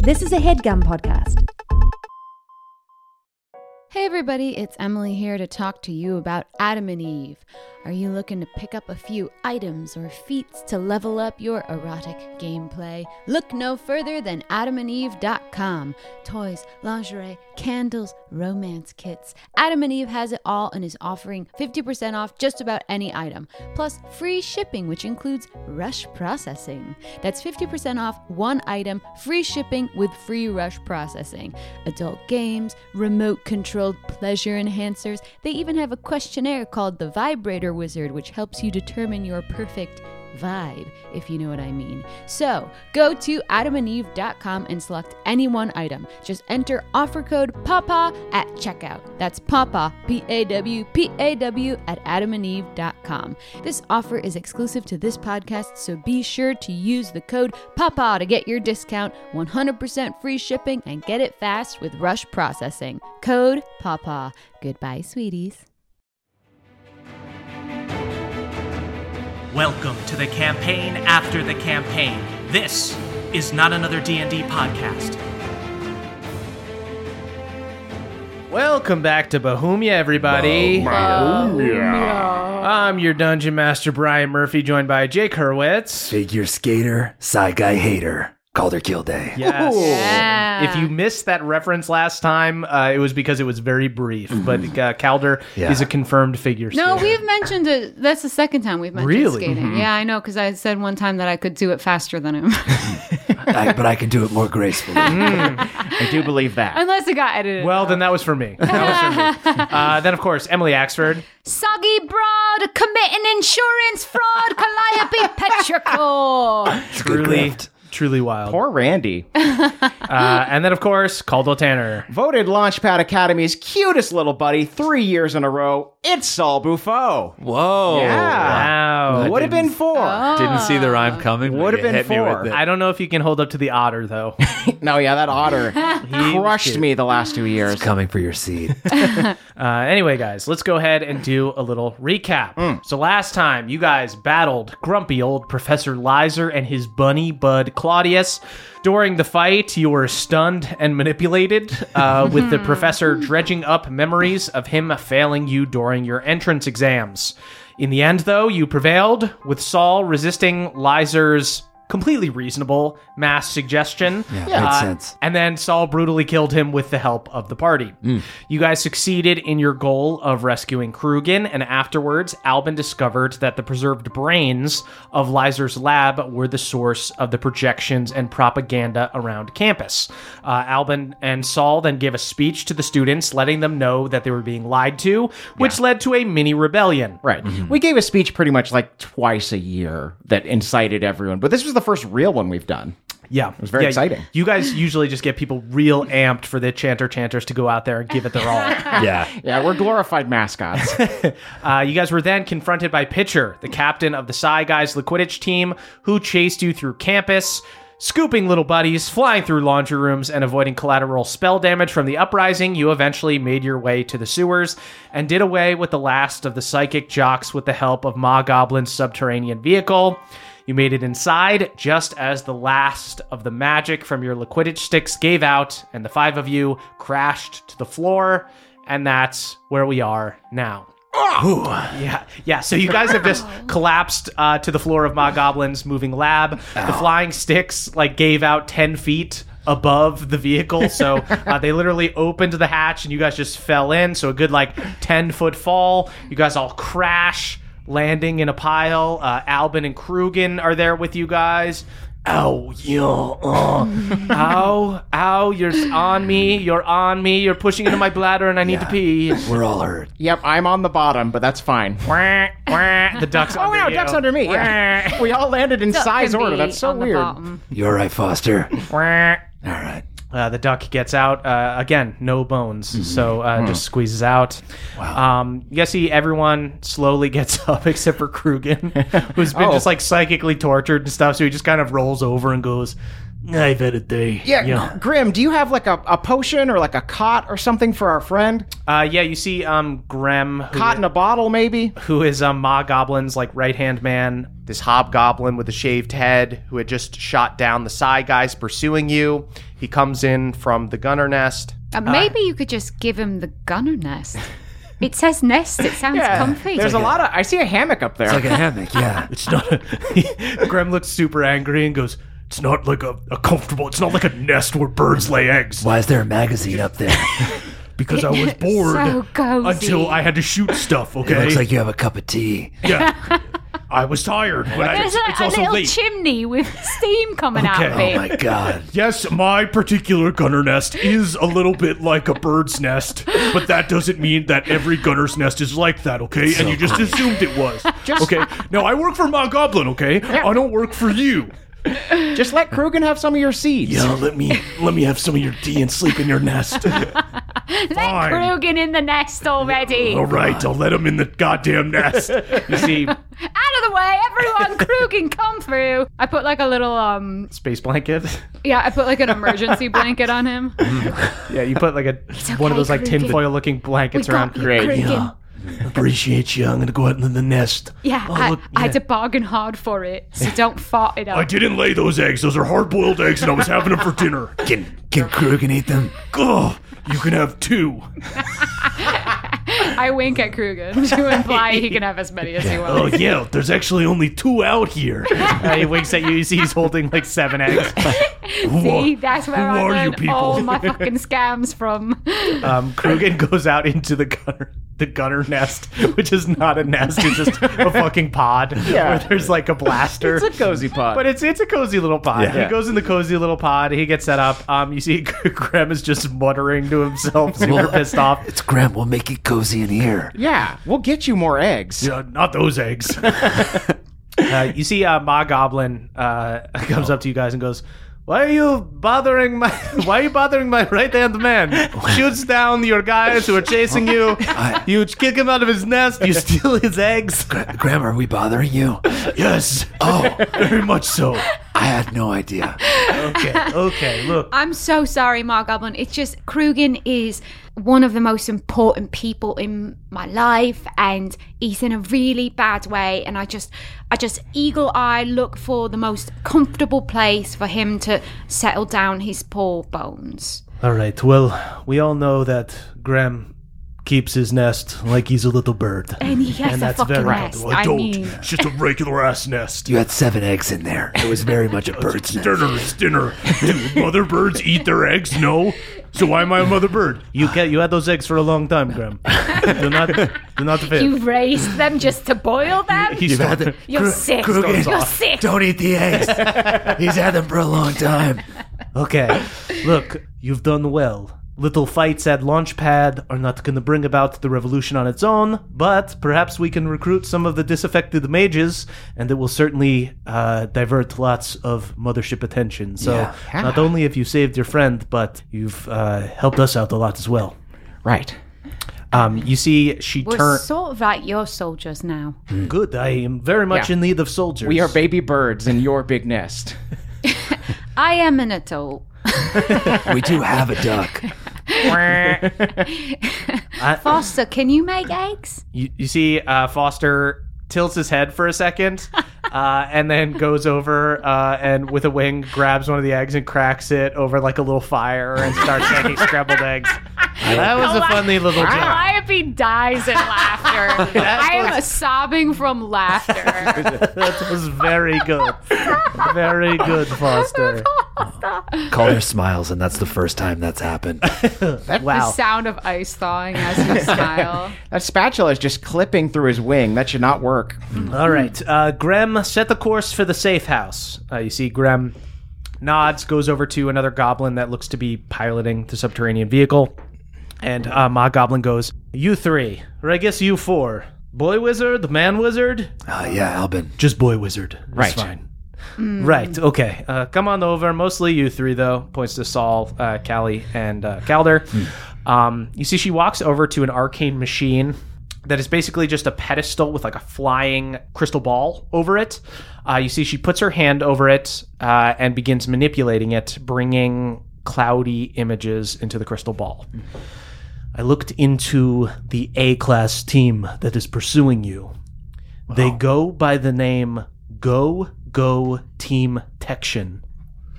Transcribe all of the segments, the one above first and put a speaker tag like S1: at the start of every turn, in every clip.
S1: This is a headgum podcast.
S2: Hey everybody, it's Emily here to talk to you about Adam and Eve. Are you looking to pick up a few items or feats to level up your erotic gameplay? Look no further than adamandeve.com. Toys, lingerie, candles, romance kits. Adam and Eve has it all and is offering 50% off just about any item, plus free shipping, which includes rush processing. That's 50% off one item, free shipping with free rush processing. Adult games, remote controlled pleasure enhancers. They even have a questionnaire called the Vibrator Wizard, which helps you determine your perfect vibe, if you know what I mean. So go to adamandeve.com and select any one item. Just enter offer code PAPA at checkout. That's PAPA, P A W P A W, at adamandeve.com. This offer is exclusive to this podcast, so be sure to use the code PAPA to get your discount, 100% free shipping, and get it fast with rush processing. Code PAPA. Goodbye, sweeties.
S3: Welcome to the campaign after the campaign. This is not another D&D podcast.
S4: Welcome back to Bohemia,
S5: Oh,
S4: everybody.
S6: Oh,
S4: I'm your dungeon master, Brian Murphy, joined by Jake Hurwitz.
S5: Figure skater, side guy hater, Calder Kill Day.
S4: Yes.
S2: Yeah.
S4: If you missed that reference last time, uh, it was because it was very brief. But uh, Calder
S5: Mm-hmm. Yeah.
S4: is a confirmed figure.
S2: No,
S4: skater.
S2: we've mentioned it. That's the second time we've mentioned
S4: Really?
S2: skating.
S6: Mm-hmm.
S2: Yeah, I know, because I said one time that I could do it faster than him,
S5: I, but I can do it more gracefully.
S4: Mm.
S6: I do believe that.
S2: unless it got edited.
S4: Well, then that was for me. That was for me. Uh, then, of course, Emily Axford.
S2: soggy broad committing insurance fraud, Calliope Uh, Petrichor.
S5: It's a good
S4: Truly,
S5: graft.
S4: truly wild.
S6: Poor Randy.
S4: Uh, and then, of course, Caldwell Tanner.
S6: Voted Launchpad Academy's cutest little buddy three years in a row. It's Saul Buffo.
S7: Whoa.
S6: yeah.
S4: Wow.
S6: Would have been four.
S4: Oh.
S7: Didn't see the
S5: Ah.
S7: rhyme coming. but
S6: Would have
S7: you
S6: been
S7: hit me with
S6: four.
S7: it.
S4: I don't know if you can hold up to the otter, though.
S6: no, yeah, that otter crushed
S4: cute.
S6: me the last two years.
S5: Coming for your seed.
S4: Uh, anyway, guys, let's go ahead and do a little recap. So last time, you guys battled grumpy old Professor Lizer and his bunny bud Claudius. During the fight, you were stunned and manipulated, uh, with the professor dredging up memories of him failing you during your entrance exams. In the end, though, you prevailed, with Saul resisting Lizer's completely reasonable mass suggestion. Uh,
S5: Yeah, makes sense.
S4: And then Saul brutally killed him with the help of the party.
S6: Mm.
S4: You guys succeeded in your goal of rescuing Krugin, and afterwards, Albin discovered that the preserved brains of Lizer's lab were the source of the projections and propaganda around campus. Uh, Albin and Saul then gave a speech to the students, letting them know that they were being lied to, which led to a mini rebellion.
S6: Right. We gave a speech pretty much like twice a year that incited everyone, but this was the first real one we've done.
S4: Yeah. It
S6: was very exciting.
S4: You guys usually just get people real amped for the chanter chanters to go out there and give it their all.
S5: Yeah.
S6: Yeah, we're glorified mascots.
S4: Uh, you guys were then confronted by Pitcher, the captain of the Psy Guys Liquidage team, who chased you through campus, scooping little buddies, flying through laundry rooms, and avoiding collateral spell damage from the uprising. You eventually made your way to the sewers and did away with the last of the psychic jocks with the help of Ma Goblin's subterranean vehicle. You made it inside just as the last of the magic from your liquidage sticks gave out, and the five of you crashed to the floor. And that's where we are now. Yeah, yeah. So you guys have just collapsed uh, to the floor of Ma Goblin's moving lab. The flying sticks like gave out ten feet above the vehicle, so uh, they literally opened the hatch and you guys just fell in. So a good like ten foot fall. You guys all crash, landing in a pile. Uh, Albin and Krugen are there with you guys. Ow, yo, uh, ow, ow, you're on me, you're on me, you're pushing into my bladder and I need to
S5: Yeah.
S4: pee.
S5: We're all hurt.
S6: yep, I'm on the bottom, but that's fine.
S4: Wah, wah. the ducks.
S6: Oh,
S4: under
S6: no,
S4: you.
S6: ducks under me. Yeah. we all landed in size order. That's so weird.
S5: You all right, Foster? All
S4: Wah.
S5: right.
S4: Uh, the duck gets out uh, again, no bones,
S6: Mm-hmm.
S4: so
S6: Mm.
S4: uh, just squeezes out. Wow. Um, you guys see everyone slowly gets up except for Krugen, who's been
S6: Oh.
S4: just like psychically tortured and stuff. So he just kind of rolls over and goes, "I've had a day."
S6: Yeah,
S4: You know?
S6: Grim, do you have like a, a potion or like a cot or something for our friend?
S4: Uh, yeah. You see, um, Grem, who,
S6: Cot in a bottle, maybe?
S4: who is um, Ma Goblin's like right hand man, this hobgoblin with a shaved head who had just shot down the Psy guys pursuing you. He comes in from the gunner nest.
S8: Uh, maybe you could just give him the gunner nest. It says nest. It sounds comfy.
S6: There's a lot of. I see a hammock up there.
S5: Like a hammock, yeah.
S9: It's not. A, Graham looks super angry and goes, "It's not like a, a comfortable. It's not like a nest where birds lay eggs."
S5: Why is there a magazine up there?
S9: Because I was bored
S8: So cozy.
S9: until I had to shoot stuff.
S5: It
S9: Okay,
S5: looks like you have a cup of tea.
S9: yeah. I was tired, but I,
S8: There's
S9: it's,
S8: a,
S9: it's
S8: a
S9: also
S8: little
S9: late.
S8: chimney with steam coming out of
S9: Okay.
S8: it.
S5: Oh my god.
S9: Yes, my particular gunner nest is a little bit like a bird's nest, but that doesn't mean that every gunner's nest is like that, okay? and you just assumed it was. okay. Now I work for my goblin, okay? I don't work for you.
S6: Just let Krogan have some of your seeds.
S9: Yeah, let me let me have some of your tea and sleep in your nest.
S8: Let
S9: Fine.
S8: Krogan in the nest already.
S9: All right, I'll let him in the goddamn nest.
S4: You see
S8: Out of the way, everyone! Krogan, come through. I put like a little um,
S4: space blanket.
S8: yeah, I put like an emergency blanket on him.
S4: Yeah, you put like a one of
S8: okay,
S4: those like
S8: Creepy.
S4: tinfoil looking blankets around.
S6: Great.
S8: Krogan.
S9: Appreciate you. I'm gonna go out into the nest.
S8: Yeah,
S9: Oh,
S8: I,
S9: look,
S8: I had
S9: yeah.
S8: to bargain hard for it, so don't fart it
S9: I
S8: up.
S9: didn't lay those eggs. Those are hard-boiled eggs, and I was having them for dinner.
S5: Can can Krogan eat them?
S9: Ugh, you can have two.
S8: I, wink at Krogan to imply he can have as many as he
S9: Oh
S8: wants.
S9: yeah, there's actually only two out here.
S4: Uh, he winks at you. You see he's holding like seven eggs.
S8: See, that's where I
S9: Oh, are you
S8: learned
S9: people?
S8: all my fucking scams from.
S4: Um, Krogan goes out into the gunner, the gunner nest, which is not a nest. It's just a fucking pod where there's like a blaster.
S6: It's a cozy pot.
S4: but it's it's a cozy little pod.
S6: Yeah.
S4: He goes in the cozy little pod. He gets set up. Um, you see, Graham is just muttering to himself, super pissed off.
S5: It's Graham. We'll make it cozy in here.
S6: yeah, we'll get you more eggs.
S9: Yeah, not those eggs.
S4: Uh, you see, uh, Ma Goblin uh, comes up to you guys and goes, "Why are you bothering my? Why are you bothering my right hand man? Shoots down your guys who are chasing you. You kick him out of his nest. You steal his eggs."
S5: Gra- Graham, are we bothering you?
S9: yes,
S5: Oh,
S9: very much so.
S5: I had no idea.
S4: Okay, okay, look.
S8: I'm so sorry, Mark Goblin. It's just Krugen is one of the most important people in my life, and he's in a really bad way. And I just, I just eagle eye look for the most comfortable place for him to settle down his poor bones.
S9: All right. Well, we all know that Graham keeps his nest like he's a little bird.
S8: And he has a fucking nest.
S9: I
S8: I
S9: don't.
S8: mean,
S9: It's just a regular ass nest.
S5: You had seven eggs in there. It was very much a bird's nest.
S9: Dinner is dinner. Do mother birds eat their eggs? No. So why am I a mother bird?
S4: You can, you had those eggs for a long time, Graham. Do not do not fail.
S8: you raised them just to boil them.
S4: He
S5: You've had
S4: starts-
S5: them.
S8: You're
S5: Gr-
S8: sick.
S5: Krogan,
S8: You're sick.
S5: Don't eat the eggs. He's had them for a long time.
S4: Okay, look, you've done well. Little fights at Launchpad are not going to bring about the revolution on its own, but perhaps we can recruit some of the disaffected mages, and it will certainly uh, divert lots of mothership attention. So,
S6: Yeah.
S4: not only have you saved your friend, but you've uh, helped us out a lot as well.
S6: Right.
S4: Um, you see, she
S8: We're
S4: turned
S8: sort of like your soldiers now.
S4: good. I am very much
S6: Hmm. Yeah.
S4: in need of soldiers.
S6: We are baby birds in your big nest.
S8: I am an adult.
S5: We do have a duck.
S8: Foster, can you make eggs?
S4: Uh, You, you see uh, Foster tilts his head for a second, uh, and then goes over uh, and with a wing grabs one of the eggs and cracks it over like a little fire and starts making scrambled eggs. That was a funny little joke.
S8: Calliope dies in laughter. I am sobbing from laughter.
S4: That was very good, very good, Foster.
S5: Calder smiles, and that's the first time that's happened.
S8: The
S4: Wow.
S8: sound of ice thawing as you smile.
S6: That spatula is just clipping through his wing. That should not work.
S4: All right, uh, Grem, set the course for the safe house. Uh, you see, Grem nods, goes over to another goblin that looks to be piloting the subterranean vehicle, and uh, Ma Goblin goes, "You three, or I guess you four, boy wizard, man wizard,
S5: Uh, yeah, Albin.
S9: Just boy wizard.
S4: right? Fine.
S10: Mm.
S8: Mm.
S4: Right. Okay. Uh, come on over. Mostly you three, though. Points to Saul, uh, Callie, and uh, Calder. Um, you see, she walks over to an arcane machine that is basically just a pedestal with like a flying crystal ball over it. Uh, you see, she puts her hand over it uh, and begins manipulating it, bringing cloudy images into the crystal ball. I looked into the A class team that is pursuing you. They go by the name Go Go Team Tection.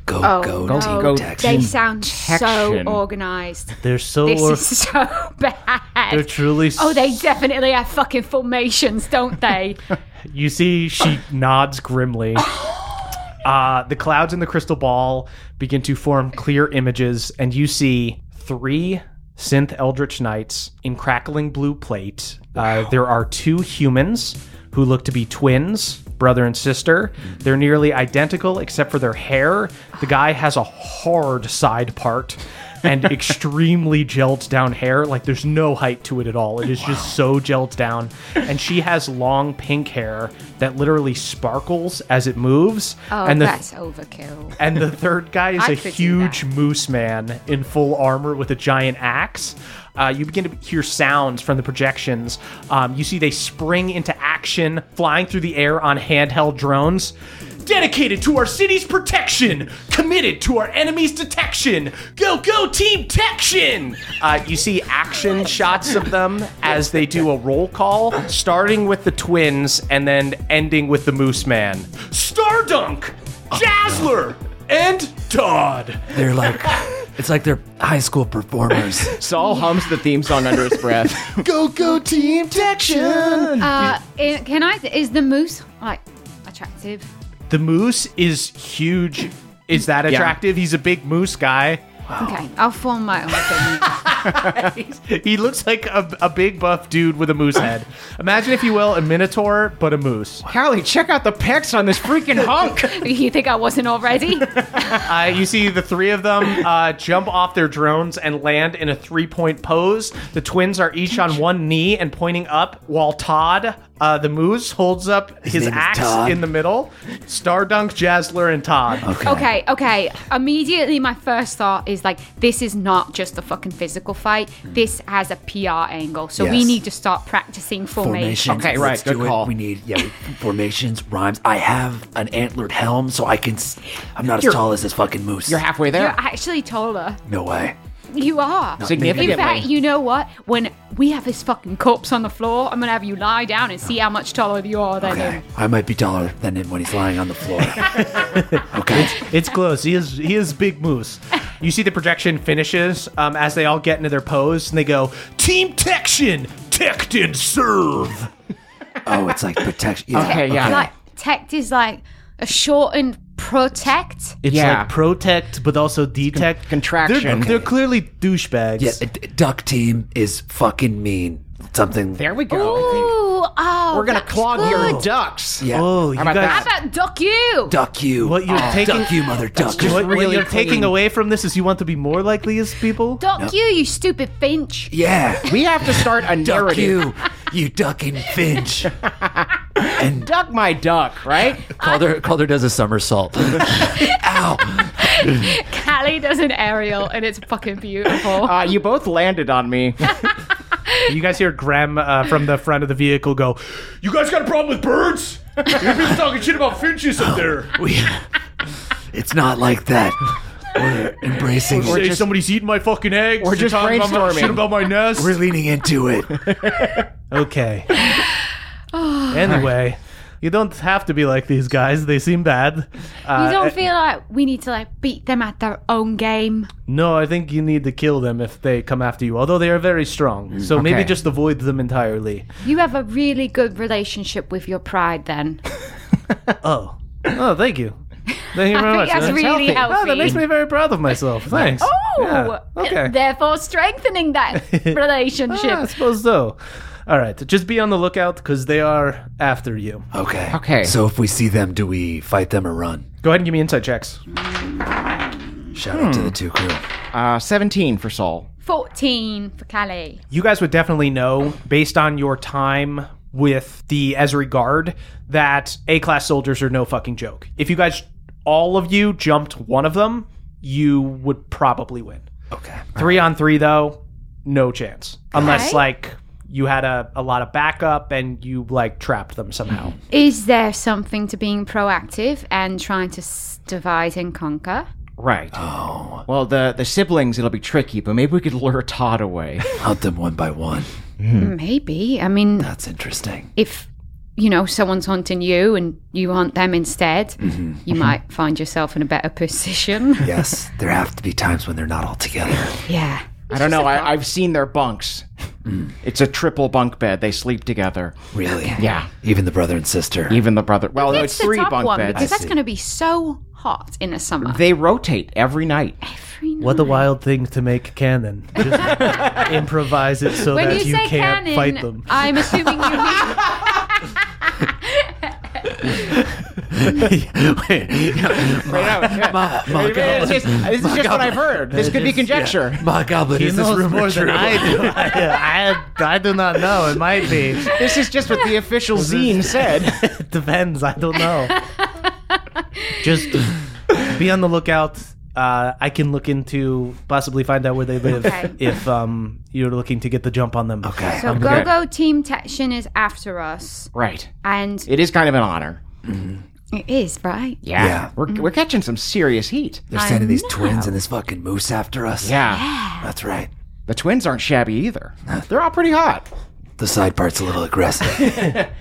S5: Go,
S8: Oh,
S5: go,
S8: no.
S5: team
S6: go,
S5: Texan.
S8: They sound so
S6: Protection.
S8: organized.
S10: They're so
S8: This
S10: or-
S8: is so
S10: they're
S8: bad.
S10: truly.
S8: Oh, they definitely have fucking formations, don't they?
S4: You see, she nods grimly. Uh, the clouds in the crystal ball begin to form clear images, and you see three synth eldritch knights in crackling blue plate. Uh, there are two humans who look to be twins, brother and sister. They're nearly identical except for their hair. The guy has a hard side part and extremely gelled down hair. Like there's no height to it at all. It is just so gelled down. And she has long pink hair that literally sparkles as it moves.
S8: Oh,
S4: and the
S8: that's overkill.
S4: and the third guy is
S8: I
S4: a
S8: could do
S4: huge
S8: that.
S4: moose man in full armor with a giant axe. Uh, you begin to hear sounds from the projections. Um, you see they spring into action, flying through the air on handheld drones. Dedicated to our city's protection, committed to our enemy's detection. Go, go, Team Tection! Uh, you see action shots of them as they do a roll call, starting with the twins and then ending with the Moose Man.
S9: Stardunk, Jazzler, and Todd.
S5: They're like, it's like they're high school performers.
S6: Saul hums the theme song under his breath.
S5: go, go, team Texan.
S8: Uh, i- can I? Is the moose like attractive?
S4: The moose is huge. Is that attractive? He's a big moose guy.
S8: Okay, I'll form my own opinion.
S4: He looks like a, a big buff dude with a moose head. Imagine, if you will, a minotaur, but a moose.
S6: Callie, check out the pecs on this freaking hunk.
S8: you think I wasn't already?
S4: Uh, you see the three of them uh, jump off their drones and land in a three point pose. The twins are each on one knee and pointing up, while Todd, uh, the moose, holds up his,
S5: name is
S4: axe
S5: Todd?
S4: in the middle. Stardunk, Jazzler, and Todd.
S8: Okay, okay. Immediately, my first thought is like, this is not just a fucking physical fight. This has a PR angle, so we
S5: Hmm. Yes.
S8: need to start practicing formation.
S5: Formations.
S6: Okay, right,
S5: Let's
S6: good
S5: do it.
S6: call.
S5: We need yeah we- formations, rhymes. I have an antlered helm, so I can. s- I'm not as tall as this fucking moose.
S6: You're halfway
S8: You're
S6: there.
S8: actually taller.
S5: no way.
S8: You are.
S6: Significantly.
S8: In fact, you know what? When we have this fucking corpse on the floor, I'm gonna have you lie down and see how much taller you are than
S5: Okay,
S8: him.
S5: I might be taller than him when he's lying on the floor. okay,
S4: It's close. He is he is big moose. You see the projection finishes um, as they all get into their pose and they go
S9: Team Texian, Tect and Serve.
S5: oh, it's like protection. Yeah.
S6: Okay, yeah.
S8: Like, tect is like a shortened protect.
S10: It's
S6: Yeah.
S10: like protect, but also detect.
S6: contraction.
S10: They're,
S6: Okay.
S10: they're clearly douchebags.
S5: Yeah, d- d- duck team is fucking mean. Something.
S6: there we
S8: Ooh,
S6: go.
S8: oh.
S6: We're gonna
S8: that's
S6: clog
S8: good.
S6: your ducks.
S5: Yeah.
S10: Oh, you
S6: about
S10: guys.
S8: How about duck you?
S5: Duck you.
S10: What you're
S5: Oh,
S10: taking-
S5: Duck you, mother duck.
S10: What, what
S6: really
S10: you're taking
S6: clean.
S10: away from this is you want to be more like these people.
S8: duck you, you stupid finch.
S5: Yeah.
S6: We have to start a
S5: Duck
S6: narrative.
S5: you, you ducking finch. and
S6: Duck my duck, right?
S5: Calder, Calder does a somersault. Ow.
S8: Callie does an aerial and it's fucking beautiful.
S6: Uh, you both landed on me.
S4: you guys hear Graham uh, from the front of the vehicle go
S9: You guys got a problem with birds? You've been talking shit about finches up there.
S5: We, it's not like that. We're embracing
S9: Say
S5: it.
S9: somebody's eating my fucking eggs.
S6: we're
S9: They're
S6: just
S9: talking about my-
S6: brainstorming.
S9: shit about my nest.
S5: We're leaning into it.
S4: okay. anyway, you don't have to be like these guys. They seem bad.
S5: Uh,
S4: Uh,
S8: you
S5: eh,
S8: don't feel like we need to like beat them at their own game.
S4: No, I think you need to kill them if they come after you. Although they are very
S5: Mm,
S4: strong, so maybe
S6: okay.
S4: just avoid them entirely.
S8: You have a really good relationship with your pride then.
S4: Oh, oh, thank you. Thank you very
S8: I
S4: much.
S8: think that's
S4: That's
S8: really
S6: healthy.
S8: healthy.
S4: Oh, that makes me very proud of myself. Thanks.
S8: Oh,
S4: Yeah, okay.
S8: therefore strengthening that relationship.
S4: Ah, I suppose so. All right, just be on the lookout because they are after you.
S5: Okay.
S6: Okay.
S5: So if we see them, do we fight them or run?
S4: Go ahead and give me insight checks. Hmm.
S5: Shout out to the two crew.
S6: Uh, 17 for Saul.
S8: 14 for Callie.
S4: You guys would definitely know, based on your time with the Ezri Guard, that A class soldiers are no fucking joke. If you guys, all of you, jumped one of them, you would probably win.
S5: Okay.
S4: Three on three, though, no chance. Unless,
S8: Okay.
S4: like, you had a, a lot of backup and you, like, trapped them somehow.
S8: Is there something to being proactive and trying to s- divide and conquer?
S6: Right. Oh. Well, the, the siblings, it'll be tricky, but maybe we could lure Todd away.
S5: Hunt them one by one.
S8: Hmm, Maybe. I mean,
S5: That's Hmm. interesting.
S8: if you know, someone's hunting you and you hunt them instead,
S5: Mm-hmm.
S8: you might find yourself in a better position.
S5: Yes, there have to be times when they're not all together.
S8: yeah.
S6: I don't know. I, I've seen their bunks. It's a triple bunk bed. They sleep together.
S5: Mm. Really?
S6: Yeah.
S5: Even the brother and sister.
S6: Even the brother. Well, no,
S8: It's
S6: it's
S8: the
S6: three
S8: top
S6: bunk
S8: one
S6: beds.
S8: because that's going to be so hot in the summer.
S6: They rotate every night.
S8: Every night.
S10: What a wild thing to make canon. Just improvise it so
S8: when
S10: that
S8: you,
S10: you,
S8: say
S10: can't
S8: cannon,
S10: fight them.
S8: I'm assuming you mean
S5: my, my
S6: It's
S5: goblin.
S6: just- This is just what I've heard. This could be conjecture.
S5: My goblin, is this
S10: knows
S5: rumor
S10: more
S5: true?
S10: than I do. I, I, I do not know. It might be.
S6: This is just what the official zine said.
S10: It depends. I don't know. Just be on the lookout. Uh, I can look into possibly find out where they live
S8: Okay.
S10: if um, you're looking to get the jump on them.
S5: Okay.
S8: so. Go Go Team Tection is after us,
S6: Right.
S8: and
S6: It is kind of an honor.
S8: it is right.
S6: Yeah.
S5: Mm-hmm. Yeah.
S6: We're, we're catching some serious heat.
S5: They're sending these twins and this fucking moose after us.
S6: Yeah.
S5: That's right.
S6: The twins aren't shabby either. They're all pretty hot.
S5: The side part's a little aggressive.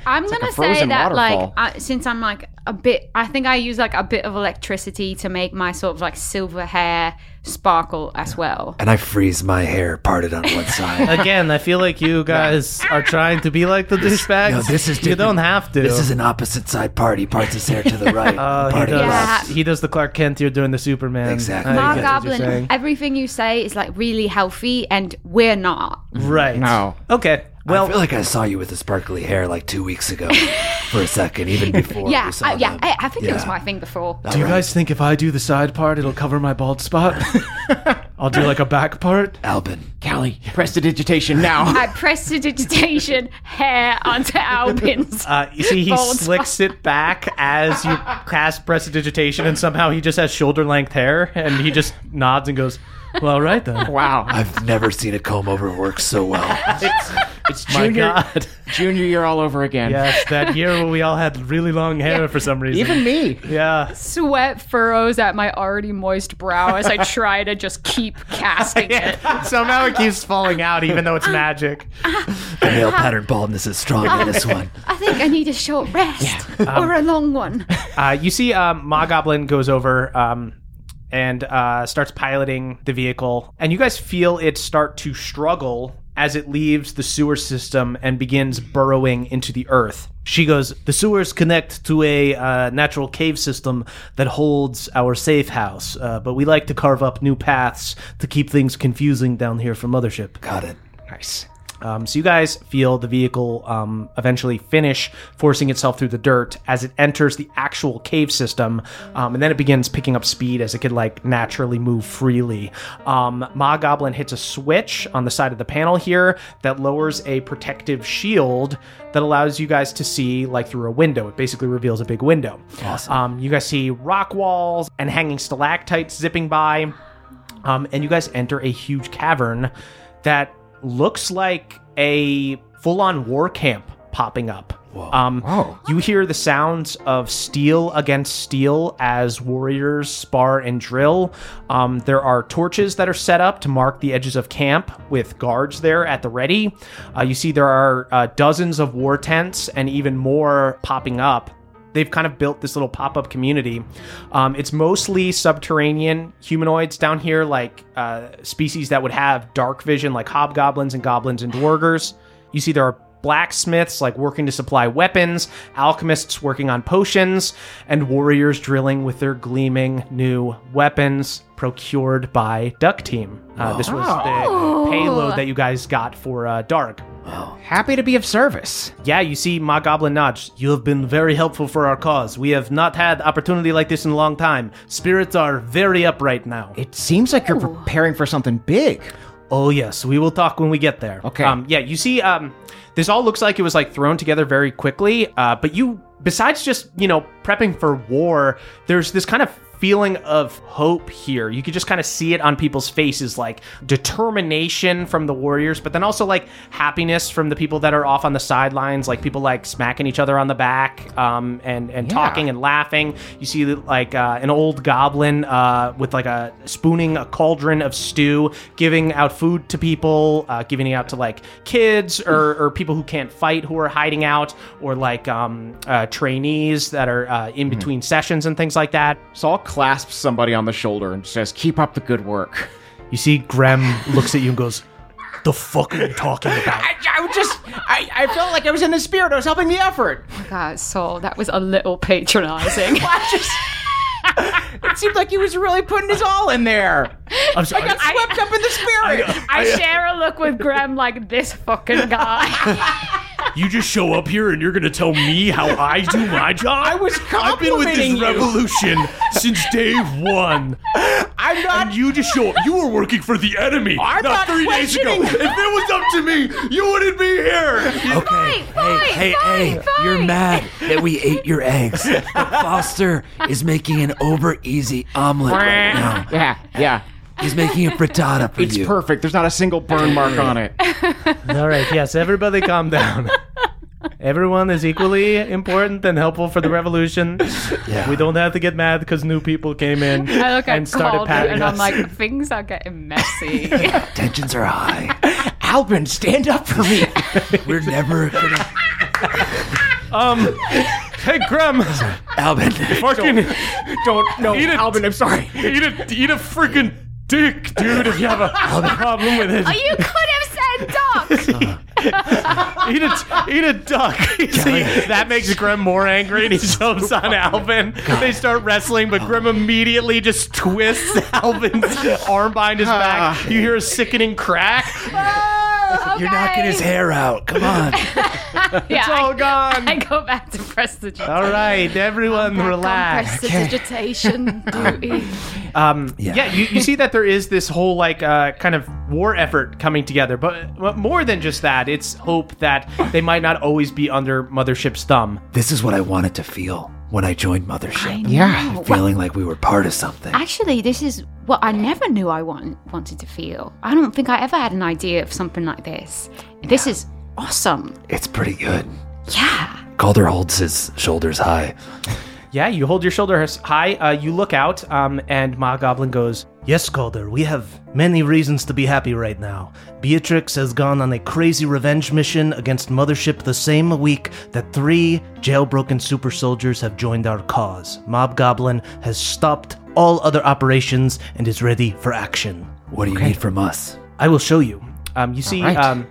S8: I'm gonna
S6: a
S8: say
S6: frozen
S8: that, like,
S6: waterfall.
S8: I, since I'm like a bit, I think I use like a bit of electricity to make my sort of like silver hair sparkle as well.
S5: and I freeze my hair parted on one side.
S10: Again, I feel like you guys are trying to be like the douchebags.
S5: no, this is
S10: you
S5: different.
S10: don't have to.
S5: This is an opposite side party. Parts his hair to the right.
S10: Uh, he
S5: parted
S10: does.
S5: left.
S10: He does the Clark Kent. You're doing the Superman.
S5: Exactly.
S10: I
S8: Our
S5: Mark
S10: get what you're
S8: goblin,
S10: saying.
S8: everything you say is like really healthy, and we're not.
S10: Right.
S6: No.
S10: Okay.
S5: Well,
S10: Well,
S5: I feel like I saw you with the sparkly hair like two weeks ago for a second, even before.
S8: yeah,
S5: we saw
S8: I, yeah.
S5: them.
S8: I, I think it was
S5: Yeah.
S8: my thing before.
S10: do you guys think if I do the side part, it'll cover my bald spot? I'll do like a back part.
S5: Albin.
S6: Callie, press the digitation now.
S8: I pressed the digitation hair onto Albin's.
S4: Uh, you see, he
S8: Bald spot.
S4: slicks it back as you cast prestidigitation, and somehow he just has shoulder length hair, and he just nods and goes,
S10: Well, all right then.
S6: wow.
S5: I've never seen a comb over work so well.
S6: It's junior,
S4: God.
S6: junior year all over again.
S10: Yes, that year where we all had really long hair for some reason.
S6: Even me.
S10: yeah.
S8: Sweat furrows at my already moist brow as I try to just keep casting it.
S4: Somehow it keeps falling out, even though it's magic.
S5: The male pattern baldness is strong in this one.
S8: I think I need a short rest or
S10: Um,
S8: a long one.
S4: Uh, you see, um, Ma Goblin goes over um, and uh, starts piloting the vehicle, and you guys feel it start to struggle as it leaves the sewer system and begins burrowing into the earth.
S10: She goes, The sewers connect to a uh, natural cave system that holds our safe house, uh, but we like to carve up new paths to keep things confusing down here for Mothership.
S5: Got it.
S6: Nice.
S4: Um, so you guys feel the vehicle um, eventually finish forcing itself through the dirt as it enters the actual cave system, um, and then it begins picking up speed as it could like naturally move freely. Um, Ma Goblin hits a switch on the side of the panel here that lowers a protective shield that allows you guys to see like through a window. It basically reveals a big window. Awesome. Um, you guys see rock walls and hanging stalactites zipping by. Um, and you guys enter a huge cavern that looks like a full on war camp popping up. Um, You hear the sounds of steel against steel as warriors spar and drill. Um, there are torches that are set up to mark the edges of camp with guards there at the ready. Uh, you see there are uh, dozens of war tents and even more popping up they've kind of built this little pop-up community um, it's mostly subterranean humanoids down here like uh, species that would have dark vision like hobgoblins and goblins and dwargers you see there are blacksmiths like working to supply weapons alchemists working on potions and warriors drilling with their gleaming new weapons procured by duck team uh, this was the payload that you guys got for uh, dark
S6: Happy to be of service.
S4: yeah you see my goblin nudge
S10: You have been very helpful for our cause. We have not had opportunity like this in a long time. Spirits are very up right now.
S6: It seems like you're preparing for something big.
S10: Oh yes, we will talk when we get there.
S6: Okay.
S4: Um, yeah, you see, um, this all looks like it was like thrown together very quickly. Uh, but you, besides just you know prepping for war, there's this kind of feeling of hope here. You could just kind of see it on people's faces like determination from the warriors, but then also like happiness from the people that are off on the sidelines, like people like smacking each other on the back um, and, and talking and laughing. You see like uh, an old goblin uh, with like a spooning a cauldron of stew, giving out food to people, uh, giving it out to like kids or, or people who can't fight who are hiding out, or like um, uh, trainees that are uh, in between sessions and things like that.
S6: Hmm. Saul clasps somebody on the shoulder and says, "Keep up the good work."
S10: You see, Graham looks at you and goes, "The fuck are you talking about?"
S6: I, I was just, I, I felt like I was in the spirit. I was helping the effort.
S8: Oh
S2: God, Saul, that was a little patronizing.
S6: I just- it seemed like he was really putting his all in there.
S10: I'm sorry.
S6: I got swept up in the spirit.
S2: I share a look with Graham like this fucking guy.
S9: You just show up here and you're gonna tell me how I do my job?
S6: I was
S9: I've been with
S6: complimenting
S9: this
S6: you.
S9: revolution since day one.
S6: I'm not.
S9: And you just show up. You were working for the enemy
S6: I'm
S9: not
S6: not
S9: three days ago. If
S6: questioning.
S9: it was up to me, you wouldn't be here.
S5: Okay.
S2: fine,
S5: hey, hey, hey,
S2: fine, fine.
S5: you're mad that we ate your eggs. But Foster is making an over easy omelet right now.
S6: yeah, yeah.
S5: He's making a frittata for
S6: It's
S5: you.
S6: perfect. There's not a single burn mark on it.
S10: All right, yes, everybody calm down. Everyone is equally important and helpful for the revolution.
S5: Yeah.
S10: We don't have to get mad because new people came in
S2: I look
S10: and
S2: at
S10: started
S2: Calder
S10: patting
S2: and I'm
S10: us.
S2: like, things are getting messy.
S5: Tensions are high.
S6: Albin, stand up for me.
S5: We're never gonna.
S4: Um, hey, Graham,
S5: Alvin,
S4: fucking
S6: Don't no, Albin. I'm sorry.
S4: eat a, eat a freaking dick, dude, if you have a problem with
S10: Oh,
S4: it.
S2: Oh, you could have said duck.
S4: Eat a, eat a duck. See, that makes Grim more angry and he jumps on Alvin. They start wrestling, but Grim immediately just twists Alvin's arm behind his back. You hear a sickening crack.
S5: Ah. you're knocking his hair out. Come on.
S2: Yeah,
S4: It's all
S2: I,
S4: gone.
S2: I go back to press the
S4: All right, everyone
S2: "Oh,
S4: relax.
S2: digitation duty.
S4: Um,
S5: Yeah.
S4: yeah, you, you see that there is this whole like uh, kind of war effort coming together, but, but more than just that, it's hope that they might not always be under Mothership's thumb.
S5: This is what I wanted to feel when I joined Mothership.
S6: Yeah.
S5: Feeling like we were part of something.
S2: Actually, this is what I never knew I want, wanted to feel. I don't think I ever had an idea of something like this. This is awesome.
S5: It's pretty good.
S2: Yeah.
S5: Calder holds his shoulders high.
S4: Yeah, you hold your shoulder high, uh, you look out, um, and Ma Goblin goes,
S10: Yes, Calder, we have many reasons to be happy right now. Beatrix has gone on a crazy revenge mission against Mothership the same week that three jailbroken super soldiers have joined our cause. Mob Goblin has stopped all other operations and is ready for action.
S5: What do you need from us?
S10: I will show you.
S4: Um, you see,
S6: right.
S4: um,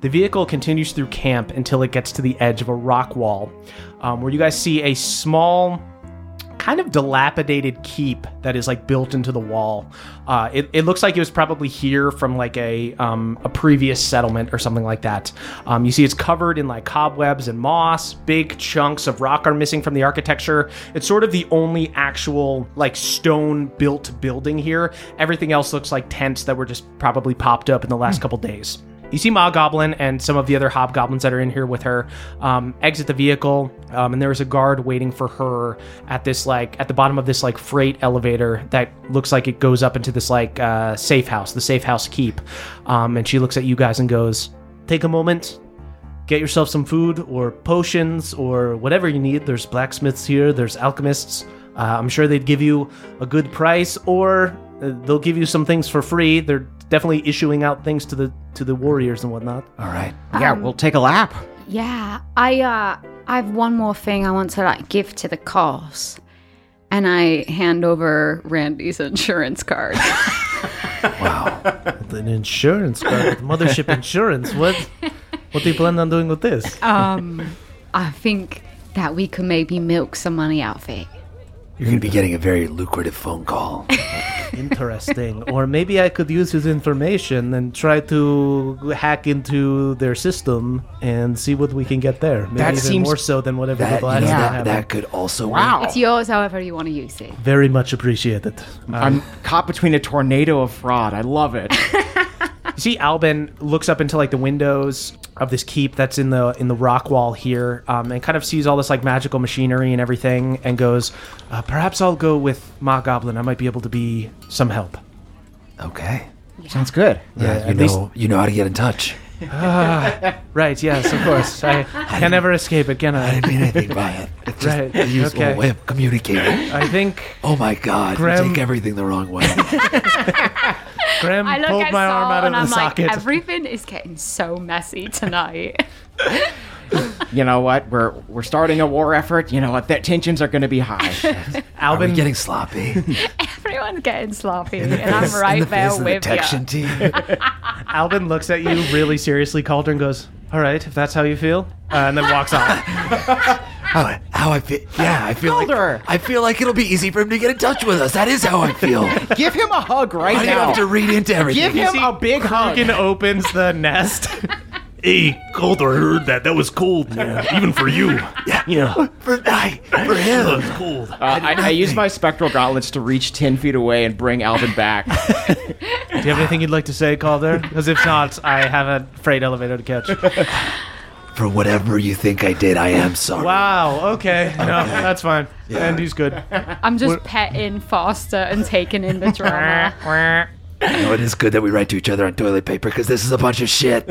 S4: the vehicle continues through camp until it gets to the edge of a rock wall, um, where you guys see a small, kind of dilapidated keep that is like built into the wall. Uh, it, it looks like it was probably here from like a um, a previous settlement or something like that. Um, you see, it's covered in like cobwebs and moss. Big chunks of rock are missing from the architecture. It's sort of the only actual like stone built building here. Everything else looks like tents that were just probably popped up in the last couple days. You see Ma Goblin and some of the other hobgoblins that are in here with her um, exit the vehicle, um, and there is a guard waiting for her at this like at the bottom of this like freight elevator that looks like it goes up into this like uh, safe house, the safe house keep. Um, and she looks at you guys and goes,
S10: Take a moment, get yourself some food or potions or whatever you need. There's blacksmiths here, there's alchemists. Uh, I'm sure they'd give you a good price or uh, they'll give you some things for free. They're definitely issuing out things to the to the warriors and whatnot.
S5: All right.
S6: Yeah, we'll take a lap.
S2: Yeah, I uh, I have one more thing I want to like give to the cause, and I hand over Randy's insurance card.
S10: An insurance card, mothership insurance. What what do you plan on doing with this?
S2: um, I think that we could maybe milk some money out of it.
S5: You're going to be getting a very lucrative phone call.
S10: Interesting. or maybe I could use his information and try to hack into their system and see what we can get there. Maybe
S6: That
S10: even
S6: seems-
S10: more so than whatever
S5: That,
S10: the
S5: you know,
S10: last one
S5: that,
S10: happened.
S5: that could also work.
S6: Wow.
S2: It's yours, however you want to use it.
S10: Very much appreciated.
S4: Uh,
S6: I'm caught between a tornado of fraud. I love it.
S4: You see, Albin looks up into like the windows of this keep that's in the in the rock wall here, um, and kind of sees all this like magical machinery and everything, and goes, uh, "Perhaps I'll go with Ma Goblin. I might be able to be some help."
S5: Okay.
S6: Sounds good.
S5: Yeah, you
S4: at
S5: know,
S4: least-
S5: you know how to get in touch.
S4: Ah, Right? Yes, of course. I can never escape it, can I?
S5: I mean anything by it. It's just
S4: Right,
S5: the usual
S4: okay.
S5: way of communicating.
S4: I think
S5: Oh my god,
S4: Graham-
S5: you take everything the wrong way.
S4: Graham
S2: I look
S4: pulled
S2: at
S4: my
S2: Saul
S4: arm out of
S2: and
S4: the
S2: I'm
S4: socket.
S2: like, everything is getting so messy tonight.
S6: You know what? We're we're starting a war effort. You know what? That tensions are going to be high.
S5: I've been
S4: Albin
S5: getting sloppy.
S2: Everyone's getting sloppy, and I'm right
S5: in the
S2: there
S5: face of the
S2: with
S5: detection
S2: you.
S5: team.
S4: Albin looks at you really seriously, Calder, and goes, "All right, if that's how you feel," uh, and then walks off.
S5: How, I- how I feel? Yeah, I feel
S6: Calder!
S5: like I feel like it'll be easy for him to get in touch with us. That is how I feel. Why
S6: Give him a hug right
S5: do you
S6: now.
S5: have to read into everything?
S6: Give him a big hug.
S4: Fucking opens the nest.
S9: Hey, Calder heard that. That was cold, even for you.
S5: Yeah. For, I, for
S9: That
S5: him.
S9: was cold.
S6: Uh, I, I use my spectral gauntlets to reach ten feet away and bring Alvin back.
S4: Do you have anything you'd like to say, Calder? Because if not, uh, I have a freight elevator to catch.
S5: For whatever you think I did, I am sorry.
S4: Wow. Okay. No, that's fine. And he's good.
S2: I'm just petting Foster and taking in the drama.
S5: You know, it is good that we write to each other on toilet paper because this is a bunch of shit.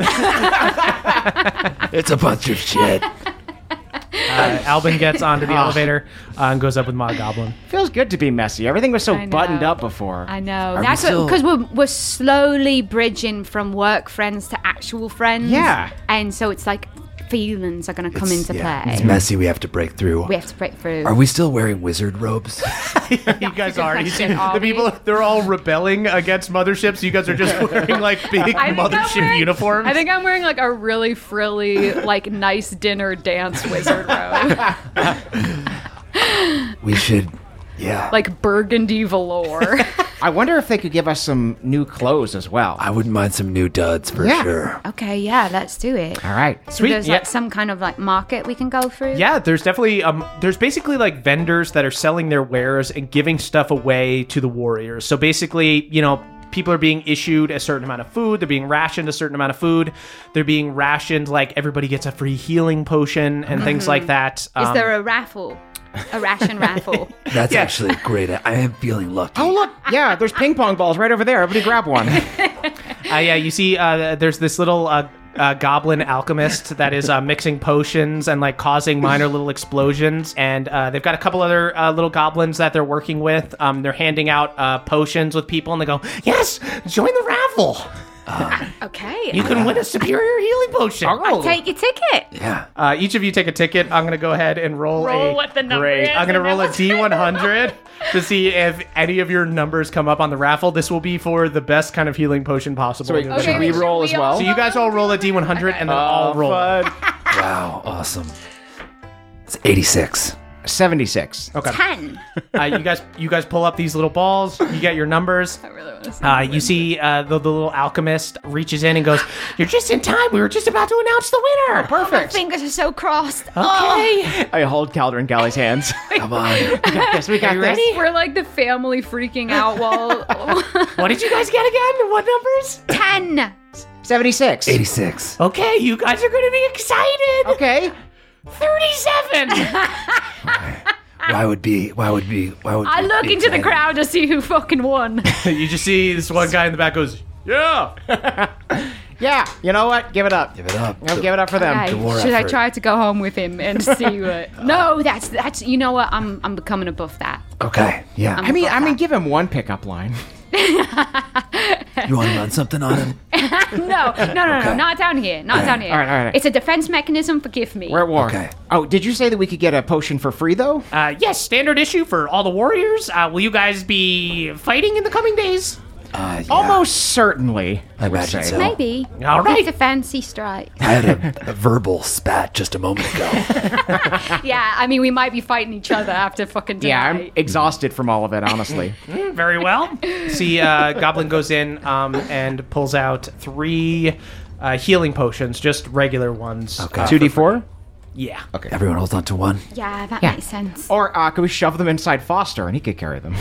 S5: it's a bunch of shit.
S4: Uh, Albin gets onto the elevator uh, and goes up with Ma Goblin.
S6: Oh. Feels good to be messy. Everything was so
S2: I know.
S6: buttoned up before.
S2: I know.
S5: we
S2: That's
S5: still-
S2: because we're, we're slowly bridging from work friends to actual friends.
S6: Yeah.
S2: And so it's like feelings are going to come
S5: It's-
S2: into
S5: yeah,
S2: play.
S5: It's messy. We have to break through.
S2: we have to Ah. break through.
S5: Are we still wearing wizard robes?
S4: You guys are. You see,
S2: question, are
S4: the
S2: we?
S4: people, they're all rebelling against motherships. You guys are just wearing like big
S2: I think I'm
S4: mothership
S2: wearing-
S4: uniforms.
S2: I think I'm wearing like a really frilly, like nice dinner dance wizard robe,
S5: we should. Yeah.
S2: like burgundy velour.
S6: I wonder if they could give us some new clothes as well.
S5: I wouldn't mind some new duds for
S6: Yeah.
S5: sure.
S2: okay, yeah, let's do it.
S6: All right.
S2: So there's
S4: yeah.
S2: like some kind of like market we can go through.
S4: Yeah, there's definitely um there's basically like vendors that are selling their wares and giving stuff away to the warriors. So basically, you know, people are being issued a certain amount of food, they're being rationed a certain amount of food, they're being rationed like everybody gets a free healing potion and things like that.
S2: Mm-hmm. Is
S4: Um,
S2: there a raffle? A ration raffle.
S5: That's actually great. I am feeling lucky.
S6: Oh look, yeah, there's ping pong balls right over there. Everybody grab one.
S4: uh, yeah, you see, uh, there's this little uh, uh, goblin alchemist that is uh, mixing potions and like causing minor little explosions. And uh, they've got a couple other uh, little goblins that they're working with. Um, they're handing out uh, potions with people, and they go, "Yes, join the raffle.
S2: Okay.
S4: You can win a superior healing potion."
S2: Take your ticket.
S5: Yeah.
S4: Uh, each of you take a ticket. I'm gonna go ahead and roll.
S2: Roll
S4: a,
S2: what the number
S4: great.
S2: is
S4: I'm gonna
S2: and
S4: roll a
S2: then we'll-
S4: D100 to see if any of your numbers come up on the raffle. This will be for the best kind of healing potion possible.
S6: wait,
S4: You're
S6: Okay,
S4: gonna-
S6: we roll as well? Oh,
S4: So you guys all roll a D100 and then all roll.
S5: Wow. Awesome. It's 86.
S6: Seventy-six. Okay.
S2: Ten.
S4: uh, you guys you guys pull up these little balls you get your numbers
S2: I really want to see.
S4: uh, you see uh, the, the little alchemist reaches in and goes you're just in time we were just about to announce the winner
S6: Perfect.
S2: Fingers are so crossed.
S4: okay
S6: I hold Calder and Galley's hands.
S5: Come on.
S6: yes, we got this.
S2: We're like the family freaking out while
S4: what did you guys get again what numbers
S2: ten.
S6: Seventy-six.
S5: 86.
S4: okay you guys are gonna be excited
S6: Okay.
S4: 37
S5: Why would be? Why would be? Why would
S2: I
S5: be
S2: look into the
S5: excited?
S2: crowd to see who fucking won.
S4: you just see this one guy in the back goes yeah
S6: Yeah. You know what? Give it up.
S5: Give it up.
S6: No, give it up for them.
S2: Okay,
S5: war
S2: should I
S5: effort.
S2: try to go home with him and see what? no, that's that's. You know what? I'm I'm becoming above that.
S5: Okay. Yeah.
S6: I mean, I mean, give him one pickup line.
S5: you want to run something on him?
S2: No, no, no, no,
S5: Okay.
S2: not down here, not down here.
S6: All right, all right.
S2: It's a defense mechanism. Forgive me.
S6: We're at war.
S5: Okay.
S6: Oh, did you say that we could get a potion for free though?
S4: uh, yes standard issue for all the warriors uh, will you guys be fighting in the coming days
S5: Uh, yeah,
S6: Almost certainly.
S5: I imagine
S6: say.
S5: so.
S2: Maybe.
S4: all
S2: It's
S4: right
S2: a fancy strike.
S5: I had a, a verbal spat just a moment ago.
S2: yeah, I mean, we might be fighting each other after fucking
S6: Yeah,
S2: tonight.
S6: I'm exhausted from all of it, honestly.
S4: Mm, Very well. See, uh, Goblin goes in um, and pulls out three uh, healing potions, just regular ones.
S5: Okay.
S6: Two D four.
S4: Yeah. Okay.
S5: Everyone holds on to one.
S2: yeah, that makes sense.
S6: Or uh, could we shove them inside Foster and he could carry them?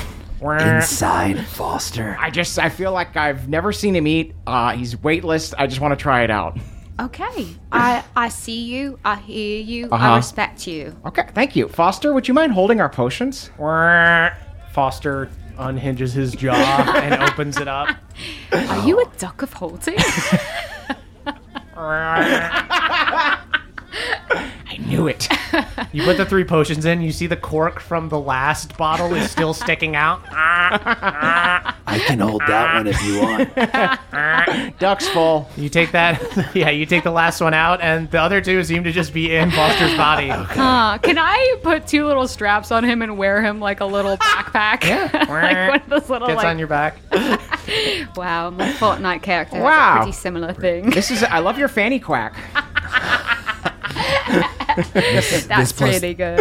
S5: Inside Foster.
S6: I just I feel like I've never seen him eat. Uh, he's weightless. I just want to try it out.
S2: Okay. I I see you. I hear you.
S6: Uh-huh.
S2: I respect you.
S6: Okay, thank you. Foster, would you mind holding our potions?
S4: Foster unhinges his jaw and opens it up.
S2: Are you a duck of holding?
S6: I knew it.
S4: You put the three potions in, you see the cork from the last bottle is still sticking out.
S5: I can hold that one if you want.
S6: Ducks full.
S4: You take that, yeah, you take the last one out, and the other two seem to just be in Foster's body.
S2: uh, can I put two little straps on him and wear him like a little backpack? like one of those little
S4: Gets
S2: like.
S4: on your back.
S2: wow, my Fortnite character. has a
S6: Wow.
S2: pretty similar thing.
S6: This is, I love your fanny quack.
S2: That's
S5: plus-
S2: pretty good.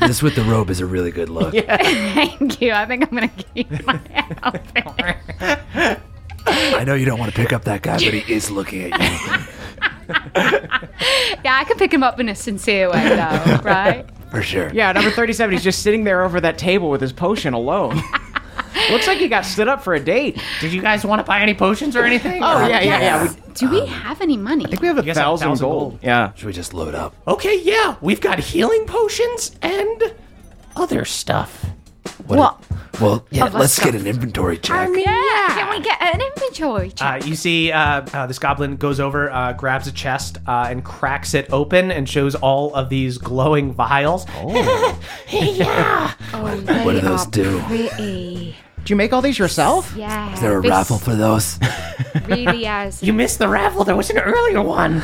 S5: this with the robe is a really good look.
S2: Thank you. I think I'm gonna keep my outfit.
S5: I know you don't want to pick up that guy, but he is looking at you.
S2: Yeah, I could pick him up in a sincere way though, right?
S5: For sure.
S6: Yeah, number 37, he's just sitting there over that table with his potion alone. Looks like he got stood up for a date.
S4: Did you guys want to buy any potions or anything?
S6: Oh, yeah, yeah, yeah. We,
S2: Do we have any money?
S6: we have a
S4: guys have
S6: thousand,
S4: 1,000
S6: gold.
S4: gold.
S6: Yeah.
S5: Should we just load up?
S4: Okay, yeah, we've got healing potions and other stuff.
S5: What?
S2: What?
S5: well, yeah,
S2: Of us
S5: let's get an inventory check.
S2: yeah. Can we get an inventory check?
S4: Uh, you see, uh, uh, this goblin goes over, uh, grabs a chest, uh, and cracks it open and shows all of these glowing vials.
S2: Oh, they
S5: What do those
S2: are
S5: do?
S2: Pretty.
S6: Did you make all these yourself?
S2: Yeah.
S5: Is there a
S2: this
S5: raffle for those?
S2: Really is.
S4: You missed the raffle. There was an earlier one.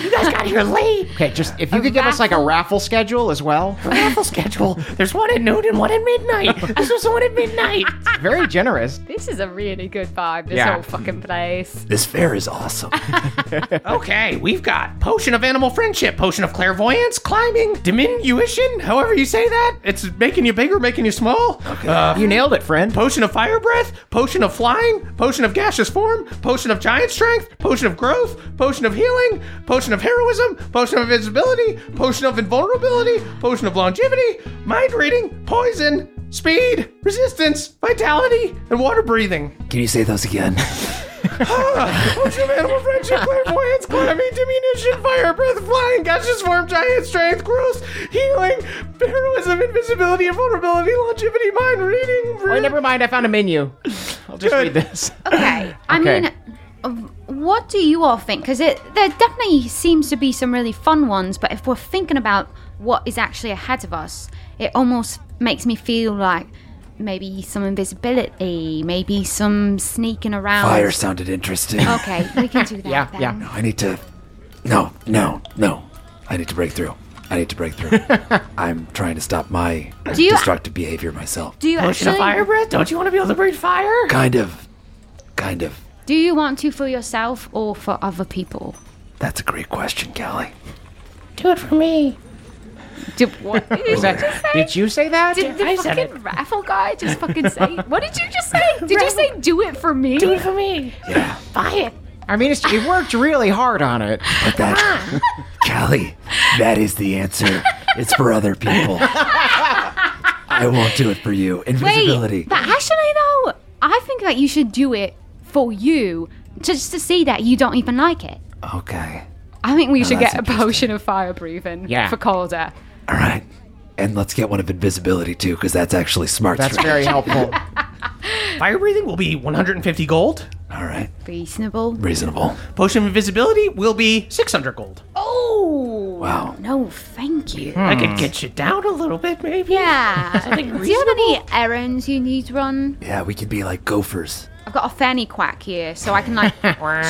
S4: You guys got here late.
S6: Okay, just if you could give us like a raffle schedule as well.
S4: Raffle schedule. There's one at noon and one at midnight. I saw someone at midnight.
S6: Very generous.
S2: This is a really good vibe, this
S6: Yeah.
S2: whole fucking place.
S5: This fair is awesome.
S4: Okay, we've got potion of animal friendship, potion of clairvoyance, climbing, diminution. However you say that, it's making you bigger, making you small. Uh,
S6: You nailed it, friend.
S4: Potion of fire breath, potion of flying, potion of gaseous form, potion of giant strength, potion of growth, potion of healing, potion of heroism, potion of invisibility, potion of invulnerability, potion of longevity, mind reading, poison, speed, resistance, vitality, and water breathing.
S5: Can you say those again?
S4: Potion of animal friendship, clairvoyance, climbing, diminution, fire breath, flying, gaseous form, giant strength, growth, healing, heroism, invisibility, invulnerability, longevity, mind reading.
S6: Wait, never mind. I found a menu. I'll just read this.
S2: Okay. I
S6: Okay.
S2: mean, uh, what do you all think? Because there definitely seems to be some really fun ones, but if we're thinking about what is actually ahead of us, it almost makes me feel like maybe some invisibility, maybe some sneaking around.
S5: Fire sounded interesting.
S2: Okay, we can do that.
S6: Yeah,
S2: then.
S6: yeah.
S5: I need to. No, no, no. I need to break through. I need to break through. I'm trying to stop my uh,
S2: Do you-
S5: destructive behavior myself.
S2: Do you actually?
S4: breath? Don't you want to be able to breathe fire?
S5: Kind of. Kind of.
S2: Do you want to for yourself or for other people?
S5: That's a great question, Callie.
S4: Do it for me.
S2: Did, what did you just say?
S6: Did you say that?
S2: Did the fucking raffle guy just fucking say? What did you just say? Did you say do it for me?
S4: For me.
S5: Yeah.
S6: I mean, it's, it worked really hard on it.
S5: But that.
S4: Ah.
S5: Callie, that is the answer. It's for other people. I won't do it for you. Invisibility.
S2: Wait, but actually though, I think that you should do it for you, just to see that you don't even like it.
S5: Okay.
S2: I think we should
S5: that's
S2: get a
S5: interesting.
S2: potion of fire breathing
S6: Yeah.
S2: for Calder.
S5: All right. And let's get one of invisibility too, because that's actually smart.
S6: That's very
S5: strategy.
S6: helpful.
S4: Fire breathing will be 150 gold.
S5: All right.
S2: Reasonable.
S5: Reasonable.
S4: Potion of invisibility will be 600 gold.
S2: Oh
S5: Wow.
S2: no, thank you.
S4: I could get you Hmm, down a little bit, maybe.
S2: Yeah. Do you have any errands you need to run?
S5: Yeah, we could be like gophers.
S2: I've got a fanny quack here, so I can like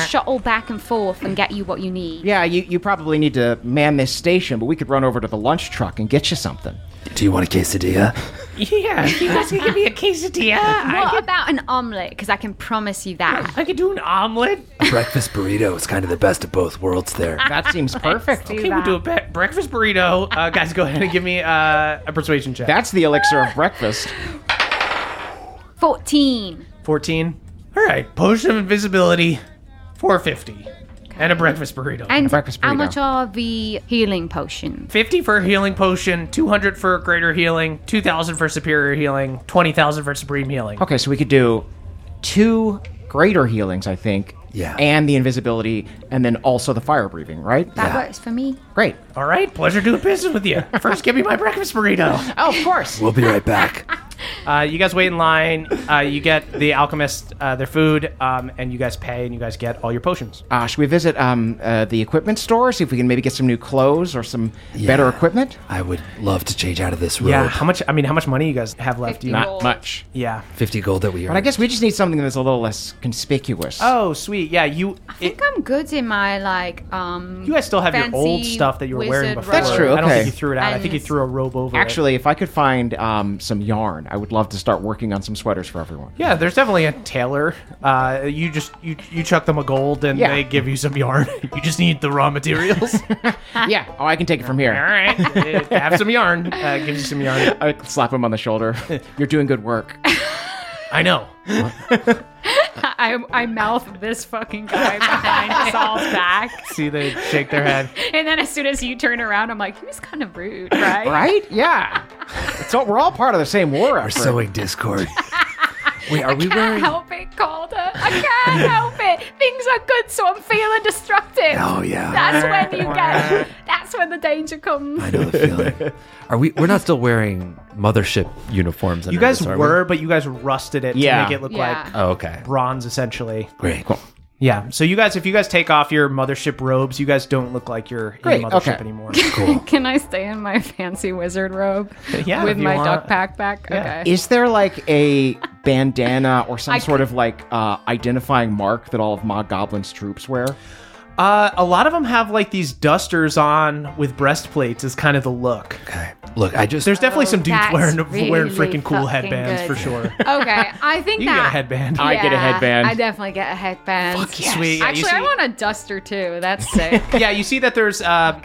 S2: shuttle back and forth and get you what you need.
S6: Yeah, you, you probably need to man this station, but we could run over to the lunch truck and get you something.
S5: Do you want a quesadilla?
S4: Yeah, you guys can give me a quesadilla. I
S2: What
S4: could,
S2: about an omelette? Because I can promise you that.
S4: I could do an omelet.
S5: A breakfast burrito is kind of the best of both worlds there.
S6: That seems perfect.
S2: Do
S4: Okay, we'll
S2: that.
S4: do a be- breakfast burrito. Uh, guys, go ahead and give me uh, a persuasion check.
S6: That's the elixir of breakfast.
S2: 14.
S4: 14. All right, potion of invisibility, 450. And a breakfast burrito.
S2: And
S6: breakfast
S2: how
S6: burrito.
S2: much are the healing potions?
S4: 50 for healing potion, 200 for greater healing, 2000 for superior healing, 20,000 for supreme healing.
S6: Okay, so we could do two greater healings, I think,
S5: Yeah.
S6: and the invisibility, and then also the fire breathing, right?
S2: That works for me.
S6: Great.
S4: All right, pleasure doing business with you. First, give me my breakfast burrito.
S6: Oh, of course.
S5: We'll be right back.
S4: Uh, you guys wait in line. Uh, you get the alchemist uh, their food, um, and you guys pay, and you guys get all your potions.
S6: Uh, should we visit um, uh, the equipment store, see if we can maybe get some new clothes or some better equipment?
S5: I would love to change out of this robe.
S4: Yeah, how much? I mean, how much money you guys have left?
S2: 50
S4: You
S2: gold.
S6: much.
S4: yeah.
S5: 50 gold that we earned.
S6: But I guess we just need something that's a little less conspicuous.
S4: Oh, sweet. Yeah, you.
S2: I think
S4: it-
S2: I'm good in my like um.
S4: you guys still have your old
S2: fancy
S4: stuff that you were
S2: wizard
S4: wearing before.
S2: robe.
S6: That's true,
S4: I don't think
S6: okay.
S4: you threw it out. I
S2: And
S4: think you
S2: it's-
S4: threw a robe over. it.
S6: Actually, if I could find um, some yarn, I would love to start working on some sweaters for everyone.
S4: Yeah, there's definitely a tailor. Uh, you just you you chuck them a gold and
S6: Yeah.
S4: they give you some yarn. you just need the raw materials.
S6: yeah. Oh, I can take it from
S4: All
S6: here.
S4: right, uh, have some yarn. Uh, gives you some yarn.
S6: I slap him on the shoulder. You're doing good work.
S4: I know.
S2: I, I mouth this fucking guy behind Saul's back,
S4: See, they shake their head.
S2: and then as soon as you turn around, I'm like, he was kind of rude, right?
S6: right? Yeah. So we're all part of the same war effort.
S5: Sowing discord. Wait, are we wearing.
S2: Help it, Calder. I can't help it. Things are good, so I'm feeling destructive.
S5: Oh, yeah.
S2: That's when you get. That's when the danger comes.
S5: I know the feeling. Are we? We're not still wearing mothership uniforms.
S4: You guys were, but you guys rusted it to
S6: Yeah.
S4: make it look
S2: Yeah.
S4: like
S5: Oh, okay.
S4: bronze, essentially.
S5: Great.
S4: Yeah. So you guys, if you guys take off your mothership robes, you guys don't look like you're
S6: Great,
S4: in mothership
S6: okay.
S4: anymore.
S2: Can I stay in my fancy wizard robe
S4: Yeah,
S2: with
S4: if you
S2: my duck
S4: want.
S2: backpack?
S4: Yeah.
S2: Okay.
S6: Is there like a bandana or some
S2: I-
S6: sort of like uh, identifying mark that all of Ma Goblin's troops wear?
S4: Uh, a lot of them have like these dusters on with breastplates. Is kind of the look.
S5: Okay. Look, I just
S4: There's definitely some dudes
S2: that's
S4: wearing wearing
S2: really
S4: freaking cool
S2: fucking
S4: headbands
S2: good.
S4: for sure.
S2: okay, I think
S4: You can
S2: that
S4: get a headband.
S6: I get a
S2: Yeah,
S6: headband.
S2: I definitely get a headband.
S4: Sweet. Yeah, you
S2: Actually, I
S4: see-
S2: want a duster too. That's sick.
S4: yeah, you see that there's uh,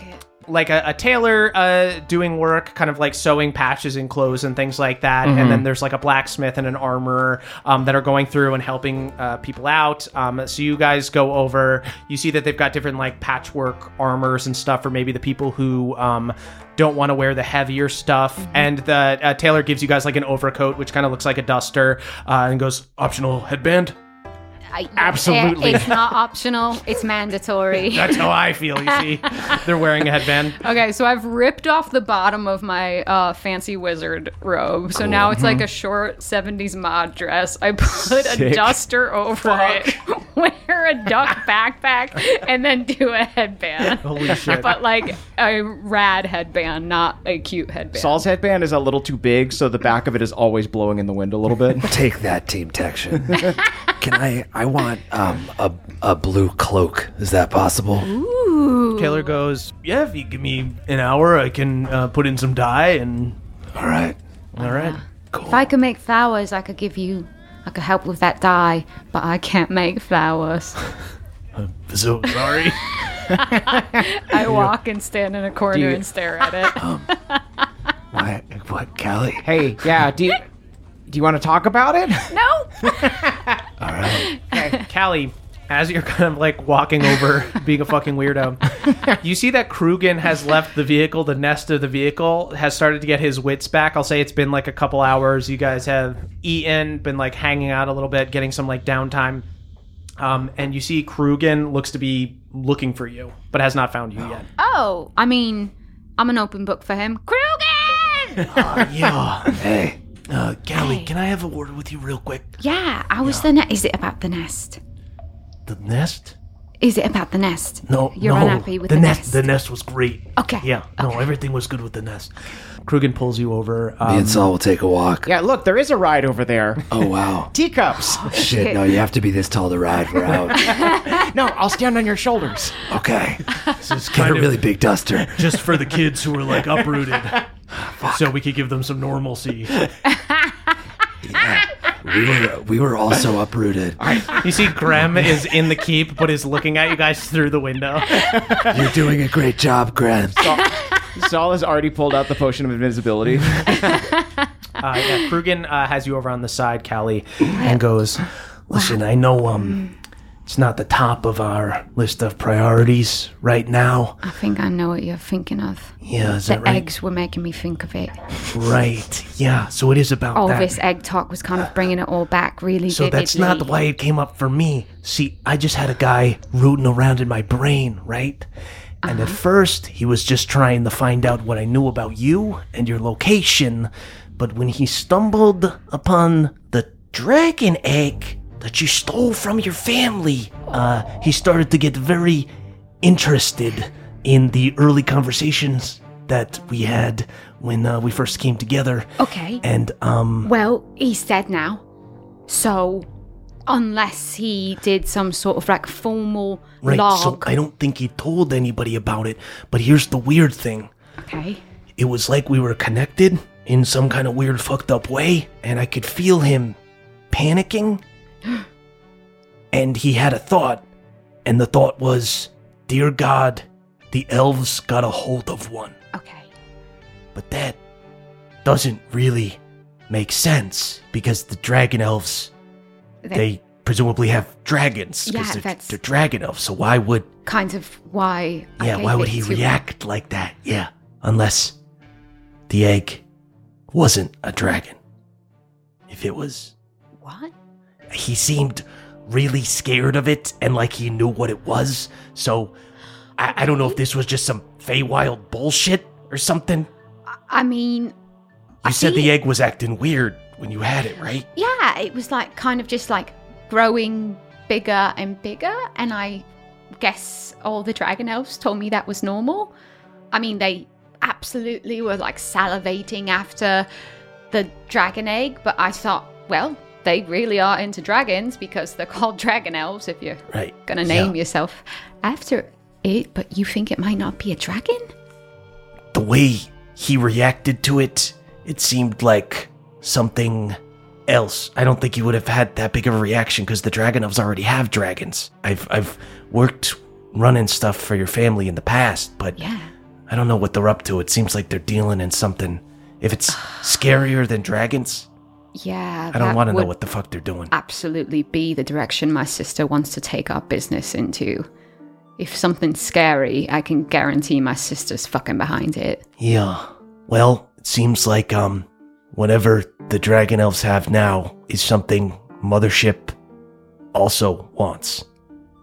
S4: like a, a tailor uh, doing work, kind of like sewing patches and clothes and things like that. And then there's like a blacksmith and an armorer um, that are going through and helping uh, people out. Um, so you guys go over. You see that they've got different like patchwork armors and stuff for maybe the people who. Um, don't want to wear the heavier stuff, and the uh, tailor gives you guys like an overcoat, which kind of looks like a duster, uh, and goes optional headband.
S2: I-
S6: Absolutely.
S2: it- it's not optional. It's mandatory.
S4: That's how I feel. You see, they're wearing a headband.
S2: Okay, so I've ripped off the bottom of my uh, fancy wizard robe, so now it's like a short '70s mod dress. I put a duster over it, wear a duck backpack, and then do a headband.
S4: Holy shit!
S2: But like a rad headband, not a cute headband.
S6: Saul's headband is a little too big, so the back of it is always blowing in the wind a little bit.
S5: take that team Tection. Can I? I want um a a blue cloak. Is that possible?
S4: Taylor goes, "Yeah, if you give me an hour, I can uh, put in some dye and
S5: All right.
S4: all right."
S2: If I could make flowers, I could give you. I could help with that dye, but I can't make flowers.
S4: So sorry.
S2: I walk and stand in a corner
S6: you-
S2: and stare at it.
S4: Um.
S5: What? What? Callie?
S6: hey, yeah, do you, do you want to talk about it?
S2: no.
S4: Callie, as you're kind of like walking over, being a fucking weirdo, you see that Krugen has left the vehicle, the nest of the vehicle, has started to get his wits back. I'll say it's been like a couple hours. You guys have eaten, been like hanging out a little bit, getting some like downtime. Um, and you see Krugen looks to be looking for you, but has not found you yet.
S2: Oh, I mean, I'm an open book for him. Krugen!
S10: Oh,
S9: Yeah.
S5: Hey.
S9: Uh, Callie, can I have a word with you real quick?
S2: yeah, I was the nest. Is it about the nest?
S9: The nest?
S2: Is it about the nest?
S9: No,
S2: You're
S9: no.
S2: unhappy with the nest.
S9: The nest was great.
S2: Okay.
S9: Yeah. No, everything was good with the nest.
S4: Krugen pulls you over. Um,
S5: Me and Saul will take a walk.
S6: Yeah, look, there is a ride over there.
S5: Oh wow.
S6: Teacups.
S5: Shit. No, you have to be this tall to ride. We're out.
S6: No, I'll stand on your shoulders.
S5: Okay.
S9: This is
S5: Get
S9: kind
S5: a
S9: of
S5: really big duster.
S9: just for the kids who were like uprooted. So we could give them some normalcy.
S5: We were we were also uprooted.
S4: You see, Graham is in the keep, but is looking at you guys through the window.
S5: You're doing a great job, Graham.
S6: Saul has already pulled out the potion of invisibility.
S4: Uh, yeah, Krugen uh, has you over on the side, Callie.
S10: and goes, Listen, I know um It's not the top of our list of priorities right now.
S2: I think I know what you're thinking of.
S10: Yeah, is
S2: The
S10: that right?
S2: eggs were making me think of it.
S10: Right. Yeah. So it is about
S2: All
S10: that.
S2: this egg talk was kind of bringing it all back really
S10: So
S2: vividly.
S10: that's not why it came up for me. See, I just had a guy rooting around in my brain, right? And at first, he was just trying to find out what I knew about you and your location. But when he stumbled upon the dragon egg that you stole from your family, uh, he started to get very interested in the early conversations that we had when uh, we first came together.
S2: Okay.
S10: And, um,
S2: Well, he's dead now. So, unless he did some sort of like formal
S10: Right, so
S2: log.
S10: I don't think he told anybody about it. But here's the weird thing
S2: okay.
S10: it was like we were connected in some kind of weird, fucked up way, and I could feel him panicking. and he had a thought, and the thought was Dear God, the elves got a hold of one.
S2: Okay.
S10: But that doesn't really make sense because the dragon elves,
S2: That
S10: they presumably have dragons
S2: Yeah,
S10: because they're,
S2: that's-
S10: they're dragon elves. So why would
S2: kind of why. I
S10: yeah,
S2: gave
S10: why would
S2: it
S10: he
S2: to him.
S10: react like that? Yeah, unless the egg wasn't a dragon. If it was,
S2: What?
S10: he seemed really scared of it and like he knew what it was. So I, I don't know if this was just some Feywild bullshit or something.
S2: I mean,
S10: You said
S2: think-
S10: the egg was acting weird when you had it, right?
S2: yeah, it was like kind of just like growing bigger and bigger, and I guess all the dragon elves told me that was normal. I mean, they absolutely were like salivating after the dragon egg, but I thought, well, they really are into dragons because they're called dragon elves if you're
S10: Right.
S2: gonna name yourself after it, but you think it might not be a dragon?
S10: the way he reacted to it, it seemed like something else. I don't think he would have had that big of a reaction because the Dragonovs already have dragons. I've I've worked running stuff for your family in the past, but
S2: Yeah.
S10: I don't know what they're up to. It seems like they're dealing in something. If it's scarier than dragons,
S2: Yeah.
S10: I don't
S2: Uh, that
S10: want to know
S2: would
S10: what the fuck they're doing.
S2: absolutely be the direction my sister wants to take our business into. If something's scary, I can guarantee my sister's fucking behind it.
S10: Yeah. Well, it seems like um whatever the dragon elves have now is something mothership also wants.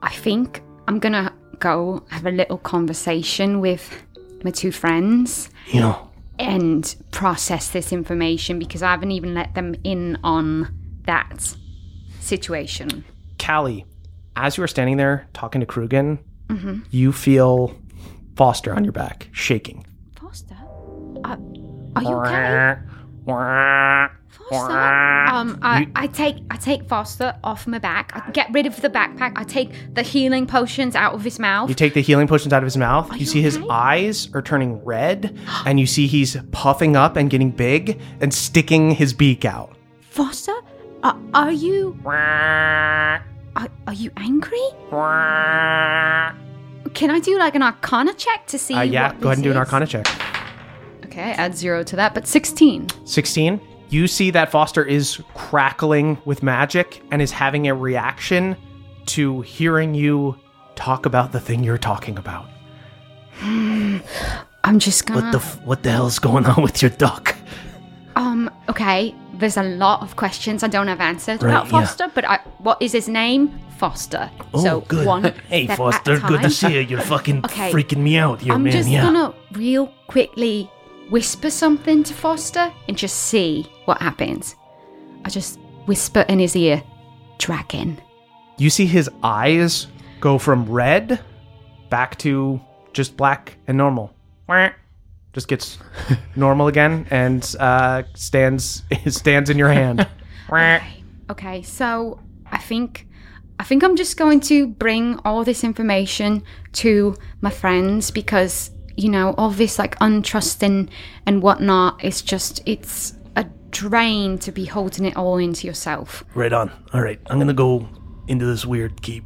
S2: I think I'm gonna go have a little conversation with my two friends
S10: You know,
S2: and process this information because I haven't even let them in on that situation.
S4: Callie, as you are standing there talking to Krugen,
S2: Mm-hmm.
S4: you feel Foster on your back, shaking.
S2: Foster? Are, are you okay? Foster? Um, I, I take I take Foster off my back. I get rid of the backpack. I take the healing potions out of his mouth.
S4: You take the healing potions out of his mouth. You,
S2: you
S4: see his
S2: okay?
S4: eyes are turning red, and you see he's puffing up and getting big and sticking his beak out.
S2: Foster, are, are you are, are you angry? Can I do like an Arcana check to see?
S4: Uh, yeah,
S2: what
S4: go ahead and
S2: this
S4: do an
S2: is?
S4: Arcana check.
S2: Okay, add zero to that, but sixteen.
S4: 16. You see that Foster is crackling with magic and is having a reaction to hearing you talk about the thing you're talking about.
S2: I'm just gonna.
S10: what the f- what the hell's going on with your duck?
S2: Um, okay, there's a lot of questions I don't have answers
S10: Right,
S2: about
S10: yeah.
S2: Foster, but I, what is his name? Foster.
S10: Oh,
S2: so
S10: good.
S2: one.
S10: Hey,
S2: step at
S10: Foster, good to
S2: time.
S10: see you. You're fucking
S2: Okay.
S10: freaking me out here,
S2: I'm
S10: man.
S2: just
S10: yeah.
S2: gonna real quickly whisper something to Foster and just see what happens. I just whisper in his ear, dragon.
S4: You see his eyes go from red back to just black and normal. Wah. Just gets normal again and uh, stands stands in your hand. Wah.
S2: Okay, so I think I think I'm just going to bring all this information to my friends because you know all this like untrusting and whatnot. It's just it's a drain to be holding it all into yourself.
S10: Right on. All right, I'm gonna go into this weird keep.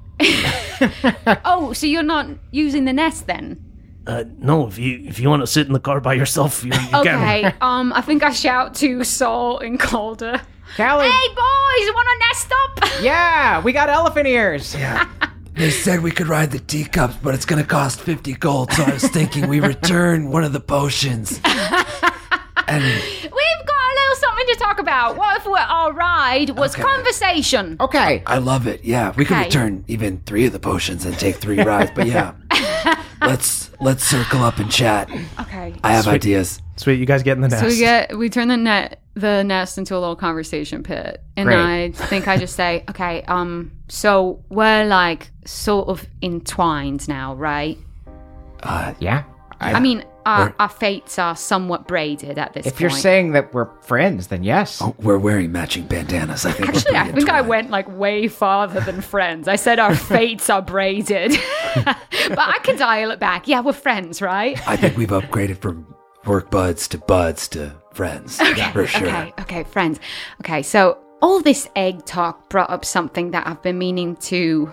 S2: Oh, so you're not using the nest then?
S10: Uh, no, if you if you want to sit in the car by yourself, you, you can.
S2: Okay. um, I think I shout to Saul and Calder.
S4: Callie,
S2: Hey boys, want to nest up?
S4: yeah, we got elephant ears.
S5: They said we could ride the teacups, but it's going to cost 50 gold. So I was thinking we return one of the potions. and
S2: We've got a little something to talk about. What if we're, our ride was
S5: Okay.
S2: conversation?
S6: Okay.
S5: I love it. Yeah, we could
S2: Okay.
S5: return even three of the potions and take three rides. But yeah, let's let's circle up and chat.
S2: Okay.
S5: I have ideas.
S4: Sweet, you guys get in the nest.
S2: So we get we turn the net the nest into a little conversation pit, and
S6: Great.
S2: I think I just say, okay, um, so we're like sort of entwined now, right?
S5: uh,
S6: Yeah. I,
S2: I mean, our,
S5: We're-
S2: our fates are somewhat braided at this
S6: if
S2: point.
S6: you're saying that we're friends, then yes.
S5: Oh, We're wearing matching bandanas. I think. we're
S2: Actually, I
S5: pretty
S2: think I
S5: entwined.
S2: went like way farther than friends. I said our fates are braided, but I can dial it back. Yeah, we're friends, right?
S5: I think we've upgraded from work buds to buds to friends for sure.
S2: Okay, okay, friends. Okay, so all this egg talk brought up something that I've been meaning to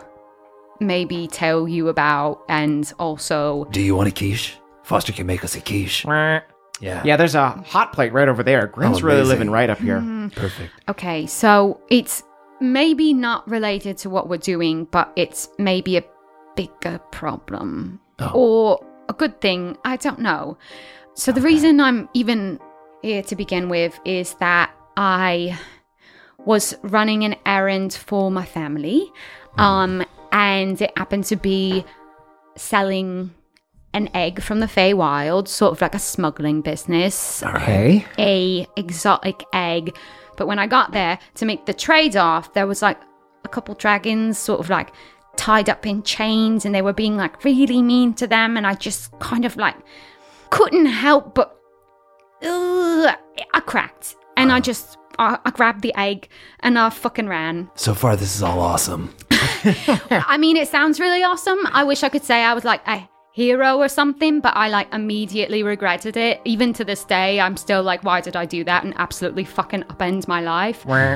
S2: maybe tell you about, and also
S5: Do you want a quiche? Foster can make us a quiche. Yeah. Oh,
S6: Yeah, there's a hot plate right over there. Grim's really
S5: amazing.
S6: living right up here.
S2: Hmm.
S5: Perfect.
S2: okay, so it's maybe not related to what we're doing, but it's maybe a bigger problem or a good thing. I don't know. So the reason I'm even here to begin with is that I was running an errand for my family. Um, and it happened to be selling an egg from the Feywild, sort of like a smuggling business.
S6: Okay.
S2: A exotic egg. But when I got there to make the trade off, there was like a couple dragons sort of like tied up in chains and they were being like really mean to them and I just kind of like couldn't help but ugh, I cracked and I just I, I grabbed the egg and I fucking ran.
S5: So far, this is all awesome.
S2: I mean, it sounds really awesome. I wish I could say I was like a hero or something, but I like immediately regretted it. Even to this day, I'm still like, why did I do that and absolutely fucking upend my life?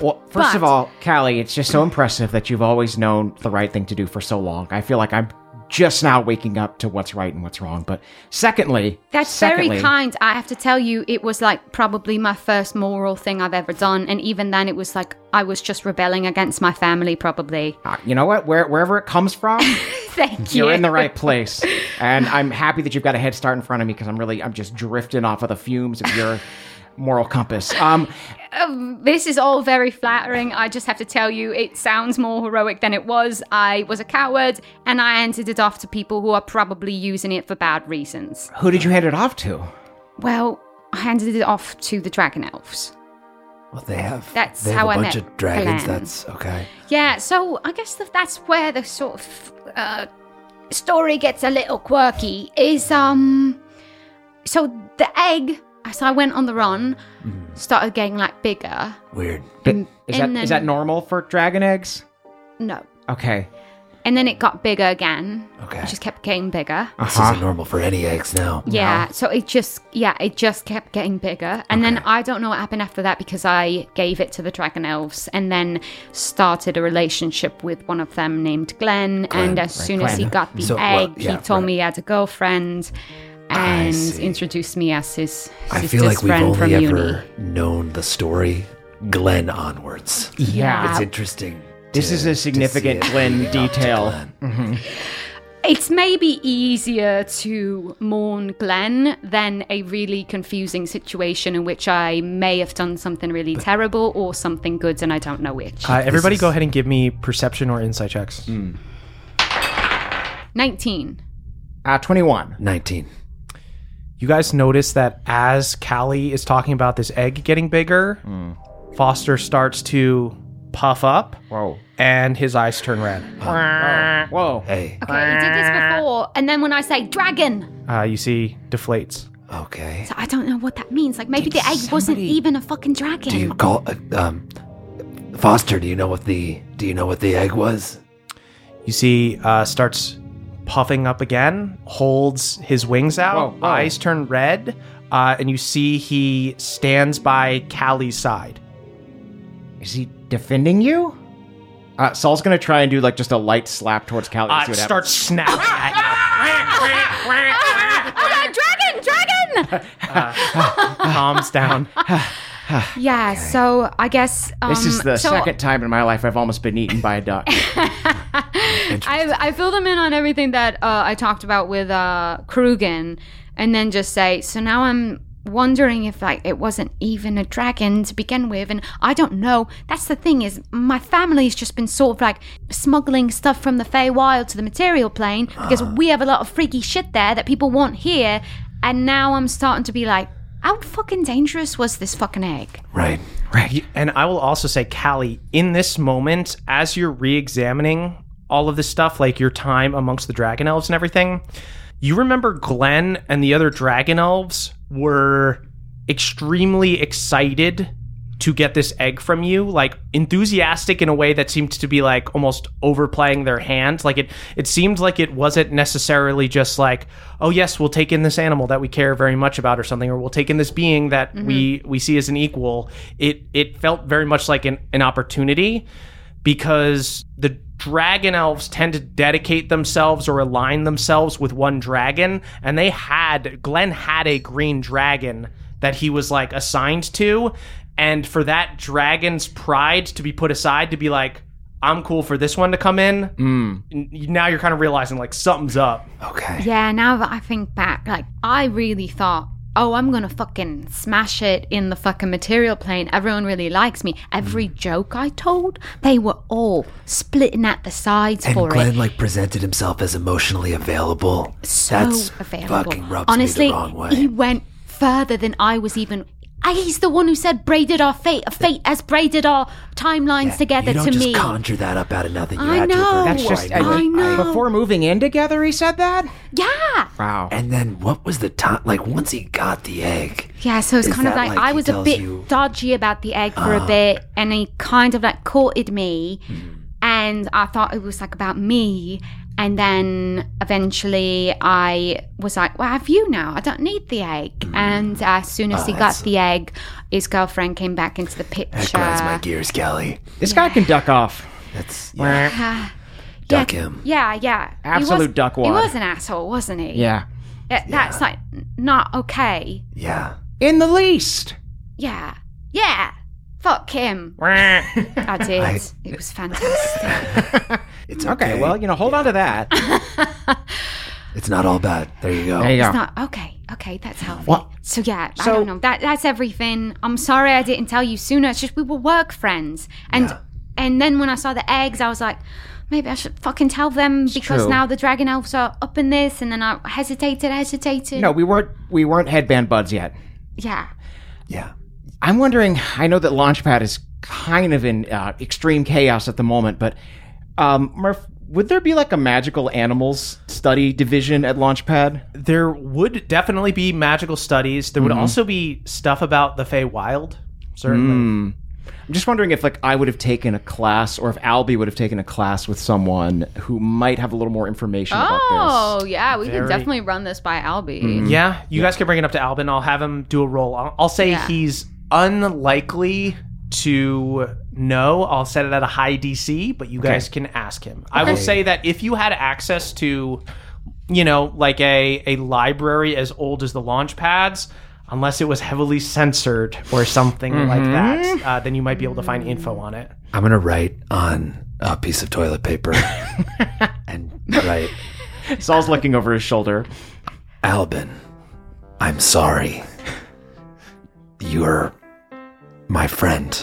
S6: Well, first of
S2: But-
S6: all, Callie, it's just so impressive that you've always known the right thing to do for so long. I feel like I'm just now waking up to what's right and what's wrong. But secondly,
S2: That's
S6: secondly,
S2: very kind. I have to tell you, it was like probably my first moral thing I've ever done. And even then, it was like I was just rebelling against my family, probably.
S6: Uh, you know what? Where, wherever it comes from,
S2: Thank you.
S6: you're in the right place. And I'm happy that you've got a head start in front of me because I'm really, I'm just drifting off of the fumes of your moral compass. Um,
S2: This is all very flattering. I just have to tell you, it sounds more heroic than it was. I was a coward and I handed it off to people who are probably using it for bad reasons.
S6: who did you hand it off to?
S2: Well, I handed it off to the dragon elves.
S5: Well, they have.
S2: That's
S5: they have
S2: how
S5: a
S2: I
S5: bunch
S2: met
S5: of dragons.
S2: Glenn.
S5: That's okay.
S2: Yeah, so I guess that that's where the sort of uh, story gets a little quirky. Is um, so the egg as I went on the run started getting like bigger.
S5: Weird.
S6: Is that,
S2: And
S6: is
S2: then-
S6: that normal for dragon eggs?
S2: No,
S6: Okay.
S2: and then it got bigger again.
S5: Okay. Uh-huh.
S2: it just kept getting bigger.
S5: This isn't normal for any eggs now.
S2: Yeah, so it just yeah, it just kept getting bigger. And then I don't know what happened after that because I gave it to the dragon elves and then started a relationship with one of them named Glenn, and as soon as he got the
S5: So, well,
S2: egg,
S5: yeah,
S2: he told
S5: right.
S2: me he had a girlfriend and
S5: see.
S2: introduced me as his
S5: I
S2: sister's
S5: feel like we've
S2: friend from
S5: only
S2: uni.
S5: ever known the story Glenn onwards.
S6: Yeah.
S5: It's interesting.
S6: This
S5: to-
S6: is a
S5: to see
S6: significant
S5: it
S6: Glenn
S5: leading up to
S6: detail.
S5: Glenn.
S2: It's maybe easier to mourn Glenn than a really confusing situation in which I may have done something really terrible or something good and I don't know which.
S4: Uh, everybody, go ahead and give me perception or insight checks.
S2: 19.
S6: Uh, 21.
S5: 19.
S4: You guys notice that as Callie is talking about this egg getting bigger, Foster starts to puff up
S6: Whoa.
S4: and his eyes turn red.
S6: Whoa.
S5: Um, Hey.
S2: Okay, you did this before, and then when I say dragon,
S4: Uh, you see deflates.
S5: Okay.
S2: so I don't know what that means. Like maybe the egg wasn't even a fucking dragon.
S5: Do you call uh, um Foster, do you know what the do you know what the egg was?
S4: You see uh, starts puffing up again, holds his wings out,
S6: Whoa, whoa.
S4: eyes turn red, uh, and you see he stands by Callie's side.
S6: Is he defending you? Uh, Saul's gonna try and do like just a light slap towards Callie. and
S4: Uh,
S6: Oh, see what
S4: starts snapping. at
S2: Oh, Ah, dragon, dragon!
S4: you. Calms down.
S2: yeah, so I guess um,
S6: happens. This is the
S2: so
S6: second time in my life I've almost been eaten by a duck.
S2: I, I fill them in on everything that uh, I talked about with uh, Krugen, and then just say, so now I'm wondering if like it wasn't even a dragon to begin with, and I don't know. That's the thing is, my family's just been sort of like smuggling stuff from the Feywild to the material plane because we have a lot of freaky shit there that people want here, and now I'm starting to be like, how fucking dangerous was this fucking egg?
S5: Right.
S4: You- And I will also say, Callie, in this moment, as you're re examining all of this stuff, like your time amongst the dragon elves and everything, you remember Glenn and the other dragon elves were extremely excited to get this egg from you, like enthusiastic in a way that seemed to be like almost overplaying their hand. Like it it seemed like it wasn't necessarily just like, oh yes, we'll take in this animal that we care very much about or something, or we'll take in this being that we we see as an equal. It it felt very much like an, an opportunity because the dragon elves tend to dedicate themselves or align themselves with one dragon and they had Glenn had a green dragon that he was like assigned to and for that dragon's pride to be put aside to be like I'm cool for this one to come in. n- Now you're kind of realizing like something's up.
S5: Okay.
S2: Yeah, now that I think back, like I really thought, oh, I'm gonna fucking smash it in the fucking material plane. Everyone really likes me. Every
S5: Mm.
S2: joke I told, they were all splitting at the sides
S5: And
S2: for
S5: Glenn
S2: it.
S5: like presented himself as emotionally available.
S2: So
S5: That's
S2: available.
S5: fucking rubs
S2: Honestly,
S5: me the wrong way.
S2: he went further than I was even. I, he's the one who said braided our fate. Fate has braided our timelines together
S5: you don't
S2: to
S5: just
S2: me.
S5: conjure that up out of nothing. You
S2: I
S5: had to
S2: know.
S5: have
S6: That's
S5: heard
S6: just
S5: it.
S2: I know.
S6: before moving in together. He said that.
S2: yeah.
S6: Wow.
S5: And then what was the time? Like once he got the egg,
S2: Yeah, so it's
S5: Is
S2: kind of
S5: that
S2: like,
S5: like
S2: I
S5: he
S2: was a
S5: tells
S2: bit
S5: you- Ah.
S2: dodgy about the egg for a bit, and he kind of like courted me,
S5: Mm-hmm.
S2: and I thought it was like about me, and then eventually I was like, "Well, I have you now? I don't need the egg."
S5: Mm.
S2: And uh, as soon as he got the egg, his girlfriend came back into the
S5: Ah, that grinds my
S2: picture.
S5: gears, Callie.
S6: This guy can duck off.
S5: That's yeah, duck him.
S2: Yeah, yeah, He was-
S6: Absolute duckwad.
S2: He was an asshole, wasn't he?
S6: Yeah.
S2: Uh, that's like n- not okay.
S5: Yeah.
S6: In the least.
S2: Yeah, yeah. Fuck him. I did.
S5: I-
S2: It was fantastic.
S5: It's okay.
S6: Okay. Well, you know, hold on to that.
S5: it's not all bad. uh, There you go.
S6: There you go.
S2: It's not okay. Okay, that's healthy.
S6: What?
S2: So yeah, I
S6: So-
S2: don't know. That that's everything. I'm sorry I didn't tell you sooner. It's just we were work friends, and and then when I saw the eggs, I was like, maybe I should fucking tell them because
S6: true.
S2: now the dragon elves are up in this, and then I hesitated, hesitated.
S6: no, we weren't. We weren't headband buds yet.
S2: Yeah.
S5: Yeah.
S6: I'm wondering. I know that Launchpad is kind of in uh, extreme chaos at the moment, but um, Murph, would there be like a magical animals study division at Launchpad?
S4: There would definitely be magical studies. There would also be stuff about the Fey Wild, certainly.
S6: Hmm. I'm just wondering if like I would have taken a class, or if Albie would have taken a class with someone who might have a little more information about
S2: Oh
S6: this. Mm-hmm.
S2: yeah, we
S4: Very-
S2: can definitely run this by Albie.
S4: Yeah, you guys can bring it up to Albin. I'll have him do a roll. I'll, I'll say
S2: Yeah.
S4: he's unlikely to know. I'll set it at a high DC, but you guys can ask him. I will say that if you had access to, you know, like a a library as old as the launch pads. Unless it was heavily censored or something like that, uh, then you might be able to find info on it.
S5: I'm gonna write on a piece of toilet paper and write,
S6: Saul's looking over his shoulder.
S5: Albin, I'm sorry. You're my friend.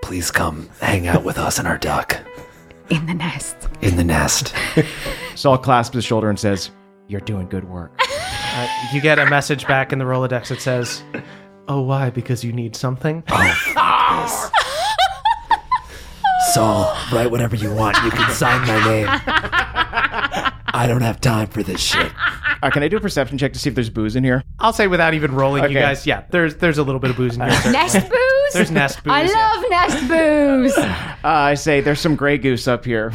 S5: Please come hang out with us and our duck
S2: In the nest.
S5: in the nest.
S6: Saul clasps his shoulder and says, "You're doing good work."
S4: Uh, you get a message back in the Rolodex that says, "Oh, why? Because you need something."
S5: Oh. Saul, write whatever you want. You can sign my name. I don't have time for this shit.
S6: Uh, can I do a perception check to see if there's booze in here?
S4: I'll say without even rolling, you
S6: Okay.
S4: guys. Yeah, there's there's a little bit of booze in here. sir.
S2: Nest booze.
S4: There's nest booze.
S2: I love nest booze.
S6: Uh, I say there's some gray goose up here.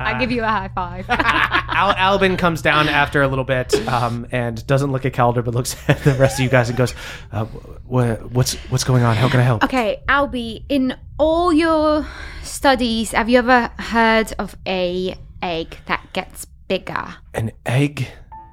S2: I give you a high five.
S4: Al- Albin comes down after a little bit um, and doesn't look at Calder, but looks at the rest of you guys and goes, uh, wh- "What's what's going on? How can I help?"
S2: Okay, Albie, in all your studies, have you ever heard of a egg that gets bigger?
S4: An egg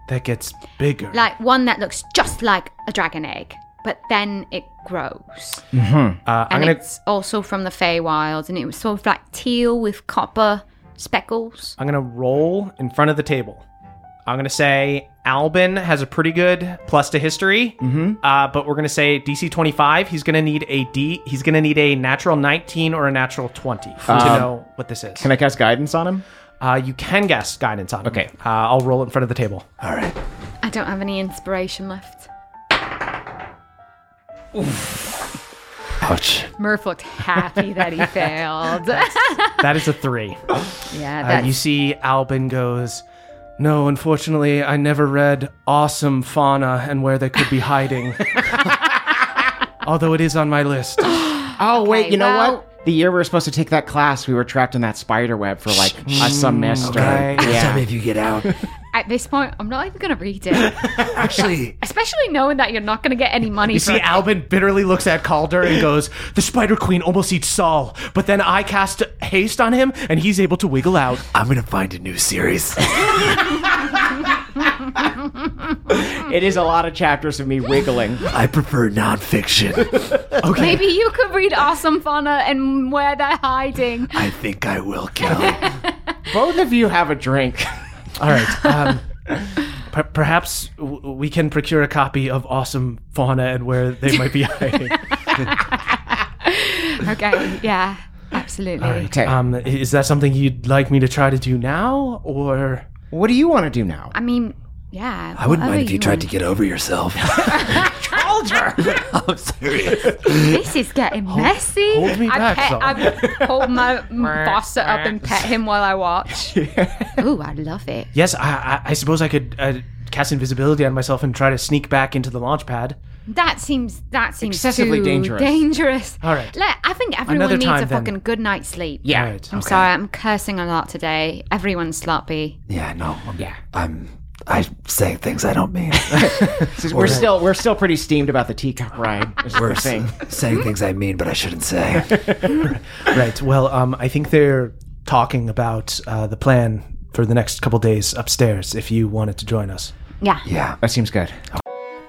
S4: that gets bigger.
S2: Like one that looks just like a dragon egg. but then it grows.
S6: Mm-hmm.
S4: Uh, I'm
S2: and
S4: gonna
S2: it's also from the Feywild, and it was sort of like teal with copper speckles.
S4: I'm gonna roll in front of the table. I'm gonna say Albin has a pretty good plus to history, mm-hmm. uh, but we're gonna say DC 25. He's gonna need a D. He's gonna need a natural 19 or a natural 20 to know what this is.
S6: Um, Can I cast guidance on him?
S4: uh, you can guess guidance on. Okay, uh, I'll roll it in front of the table.
S5: All right.
S2: I don't have any inspiration left.
S5: Ouch.
S8: Murph looked happy that he failed.
S4: That is a three.
S8: yeah,
S4: Uh,
S8: that's
S4: you see, Albin goes, No, unfortunately, I never read Awesome Fauna and Where They Could Be Hiding. Although it is on my list.
S6: Oh wait, you know
S2: well-
S6: what? The year we were supposed to take that class, we were trapped in that spider web for like a semester.
S4: okay.
S5: Next time
S6: Yeah.
S5: if you get out.
S2: At this point, I'm not even going to read it,
S5: Actually,
S2: especially knowing that you're not going to get any money.
S4: You
S2: from
S4: see, Albin bitterly looks at Calder and goes, The Spider Queen almost eats Saul, but then I cast haste on him and he's able to wiggle out.
S5: I'm gonna find a new series.
S6: It is a lot of chapters of me wiggling.
S5: I prefer nonfiction.
S2: Maybe you could read Awesome Fauna and Where They're Hiding.
S5: I think I will, Cal.
S6: Both of you have a drink.
S4: All right. Um, per- perhaps w- we can procure a copy of Awesome Fauna and Where They Might Be Hiding.
S2: Okay, yeah, absolutely.
S6: Okay.
S4: Um, i- is that something you'd like me to try to do now, or
S6: what do you want to do now?
S2: I mean, yeah.
S5: I wouldn't mind if you tried to get over yourself. I'm serious.
S2: This is getting messy.
S4: hold me
S2: I
S4: back,
S2: pet,
S4: Zara.
S2: I hold my boss up and pet him while I watch. Ooh, I love it.
S4: yes, I, I, I suppose I could uh, cast invisibility on myself and try to sneak back into the launch pad.
S2: That seems that seems
S6: Excessively
S2: too
S6: dangerous.
S2: Dangerous.
S4: All right.
S2: Let- I think everyone
S4: Another
S2: needs
S4: time,
S2: a
S4: then.
S2: fucking good night's sleep.
S6: Yeah.
S4: All right.
S2: I'm sorry, I'm cursing a lot today. Everyone's sloppy.
S5: Yeah, no. I'm,
S6: Yeah.
S5: I'm I'm saying things I don't mean.
S6: We're still we're still pretty steamed about the teacup ride. is the
S5: We're
S6: thing.
S5: saying things I mean, but I shouldn't say.
S4: Right. Well, um, I think they're talking about uh, the plan for the next couple days upstairs. If you wanted to join us,
S2: Yeah.
S5: Yeah.
S6: That seems good.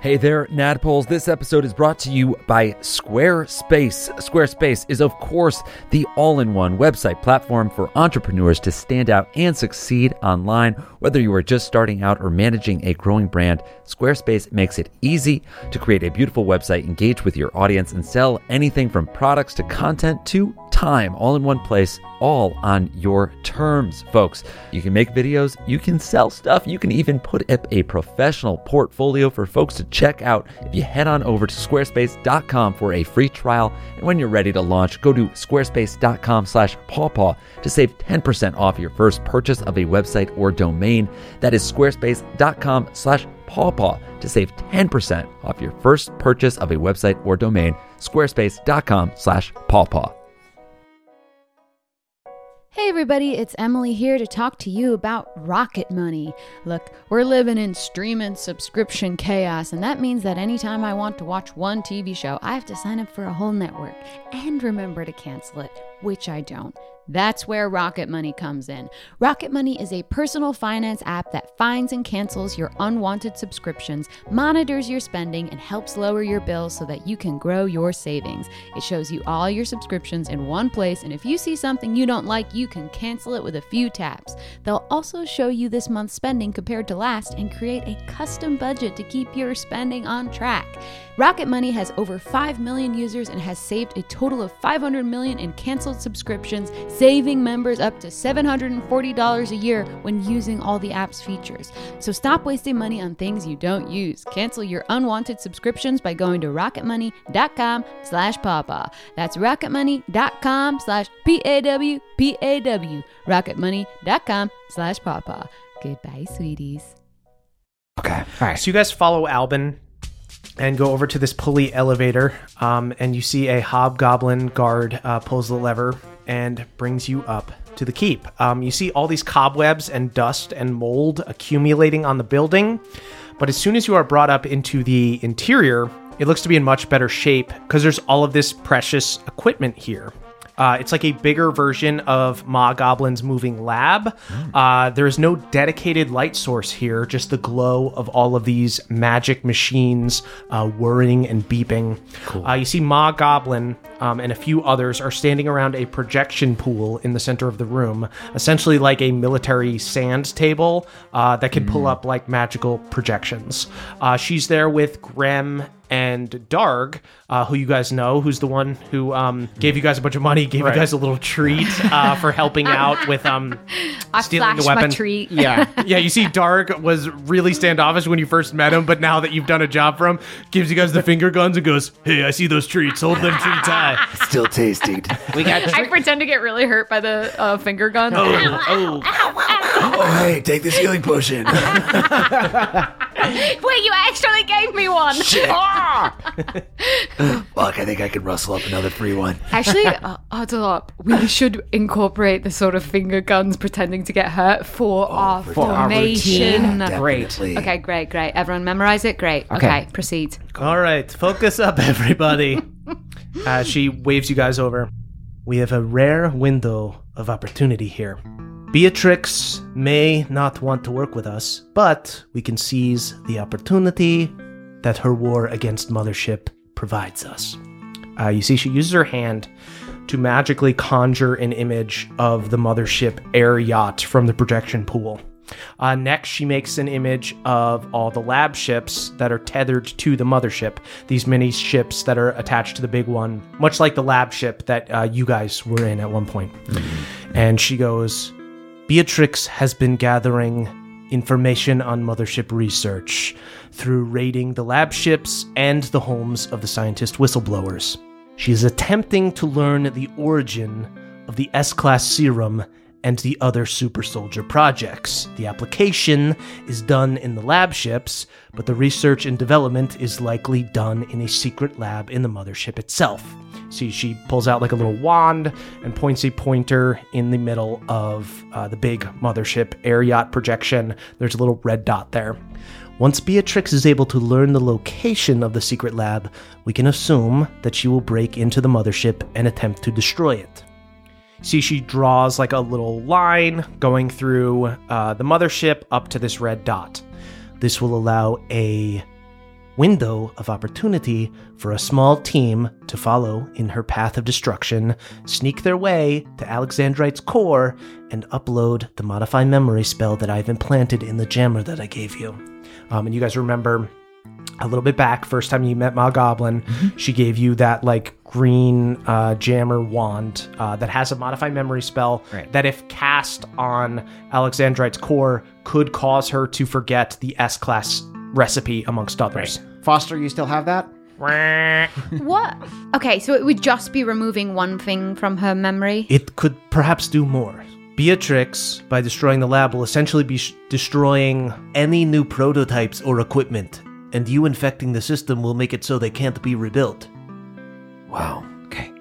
S11: Hey there, Nadpoles. This episode is brought to you by Squarespace. Squarespace is, of course, the all in one website platform for entrepreneurs to stand out and succeed online. Whether you are just starting out or managing a growing brand, Squarespace makes it easy to create a beautiful website, engage with your audience, and sell anything from products to content to time all in one place, all on your terms, folks. You can make videos, you can sell stuff, you can even put up a professional portfolio for folks to check out if you head on over to squarespace.com for a free trial. And when you're ready to launch, go to squarespace.com slash pawpaw to save 10% off your first purchase of a website or domain. That is squarespace.com slash pawpaw to save 10% off your first purchase of a website or domain, squarespace.com slash pawpaw.
S8: Hey everybody, it's Emily here to talk to you about Rocket Money. Look, we're living in stream and subscription chaos, and that means that anytime I want to watch one TV show, I have to sign up for a whole network and remember to cancel it, which I don't. That's where Rocket Money comes in. Rocket Money is a personal finance app that finds and cancels your unwanted subscriptions, monitors your spending, and helps lower your bills so that you can grow your savings. It shows you all your subscriptions in one place, and if you see something you don't like, you can cancel it with a few taps. They'll also show you this month's spending compared to last and create a custom budget to keep your spending on track. Rocket Money has over 5 million users and has saved a total of 500 million in canceled subscriptions, saving members up to $740 a year when using all the app's features. So stop wasting money on things you don't use. Cancel your unwanted subscriptions by going to rocketmoney.com slash pawpaw. That's rocketmoney.com slash P-A-W-P-A-W. rocketmoney.com slash pawpaw. Goodbye, sweeties.
S5: Okay.
S4: so you guys follow Albin and go over to this pulley elevator, um, and you see a hobgoblin guard uh, pulls the lever and brings you up to the keep. Um, you see all these cobwebs and dust and mold accumulating on the building, but as soon as you are brought up into the interior, it looks to be in much better shape because there's all of this precious equipment here. Uh, it's like a bigger version of Ma Goblin's moving lab. Uh, there is no dedicated light source here, just the glow of all of these magic machines uh, whirring and beeping. Uh, you see Ma Goblin um, and a few others are standing around a projection pool in the center of the room, essentially like a military sand table uh, that can
S8: Mm-hmm.
S4: pull up like magical projections. Uh, she's there with Grem and Darg, uh, who you guys know, who's the one who um, gave you guys a bunch of money, gave you guys a little treat uh, for helping out with um,
S8: I
S4: stealing the
S8: flashed my
S4: weapon.
S8: treat.
S6: Yeah.
S4: yeah, you see, Darg was really standoffish when you first met him, but now that you've done a job for him, gives you guys the finger guns and goes, "Hey, I see those treats. Hold them treats high."
S5: Still tasty.
S6: We got
S2: I pretend to get really hurt by the uh, finger gun.
S5: oh, hey, take this healing potion.
S2: Wait, you actually gave me one. Ah!
S5: Fuck, I think I could rustle up another free one.
S2: Actually, uh, huddle up. We should incorporate the sort of finger guns pretending to get hurt Oh, for our formation.
S6: Great.
S5: Definitely.
S2: okay, great, great. Everyone memorize it? Great. Okay, proceed.
S10: All right, focus up, everybody.
S4: Uh, she waves you guys over.
S10: We have a rare window of opportunity here. Beatrix may not want to work with us, but we can seize the opportunity that her war against Mothership provides us.
S4: Uh, you see, she uses her hand to magically conjure an image of the mothership air yacht from the projection pool. Uh, next, she makes an image of all the lab ships that are tethered to the mothership, these mini ships that are attached to the big one, much like the lab ship that uh, you guys were in at one point.
S10: Mm-hmm. And she goes, Beatrix has been gathering information on mothership research through raiding the lab ships and the homes of the scientist whistleblowers. She is attempting to learn the origin of the S class serum and the other super soldier projects. The application is done in the lab ships, but the research and development is likely done in a secret lab in the mothership itself. See, she pulls out like a little wand and points a pointer in the middle of uh, the big mothership air yacht projection. There's a little red dot there. Once Beatrix is able to learn the location of the secret lab, we can assume that she will break into the mothership and attempt to destroy it.
S4: See, she draws like a little line going through uh, the mothership up to this red dot.
S10: This will allow a window of opportunity for a small team to follow in her path of destruction, sneak their way to Alexandrite's core, and upload the modify memory spell that I've implanted in the jammer that I gave you.
S4: Um, and you guys remember a little bit back, first time you met Ma Goblin, she gave you that like green uh, jammer wand uh, that has a modify memory spell
S6: Right.
S4: that, if cast on Alexandrite's core, could cause her to forget the S class recipe, amongst others.
S6: Foster, you still have that?
S2: what? Okay, so it would just be removing one thing from her memory.
S10: It could perhaps do more. Beatrix, by destroying the lab, will essentially be sh- destroying any new prototypes or equipment, and you infecting the system will make it so they can't be rebuilt.
S5: Wow.
S2: Okay.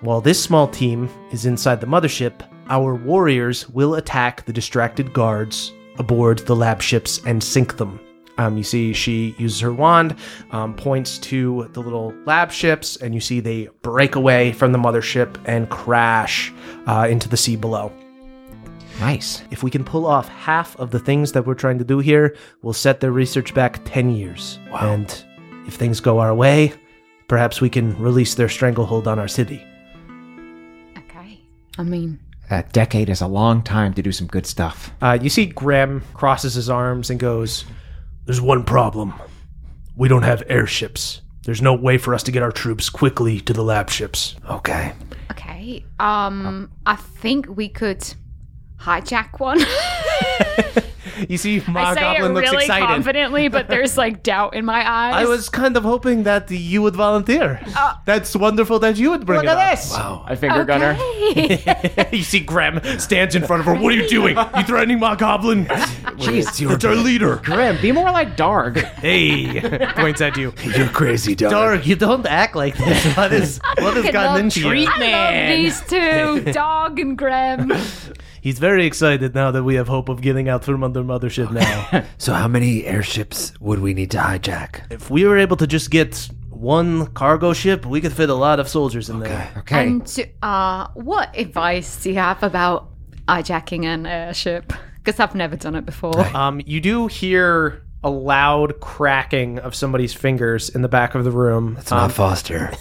S10: While this small team is inside the mothership, our warriors will attack the distracted guards aboard the lab ships and sink them.
S4: Um, you see, she uses her wand, um, points to the little lab ships, and you see they break away from the mothership and crash uh, into the sea below.
S6: Nice.
S10: If we can pull off half of the things that we're trying to do here, we'll set their research back 10 years.
S5: Wow.
S10: And if things go our way, perhaps we can release their stranglehold on our city.
S2: Okay. I mean,
S6: A decade is a long time to do some good stuff.
S4: Uh, you see, Grim crosses his arms and goes,
S10: There's one problem. We don't have airships. There's no way for us to get our troops quickly to the lab ships.
S5: Okay.
S2: okay. Um, I think we could hijack one.
S4: You see, Ma
S2: I say
S4: Goblin
S2: it
S4: looks
S2: really
S4: excited.
S2: confidently, but there's like doubt in my eyes.
S10: I was kind of hoping that you would volunteer. That's wonderful that you would bring it up.
S6: this!
S5: Wow.
S6: I finger gunner.
S4: you see, Grim stands in front of her. What are you doing?
S9: You threatening my goblin?
S5: Jeez, you're,
S9: That's our leader.
S6: Grim, be more like Darg.
S4: Hey, points at you.
S5: you're crazy, dog.
S10: Darg, you don't act like this. What is what has
S2: Fucking love
S10: gotten into you?
S2: I love these two, Dog and Graham.
S10: He's very excited now that we have hope of getting out from under mothership now.
S5: So, how many airships would we need to hijack?
S10: if we were able to just get one cargo ship, we could fit a lot of soldiers in there.
S6: Okay.
S2: And to, uh, what advice do you have about hijacking an airship? Because I've never done it before.
S4: Um, you do hear a loud cracking of somebody's fingers in the back of the room. Um,
S5: It's not Foster.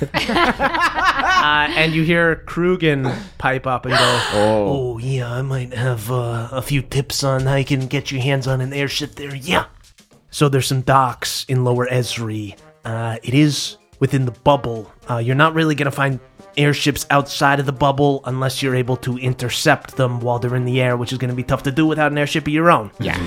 S4: Uh, and you hear Krugen pipe up and go,
S10: Oh yeah, I might have uh, a few tips on how you can get your hands on an airship there. Yeah. So there's some docks in Lower Esri. Uh, it is within the bubble. Uh, you're not really gonna find airships outside of the bubble unless you're able to intercept them while they're in the air, which is gonna be tough to do without an airship of your own. Yeah.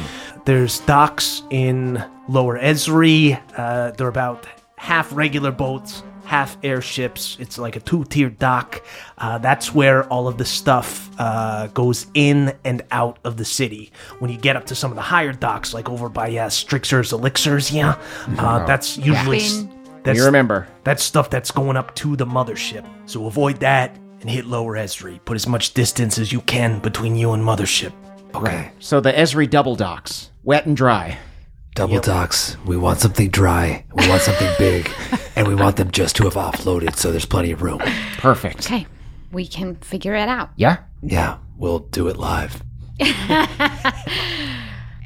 S10: There's docks in Lower Esri. Uh, they're about half regular boats, half airships. It's like a two tier dock. Uh, that's where all of the stuff uh, goes in and out of the city. When you get up to some of the higher docks, like over by uh, Strixers, Elixirs, yeah, uh, that's usually. s-
S2: Been-
S6: You
S10: That's,
S6: remember.
S10: that's stuff that's going up to the mothership. So avoid that and hit Lower Esri. Put as much distance as you can between you and mothership.
S5: Okay.
S6: So the Esri double docks, wet and dry.
S5: Double docks. We want something dry. We want something big. And we want them just to have offloaded so there's plenty of room.
S6: Perfect.
S2: Okay, we can figure it out.
S6: Yeah.
S5: Yeah, we'll do it live.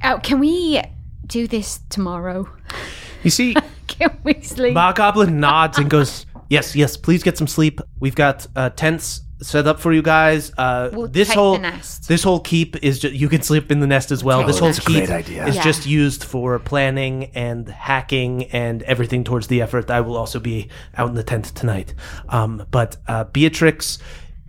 S2: Oh, can we do this tomorrow?
S4: You see,
S2: Can we sleep?
S4: Bob Goblin nods and goes,
S10: Yes, yes, please get some sleep. We've got uh, tents set up for you guys. Uh,
S2: We'll
S10: this
S2: take
S10: whole
S2: the nest.
S10: this whole keep is just, you can sleep in the nest as well. this whole
S5: that's a
S10: keep
S5: great idea.
S10: is
S2: Yeah.
S10: just used for planning and hacking and everything towards the effort. I will also be out in the tent tonight. Um, but uh, Beatrix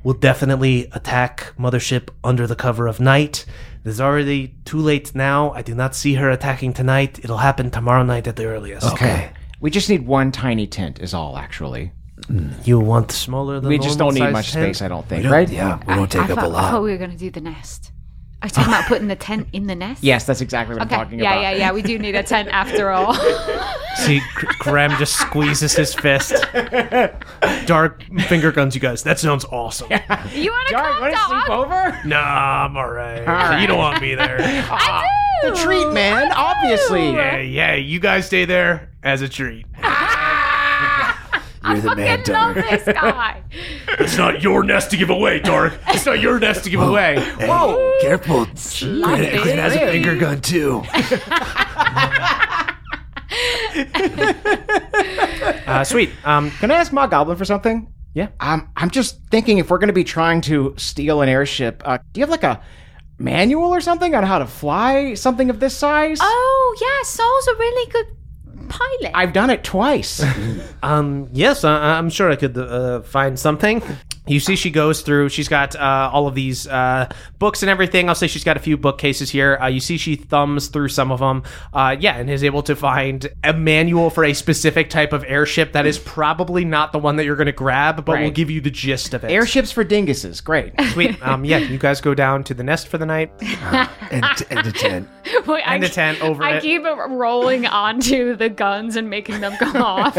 S10: will definitely attack Mothership under the cover of night. It is already too late now. I do not see her attacking tonight. It'll happen tomorrow night at the earliest.
S5: Okay.
S6: We just need one tiny tent, is all, actually.
S10: You want smaller than
S6: We just don't need
S10: normal-sized
S6: much
S10: tent?
S6: space, I don't think,
S5: We don't-
S6: right?
S5: Yeah, we don't
S2: I
S5: take up
S2: thought,
S5: a
S2: I thought
S5: lot.
S2: we were going to do the nest. I was talking about putting the tent in the nest.
S6: Yes, that's exactly what
S2: Okay.
S6: I'm talking
S2: yeah,
S6: about.
S2: yeah, yeah. We do need a tent after all.
S4: see, Gr- Graham just squeezes his fist.
S10: Dark finger guns, you guys. That sounds awesome.
S2: you want to
S6: Darn,
S2: come,
S6: want to sleep
S2: dog?
S6: over?
S10: Nah, I'm all right. You don't want me
S2: I
S10: there.
S2: do.
S6: Ah. The treat, man, obviously.
S10: yeah, yeah, you guys stay there as a treat.
S5: You're the man,
S2: I love
S5: Dark.
S2: this guy.
S9: It's not your nest to give away, Dark. It's not your nest to give away.
S5: Whoa! Careful. Grin Grin has a finger gun too.
S4: Uh, sweet. Um,
S6: Can I ask Ma Goblin for something?
S4: Yeah.
S6: Um, I'm just thinking if we're going to be trying to steal an airship, uh, do you have like a manual or something on how to fly something of this size?
S2: Oh, yeah. Saul's a really good pilot.
S6: I've done it twice.
S4: Um, yes, I, I'm sure I could uh, find something. You see, she goes through. She's got uh, all of these uh, books and everything. I'll say she's got a few bookcases here. Uh, you see, she thumbs through some of them. Uh, yeah, and is able to find a manual for a specific type of airship that is probably not the one that you're going to grab, but will
S6: Right.
S4: give you the gist of it.
S6: Airships for dinguses, great.
S4: Sweet. Um, yeah, you guys go down to the nest for the night.
S5: Uh, And, and a tent.
S2: Wait,
S4: And
S2: I,
S4: a tent over
S2: I
S4: it.
S2: keep rolling onto the guns and making them go off.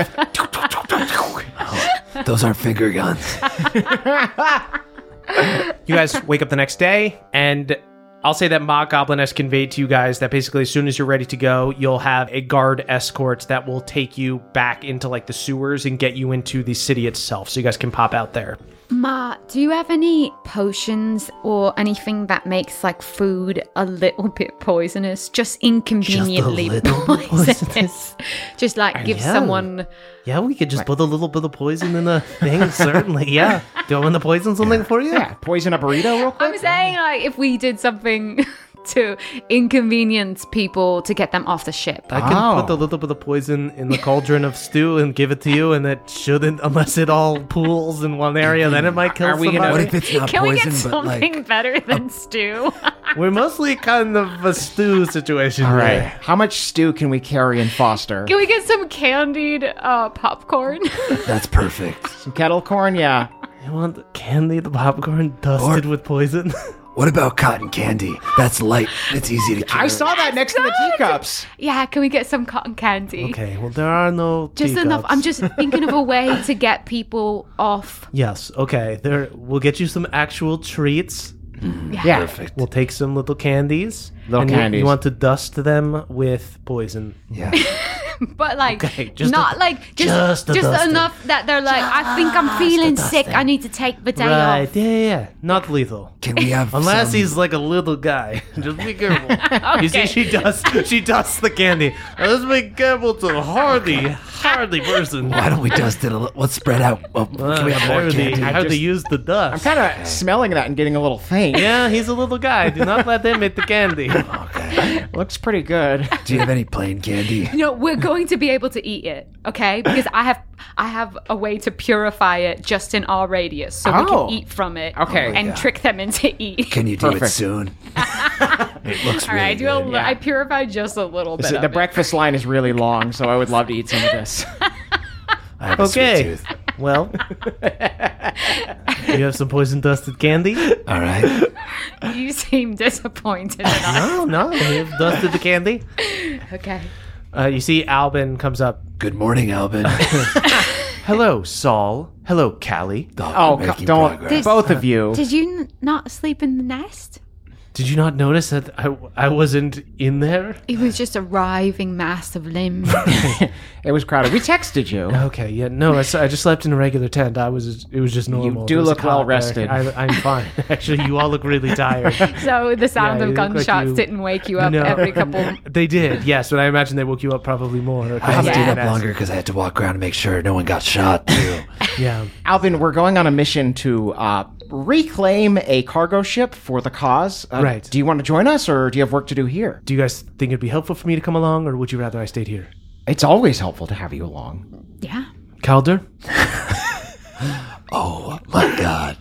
S5: Those aren't finger guns.
S4: you guys wake up the next day and I'll say that Mock Goblin has conveyed to you guys that basically as soon as you're ready to go, you'll have a guard escort that will take you back into like the sewers and get you into the city itself. So you guys can pop out there.
S2: Ma, do you have any potions or anything that makes like food a little bit poisonous, just inconveniently
S10: little bit
S2: poisonous. Just like give
S10: yeah.
S2: someone.
S10: Yeah, we could just put a little bit of poison in the thing, certainly. Yeah. Do I want to poison something for you?
S6: yeah, poison a burrito real quick.
S2: I'm saying like if we did something to inconvenience people to get them off the ship.
S10: I can
S6: Oh.
S10: put a little bit of poison in the cauldron of stew and give it to you, and it shouldn't, unless it all pools in one area, then it might kill
S6: Are we gonna-
S10: somebody.
S5: What if it's not
S2: Can we
S5: poison,
S2: get
S5: but
S2: something
S5: like
S2: better than stew?
S10: We're mostly kind of a stew situation.
S6: All
S10: here.
S6: right, how much stew can we carry in Foster?
S2: Can we get some candied uh, popcorn?
S5: that's perfect.
S6: Some kettle corn, yeah.
S10: You want candy, the popcorn dusted
S5: Or-
S10: with poison?
S5: What about cotton candy? That's light. It's easy to carry.
S6: I saw that next to the teacups.
S2: yeah, can we get some cotton candy?
S10: okay, well, there are no.
S2: Just
S10: teacups.
S2: enough. um, I'm just thinking of a way to get people off.
S10: Yes. Okay. There, we'll get you some actual treats.
S6: Yeah.
S5: Perfect.
S10: We'll take some little candies.
S6: Little
S10: and you- You,
S6: candies.
S10: want to dust them with poison.
S5: Yeah.
S2: but like
S10: Okay, just
S2: not
S10: a-
S2: like just
S10: just
S2: just,
S10: a dusting.
S2: enough that they're like, I think I'm feeling sick. I need to take the day
S10: Right, yeah, yeah, yeah. Not lethal.
S5: Can we have
S10: Unless
S5: some-
S10: he's like a little guy. Just be careful. You see, she does she dusts the candy. Let's be careful to hardly, hardly person.
S5: Why don't we dust it a little? Let's spread out. Well, can we have
S6: Uh,
S5: more
S10: hardly,
S5: candy?
S10: hardly use the
S6: I'm
S10: dust.
S6: kind of smelling that and getting a little faint.
S10: yeah, he's a little guy. Do not let him eat the candy.
S6: Looks pretty good.
S5: Do you have any plain candy?
S2: off. No, we're going to be able to eat it, okay? Because I have I have a way to purify it just in our radius, so we
S6: Oh.
S2: can eat from it,
S6: Okay.
S2: and trick them into eating.
S5: Can you do it
S6: Perfect.
S5: soon? it looks
S2: All right, I
S5: really
S2: do. A,
S5: good.
S2: li- I purify just a little bit.
S6: So
S2: of
S6: the
S2: it.
S6: breakfast line is really long, so I would love to eat some of this.
S5: I have a sweet
S10: Okay.
S5: tooth.
S10: Well, you have some poison dusted candy?
S5: All right.
S2: You seem disappointed. in us.
S10: No, no. You have dusted the candy?
S2: okay.
S4: Uh, you see, Albin comes up.
S5: Good morning, Albin.
S4: Hello, Saul. Hello, Callie.
S6: Oh,
S5: we're
S6: God,
S5: making
S6: don't
S5: progress.
S2: This-
S6: both of you.
S2: Did you n- not sleep in the nest?
S4: Did you not notice that I, I wasn't in there?
S2: It was just a writhing mass of limbs.
S6: It was crowded. We texted you.
S4: Okay, yeah, no, I, s- I just slept in a regular tent. I was, it was just normal.
S6: do
S4: It was
S6: look
S4: hot
S6: well
S4: there.
S6: rested.
S4: I, I'm fine. Actually, you all look really tired.
S2: so the sound
S4: Yeah,
S2: of
S4: you look like
S2: gunshots
S4: you-
S2: didn't wake you up
S4: No.
S2: every couple.
S4: They did, yes, but I imagine they woke you up probably more.
S5: I had to
S2: Yeah.
S5: stayed up longer because I had to walk around to make sure no one got shot, too.
S4: Yeah.
S6: Alvin, we're going on a mission to uh, reclaim a cargo ship for the cause. Uh,
S4: Right.
S6: Do you want to join us, or do you have work to do here?
S4: Do you guys think it'd be helpful for me to come along, or would you rather I stayed here?
S6: It's always helpful to have you along.
S2: Yeah.
S4: Calder?
S5: oh, my God.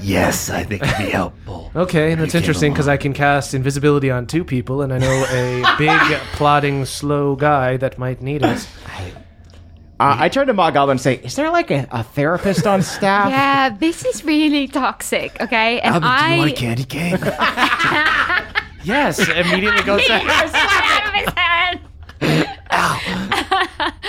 S5: Yes, I think it'd be helpful.
S4: Okay, that's
S5: came
S4: interesting because I can cast invisibility on two people, and I know a big, plodding, slow guy that might need it.
S6: Uh, I turned to Mog Alvin and say, Is there like a, a therapist on staff?
S2: Yeah, this is really toxic, okay? And
S5: Albin, do you want a
S2: I.
S5: candy cane?
S4: Yes, immediately goes to.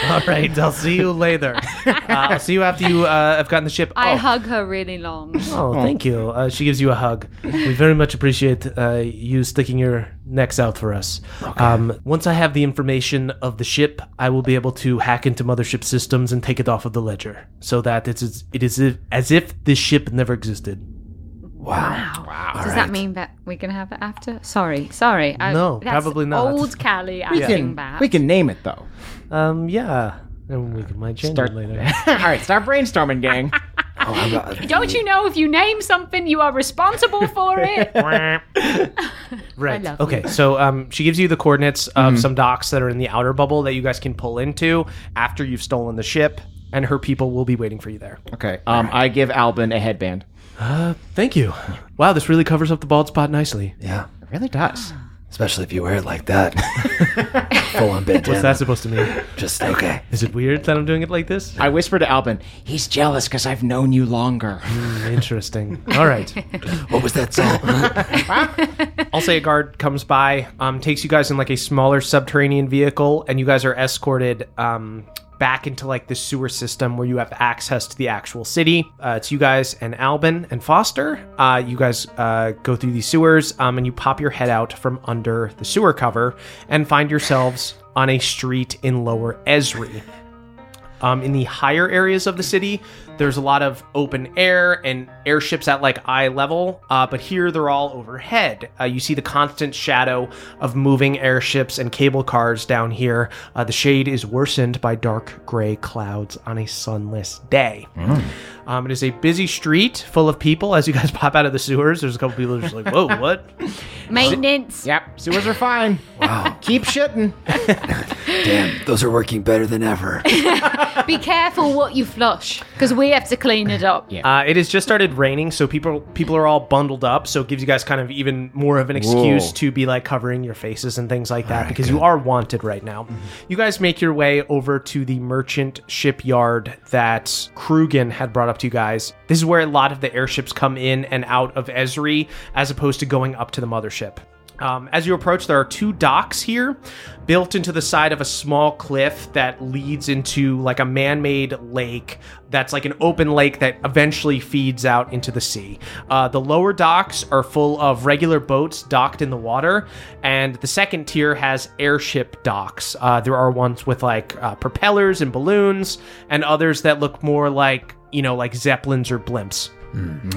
S10: All right, I'll see you later.
S4: Uh, I'll see you after you uh, have gotten the ship.
S2: I
S4: Oh.
S2: hug her really long.
S4: Oh, thank you. Uh, she gives you a hug. We very much appreciate uh, you sticking your necks out for us. Um, once I have the information of the ship, I will be able to hack into mothership systems and take it off of the ledger, so that it's it's- it is if- as if this ship never existed.
S5: Wow.
S2: Does that mean that we can have it after? Sorry, sorry. I,
S4: No,
S2: that's
S4: probably not.
S2: Old Callie
S6: we,
S2: acting
S6: can,
S2: bad.
S6: we can name it, though.
S4: Um, yeah, and we might change
S6: Start-
S4: it later.
S6: All right, start brainstorming, gang.
S5: Oh, I'm not-
S2: Don't you know if you name something, you are responsible for it?
S4: Right.
S2: love
S4: okay. So um, she gives you the coordinates of some docks that are in the outer bubble that you guys can pull into after you've stolen the ship, and her people will be waiting for you there.
S6: Okay, um, I give Albin a headband.
S4: Uh, Thank you. Wow, this really covers up the bald spot nicely.
S5: Yeah,
S6: It really does.
S5: especially if you wear it like that. Full on bandana.
S4: What's that supposed to mean?
S5: Just okay.
S4: Is it weird that I'm doing it like this?
S6: I whisper to Albin, He's jealous because I've known you longer.
S4: Hmm, Interesting. All right.
S5: What was that song?
S4: I'll say a guard comes by, um, takes you guys in like a smaller subterranean vehicle, and you guys are escorted um, back into like the sewer system where you have access to the actual city. Uh, it's you guys and Albin and Foster. Uh, you guys uh, go through these sewers, um, and you pop your head out from under the sewer cover and find yourselves on a street in Lower Esri. Um, in the higher areas of the city, there's a lot of open air and airships at like eye level, uh, but here they're all overhead. Uh, you see the constant shadow of moving airships and cable cars down here. Uh, the shade is worsened by dark gray clouds on a sunless day. Um, it is a busy street full of people as you guys pop out of the sewers. There's a couple people just like, whoa, what?
S2: Maintenance.
S6: Yep, sewers are fine. Wow. Keep shitting.
S5: Damn, those are working better than ever.
S2: Be careful what you flush, because we have to clean it up. Yeah.
S4: Uh, it has just started raining, so people people are all bundled up, so it gives you guys kind of even more of an excuse
S6: Whoa.
S4: to be like covering your faces and things like that because you are wanted right now. You guys make your way over to the merchant shipyard that Krugen had brought up to you guys. This is where a lot of the airships come in and out of Esri, as opposed to going up to the mothership. Um, as you approach, there are two docks here built into the side of a small cliff that leads into like a man made lake that's like an open lake that eventually feeds out into the sea. Uh, the lower docks are full of regular boats docked in the water, and the second tier has airship docks. Uh, there are ones with like uh, propellers and balloons, and others that look more like, you know, like zeppelins or blimps.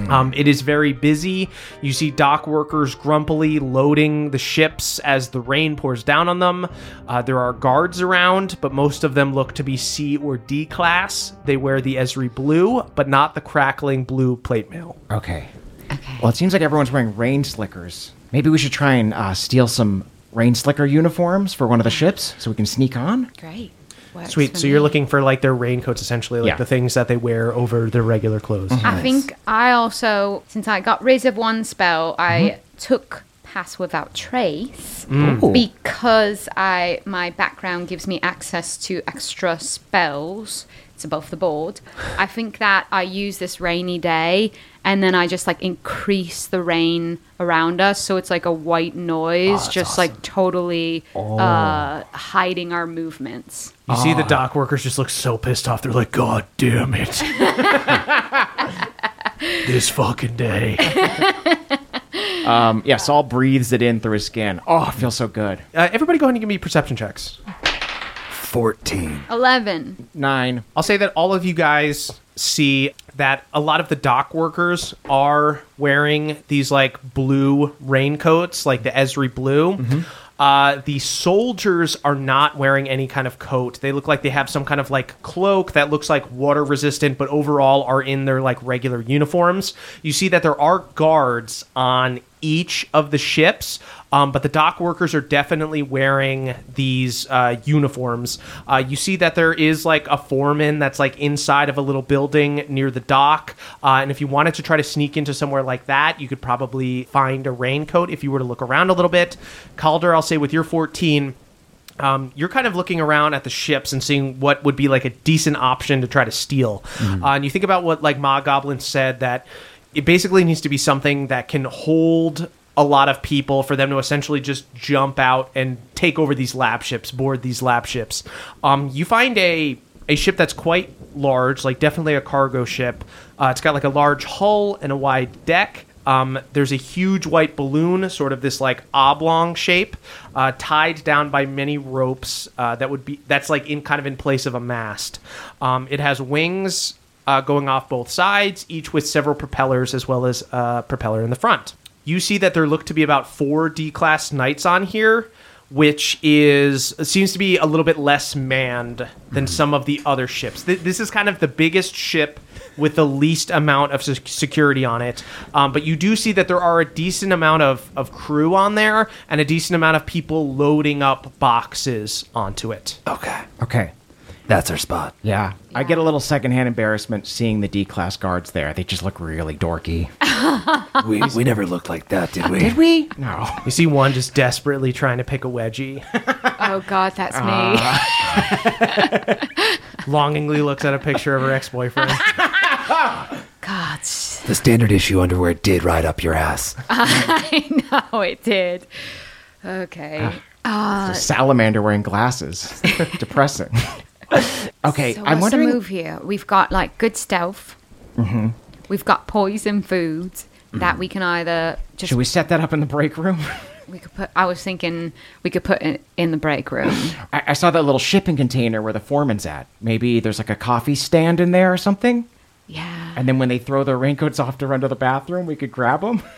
S4: Um, it is very busy. You see dock workers grumpily loading the ships as the rain pours down on them. Uh, there are guards around, but most of them look to be C or D class. They wear the Esri blue, but not the crackling blue plate mail.
S6: Okay. Okay. Well, it seems like everyone's wearing rain slickers. Maybe we should try and uh, steal some rain slicker uniforms for one of the ships so we can sneak on.
S8: Great. Works
S4: Sweet.
S8: for
S4: So you're
S8: me.
S4: looking for like their raincoats, essentially, like
S6: Yeah.
S4: the things that they wear over their regular clothes.
S2: I think I also, since I got rid of one spell,
S4: Mm-hmm.
S2: I took Pass Without Trace
S4: Mm.
S2: because I my background gives me access to extra spells. It's above the board. I think that I use this rainy day and then I just like increase the rain around us, so it's like a white
S4: Oh,
S2: noise, just like totally uh, hiding our movements.
S4: You see Ah,
S5: Ah.
S4: the dock worker.
S9: Workers just look so pissed off. They're like, God damn it. this fucking day.
S6: Um, yeah, Saul breathes it in through his skin. Oh, it feels so good.
S4: Uh, everybody, go ahead and give me perception checks.
S5: 14.
S2: Eleven.
S6: Nine.
S4: I'll say that all of you guys see that a lot of the dock workers are wearing these like blue raincoats, like the Esri blue. Uh, the soldiers are not wearing any kind of coat. They look like they have some kind of like cloak that looks like water resistant, but overall are in their like regular uniforms. You see that there are guards on each of the ships. Um, but the dock workers are definitely wearing these uh, uniforms. Uh, you see that there is like a foreman that's like inside of a little building near the dock. Uh, and if you wanted to try to sneak into somewhere like that, you could probably find a raincoat if you were to look around a little bit. Calder, I'll say with your 14, um, you're kind of looking around at the ships and seeing what would be like a decent option to try to steal. Uh, and you think about what like Ma Goblin said that it basically needs to be something that can hold a lot of people for them to essentially just jump out and take over these lab ships, board these lab ships. Um, you find a a ship that's quite large, like definitely a cargo ship. Uh, it's got like a large hull and a wide deck. Um, there's a huge white balloon, sort of this like oblong shape, uh, tied down by many ropes uh, that would be that's like in kind of in place of a mast. Um, it has wings uh, going off both sides, each with several propellers as well as a propeller in the front. You see that there look to be about four D class knights on here, which is seems to be a little bit less manned than some of the other ships. Th- this is kind of the biggest ship with the least amount of sec- security on it. Um, but you do see that there are a decent amount of, of crew on there and a decent amount of people loading up boxes onto it.
S5: Okay.
S6: Okay.
S5: That's our spot.
S6: Yeah. I get a little secondhand embarrassment seeing the D class guards there. They just look really dorky.
S5: We, we never looked like that, did we?
S6: we? No.
S4: You see one just desperately trying to pick a wedgie,
S2: Oh God, that's me.
S4: Ah. longingly looks at a picture of her ex boyfriend.
S2: God,
S5: The standard issue underwear did ride up your ass.
S2: I know it did. Okay.
S4: Ah.
S2: Ah, Uh,
S6: It's a salamander wearing glasses. Depressing. okay,
S2: so
S6: I'm
S2: what's
S6: wondering. Mm-hmm.
S2: the move here? We've got like good stealth. We've got poison food that we can either just
S6: Should we set that up in the break room?
S2: we could put. I was thinking we could put it in the break room.
S6: I, I saw that little shipping container where the foreman's at. Maybe there's like a coffee stand in there or something.
S2: yeah.
S6: And then when they throw their raincoats off to run to the bathroom, we could grab them.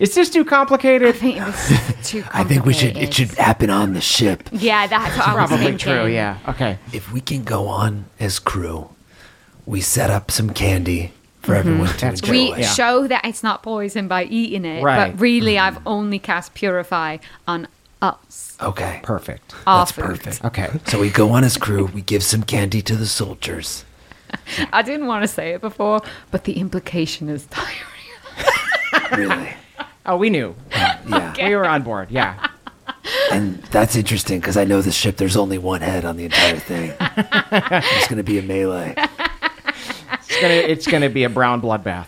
S6: Is this too
S2: I
S6: complicated?
S2: think it was too.
S5: I think we should. It should
S2: complicated.
S5: happen on the ship.
S2: Yeah, that's what I was
S6: Probably
S2: thinking.
S6: true, yeah. Okay.
S5: If we can go on as crew, we set up some candy for everyone to
S6: Mm-hmm. That's
S5: enjoy.
S2: We
S6: Yeah.
S2: show that it's not poison by eating it,
S6: Right. Mm-hmm.
S2: but really, I've only cast purify on us.
S5: Okay.
S6: Perfect.
S2: Our
S5: That's
S2: food.
S5: perfect.
S6: Okay.
S5: So we go on as crew. We give some candy to the soldiers.
S2: I didn't want to say it before, but the implication is diarrhea.
S5: Really.
S6: Oh, we knew.
S5: Yeah.
S6: We were on board. Yeah.
S5: And that's interesting because I know the ship. There's only one head on the entire thing. It's gonna be a melee.
S6: It's gonna, it's gonna be a brown bloodbath.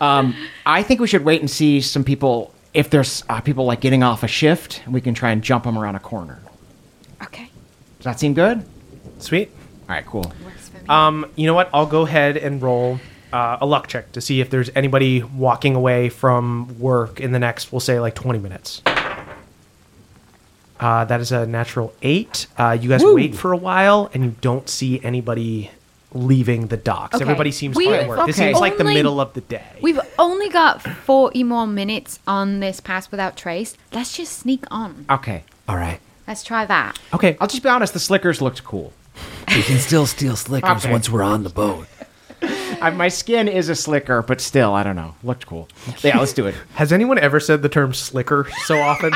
S6: Um, I think we should wait and see some people if there's uh, people like getting off a shift, we can try and jump them around a corner.
S2: Okay.
S6: Does that seem good?
S4: Sweet.
S6: All right, cool.
S4: Um, you know what? I'll go ahead and roll uh, a luck check to see if there's anybody walking away from work in the next, we'll say, like 20 minutes. Uh, that is a natural eight. Uh, you guys wait for a while, and you don't see anybody leaving the docks.
S2: Okay.
S4: Everybody seems
S2: We-
S4: fine at work. This
S6: okay.
S4: seems like the
S2: Only-
S4: middle of the day.
S2: We've only got 40 more minutes on this pass without trace. Let's just sneak on.
S6: Okay.
S5: All right.
S2: Let's try that.
S6: Okay, I'll just be honest. The slickers looked cool.
S5: We can still steal slickers
S6: Okay.
S5: once we're on the boat.
S6: I, my skin is a slicker, but still, I don't know. Looked cool. Yeah, let's do it.
S4: Has anyone ever said the term slicker so often?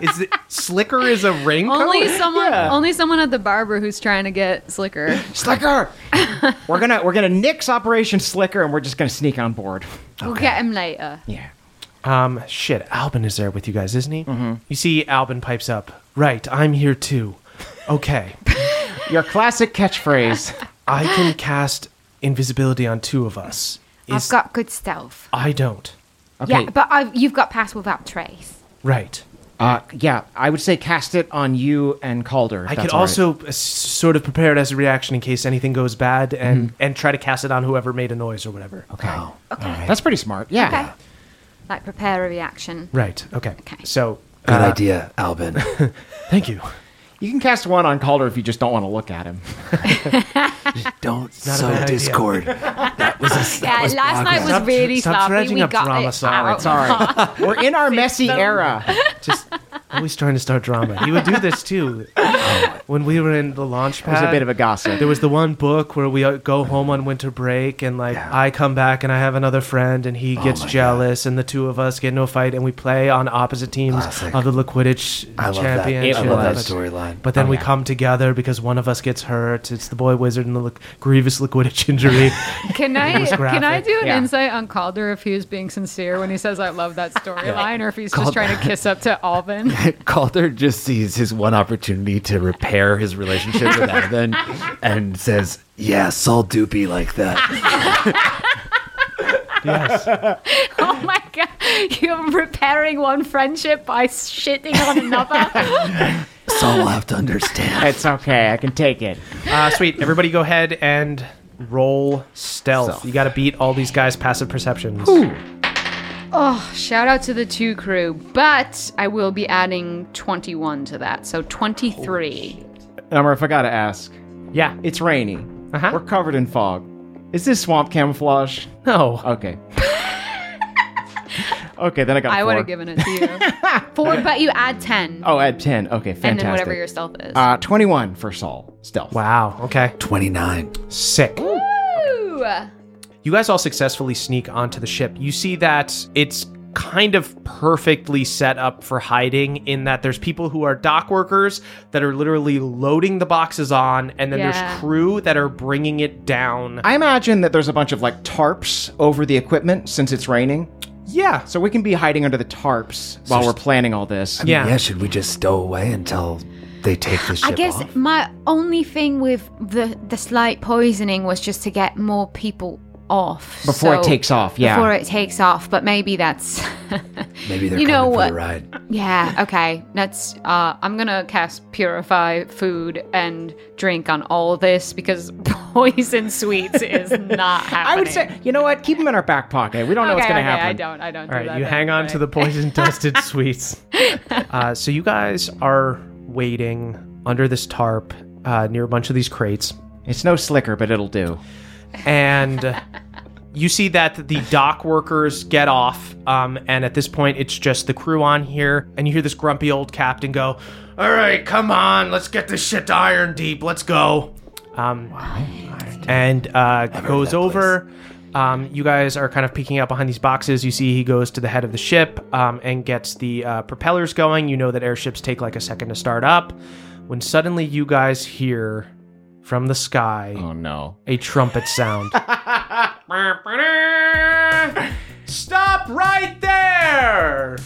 S4: is it slicker is a ring
S2: Only
S4: code?
S2: someone, only someone at the barber who's trying to get slicker.
S6: Slicker. we're gonna we're gonna nix Operation Slicker, and we're just gonna sneak on board.
S5: Oh.
S2: We'll get him later.
S6: Yeah.
S4: Um, shit, Albin is there with you guys, isn't he?
S6: Mm-hmm.
S4: You see, Albin pipes up. Right, I'm here too. Okay,
S6: Your classic catchphrase.
S4: I can cast invisibility on two of us.
S2: I've
S4: Is-
S2: got good stealth.
S4: I don't.
S6: Okay.
S2: Yeah, but I've, you've got pass without trace.
S4: Right.
S6: Uh, yeah, I would say cast it on you and Calder. if
S4: I
S6: that's
S4: could
S6: all right.
S4: also uh, s- sort of prepare it as a reaction in case anything goes bad, and and try to cast it on whoever made a noise or whatever.
S6: Mm-hmm. Okay. That's pretty smart. Yeah.
S2: Okay. Like prepare a reaction.
S4: Right. Okay.
S2: Okay.
S4: So.
S5: Good
S4: uh,
S5: idea, Albin.
S4: Thank you.
S6: You can cast one on Calder if you just don't want to look at him.
S5: Don't
S4: a
S5: sow
S4: bad idea.
S5: discord. That was a that
S2: Yeah,
S5: was
S2: last night was
S5: progress.
S4: Stop-
S2: really
S4: stop
S2: sloppy.
S4: dredging
S2: We
S4: up
S2: got
S4: drama,
S2: it
S4: sorry,
S2: out.
S6: Sorry. We're in our messy era.
S4: Just always trying to start drama. He would do this too. When we were in the launch
S6: There's
S4: pad,
S6: a bit of a gossip.
S4: There was the one book where we uh, go home on winter break, and like I come back and I have another friend, and he gets
S5: my
S4: jealous, and the two of us get into a fight, and we play on opposite teams
S5: Classic.
S4: of the Liquidage
S5: I love that.
S4: championship.
S5: I love that
S4: But-
S5: storyline.
S4: But then
S6: Oh,
S4: we
S6: yeah.
S4: come together because one of us gets hurt. It's the boy wizard and the li- grievous Liquidage injury.
S2: Can I
S4: was
S2: can I
S4: graphic.
S2: do an
S6: Yeah.
S2: insight on Calder if he's being sincere when he says I love that storyline, or if he's just
S5: Calder.
S2: trying to kiss up to Alvin?
S11: Calder just sees his one opportunity to repair his relationship with Evan and says,
S5: Yeah, Saul Doopy like that.
S4: yes.
S2: oh my god, you're repairing one friendship by shitting on another.
S5: Saul will have to understand.
S6: It's okay. I can take it.
S4: Uh, sweet. Everybody go ahead and roll stealth. You got to beat all these guys' passive perceptions.
S2: oh, shout out to the two crew, but I will be adding 21 to that, so 23.
S6: Elmer, if I gotta ask,
S4: Yeah.
S6: it's rainy.
S4: Uh-huh.
S6: We're covered in fog. Is this swamp camouflage?
S4: No.
S6: Okay. okay, then I got.
S2: I
S6: four.
S2: would have given it to you. Four, but you add 10,
S6: Oh, add ten. Okay, fantastic.
S2: and then whatever your stealth is.
S6: uh, twenty-one for Saul. Stealth.
S4: Wow. Okay.
S5: Twenty nine.
S4: Sick.
S2: Woo!
S4: You guys all successfully sneak onto the ship. You see that it's kind of perfectly set up for hiding in that there's people who are dock workers that are literally loading the boxes on and then
S2: Yeah.
S4: there's crew that are bringing it down.
S6: I imagine that there's a bunch of like tarps over the equipment since it's raining,
S4: yeah.
S6: so we can be hiding under the tarps while we're planning all this.
S4: Yeah.
S5: Yeah, should we just stow away until they take the ship
S2: I guess
S5: off?
S2: my only thing with the the slight poisoning was just to get more people off
S6: Before it
S2: so-
S6: takes off, yeah.
S2: Before it takes off, but maybe that's
S5: Maybe they're
S2: you know
S5: coming for
S2: what?
S5: the ride.
S2: yeah okay. Let's. Uh, I'm gonna cast purify food and drink on all this because poison sweets is not happening.
S6: I would say, you know what? Keep them in our back pocket. We don't know
S2: okay,
S6: what's going
S2: okay,
S6: to happen.
S2: I don't. I don't.
S4: All right, you hang on to the poison dusted sweets. Uh, so you guys are waiting under this tarp uh, near a bunch of these crates.
S6: It's no slicker, but it'll do.
S4: and you see that the dock workers get off um, and at this point it's just the crew on here and you hear this grumpy old captain go all right come on let's get this shit to iron deep let's go um, and uh, goes over um, you guys are kind of peeking out behind these boxes you see he goes to the head of the ship um, and gets the uh, propellers going you know that airships take like a second to start up when suddenly you guys hear from the sky
S6: Oh no!
S4: a trumpet sound. Stop right there!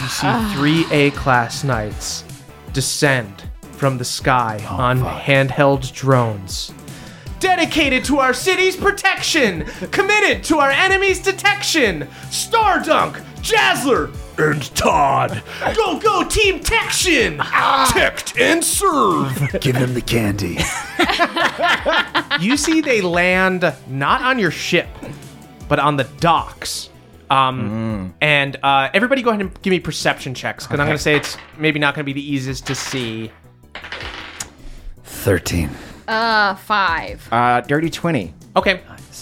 S4: You see three A class knights
S6: Oh,
S4: descend from the sky on handheld drones, dedicated to our city's protection, committed to our enemy's detection. Stardunk, Jazzler,
S9: And Todd,
S4: go go Team Tection!
S9: ticked and serve.
S5: Give them the candy.
S4: you see they land not on your ship, but on the docks.
S6: Mm.
S4: Um, And uh, everybody go ahead and give me perception checks, because I'm going to say it's maybe not going to be the easiest to see.
S5: 13.
S2: Uh, five.
S6: Uh, dirty 20.
S4: Okay.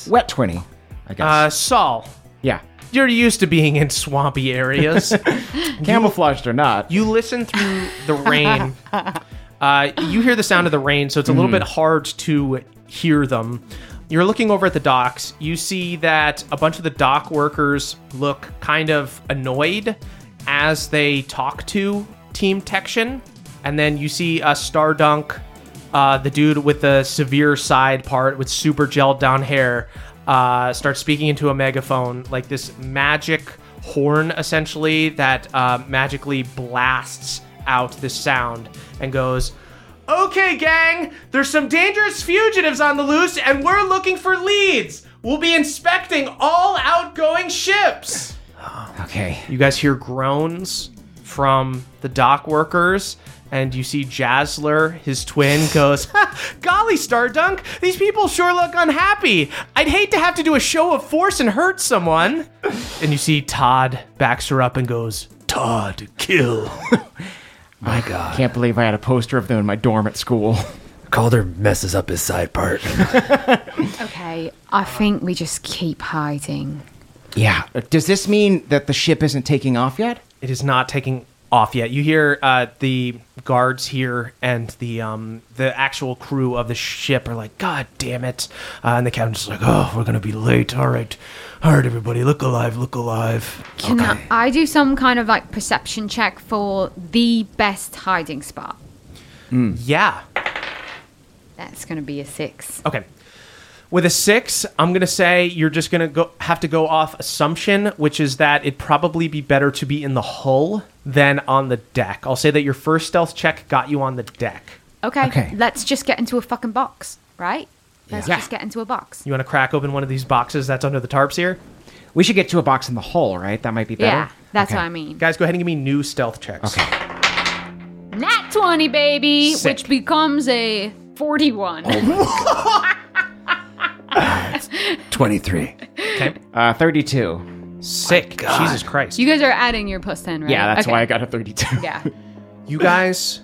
S6: Wet 20, I guess.
S4: Uh, Saul,
S6: yeah.
S4: you're used to being in swampy areas.
S6: Camouflaged or not.
S4: you listen through the rain. Uh, you hear the sound of the rain, so it's a
S6: Hmm.
S4: little bit hard to hear them. You're looking over at the docks. You see that a bunch of the dock workers look kind of annoyed as they talk to Team Tection. And then you see uh, Stardunk, uh, the dude with the severe side part with super gelled down hair, uh, starts speaking into a megaphone like this magic horn essentially that uh, magically blasts out this sound and goes, Okay, gang, there's some dangerous fugitives on the loose and we're looking for leads. We'll be inspecting all outgoing ships.
S6: Okay.
S4: You guys hear groans from the dock workers. And you see Jazzler, his twin, goes, "Ha, Golly, Stardunk, these people sure look unhappy. I'd hate to have to do a show of force and hurt someone. And you see Todd backs her up and goes,
S9: Todd, kill.
S5: My God.
S6: Can't believe I had a poster of them in my dorm at school.
S5: Calder messes up his side part.
S2: Okay, I think we just keep hiding.
S6: Yeah.
S5: Uh,
S6: Does this mean that the ship isn't taking off yet?
S4: It is not taking off yet. You hear uh, the guards here and the um, the actual crew of the ship are like, God damn it! Uh, and the captain's like,
S10: Oh, we're gonna be late. All right, all right, everybody, look alive, look alive.
S2: Can I, I do some kind of like perception check for the best hiding spot?
S6: Hmm.
S4: Yeah.
S2: That's gonna be a six.
S4: Okay. With a six, I'm gonna say you're just gonna go have to go off assumption, which is that it'd probably be better to be in the hull than on the deck. I'll say that your first stealth check got you on the deck.
S2: Okay,
S6: Okay.
S2: let's just get into a fucking box, right? Let's just get into a box.
S4: You want to crack open one of these boxes that's under the tarps here,
S6: We should get to a box in the hole, right? That might be better.
S2: Yeah, that's
S6: Okay.
S2: what I mean.
S4: guys. Go ahead and give me new stealth checks. Okay.
S2: Nat 20, baby,
S4: Sick.
S2: which becomes a 41.
S5: 23.
S6: Uh, 32.
S4: Sick. Jesus Christ.
S2: You guys are adding your plus 10, right?
S6: Yeah, that's
S2: Okay.
S6: why I got a 32.
S2: Yeah.
S4: You guys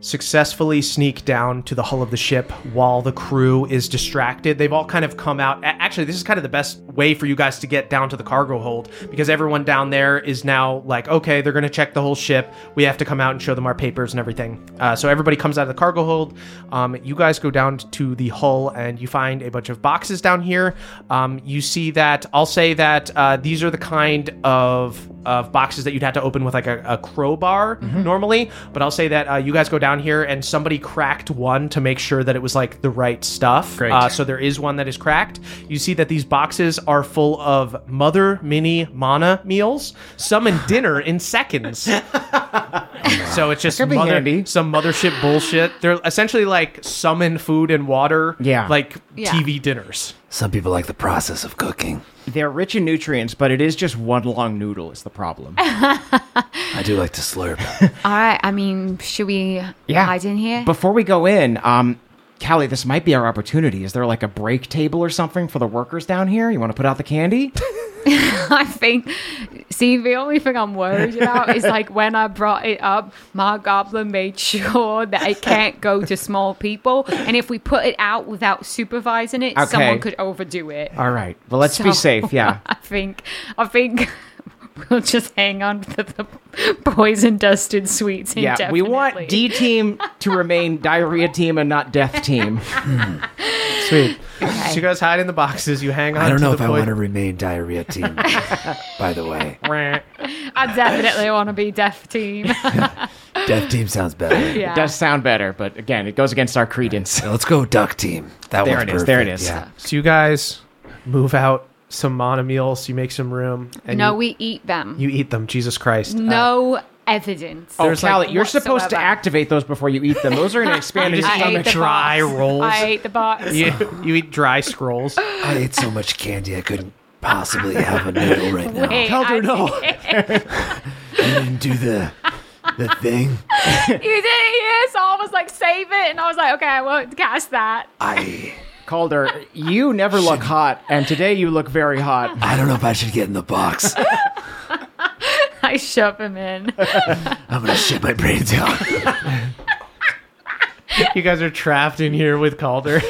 S4: successfully sneak down to the hull of the ship while the crew is distracted. They've all kind of come out. a- Actually, this is kind of the best way for you guys to get down to the cargo hold because everyone down there is now like, okay, they're going to check the whole ship. We have to come out and show them our papers and everything. Uh, so everybody comes out of the cargo hold. Um, you guys go down to the hull and you find a bunch of boxes down here. Um, you see that, I'll say that uh, these are the kind of of boxes that you'd have to open with like a, a crowbar
S6: Mm-hmm.
S4: normally. But I'll say that uh, you guys go down here and somebody cracked one to make sure that it was like the right stuff. Great. Uh, so there is one that is cracked. You see that these boxes are full of mother mini mana meals, some in dinner in seconds. so it's just
S6: Could be
S4: mother,
S6: handy.
S4: some mothership bullshit. They're essentially like summon food and water.
S6: Yeah.
S4: Like
S2: Yeah.
S4: TV dinners.
S5: Some people like the process of cooking.
S6: They're rich in nutrients, but it is just one long noodle is the problem.
S5: I do like to slurp.
S2: All right, I mean, should we
S6: Yeah.
S2: hide in here?
S6: Before we go in, um, Callie, this might be our opportunity. Is there like a break table or something for the workers down here? You want to put out the candy?
S2: I think. See, the only thing I'm worried about is like when I brought it up, my goblin made sure that it can't go to small people, and if we put it out without supervising it,
S6: Okay.
S2: someone could overdo it.
S6: All right. Well, let's be
S2: So,
S6: safe. Yeah.
S2: I think. I think. We'll just hang on to the poison dusted sweets.
S6: Yeah. We want
S2: indefinitely.
S6: D team to remain diarrhea team and not death team.
S5: hmm.
S4: Sweet. So you guys hide in the boxes. You hang on.
S5: I don't know
S4: to
S5: if
S4: the
S5: I
S4: poi-
S5: want to remain diarrhea team, by the way.
S2: I definitely want to be deaf team.
S5: Death team sounds better.
S2: yeah.
S6: It does sound better, but again, it goes against our credence.
S5: Now let's go duck team. That
S6: There
S5: one's
S6: it is, there it
S5: perfect,
S6: is.
S5: Yeah.
S4: So you guys move out some monomeals, you make some room, and
S2: no,
S4: you,
S2: we eat them.
S4: you eat them. Jesus Christ. Uh,
S2: no evidence.
S6: Oh, Callie, you're supposed to
S2: whatsoever.
S6: activate those before you eat them. Those are gonna expand
S4: You
S6: your
S4: just
S2: I
S4: eat
S2: ate
S6: stomach.
S2: the
S4: dry
S2: box.
S4: rolls.
S2: I ate the box.
S4: You, you eat dry scrolls.
S5: I ate so much candy I couldn't possibly have a noodle right now.
S2: Wait,
S10: Calder,
S2: I-
S10: no.
S5: You didn't do the the thing.
S2: you did it here, so I was like, save it, and I was like, okay, I won't cast that.
S5: I
S6: Calder, you never look hot, and today you look very hot.
S5: I don't know if I should get in the box.
S2: I shove him in.
S5: I'm gonna shit my brains out.
S4: You guys are trapped in here with Calder.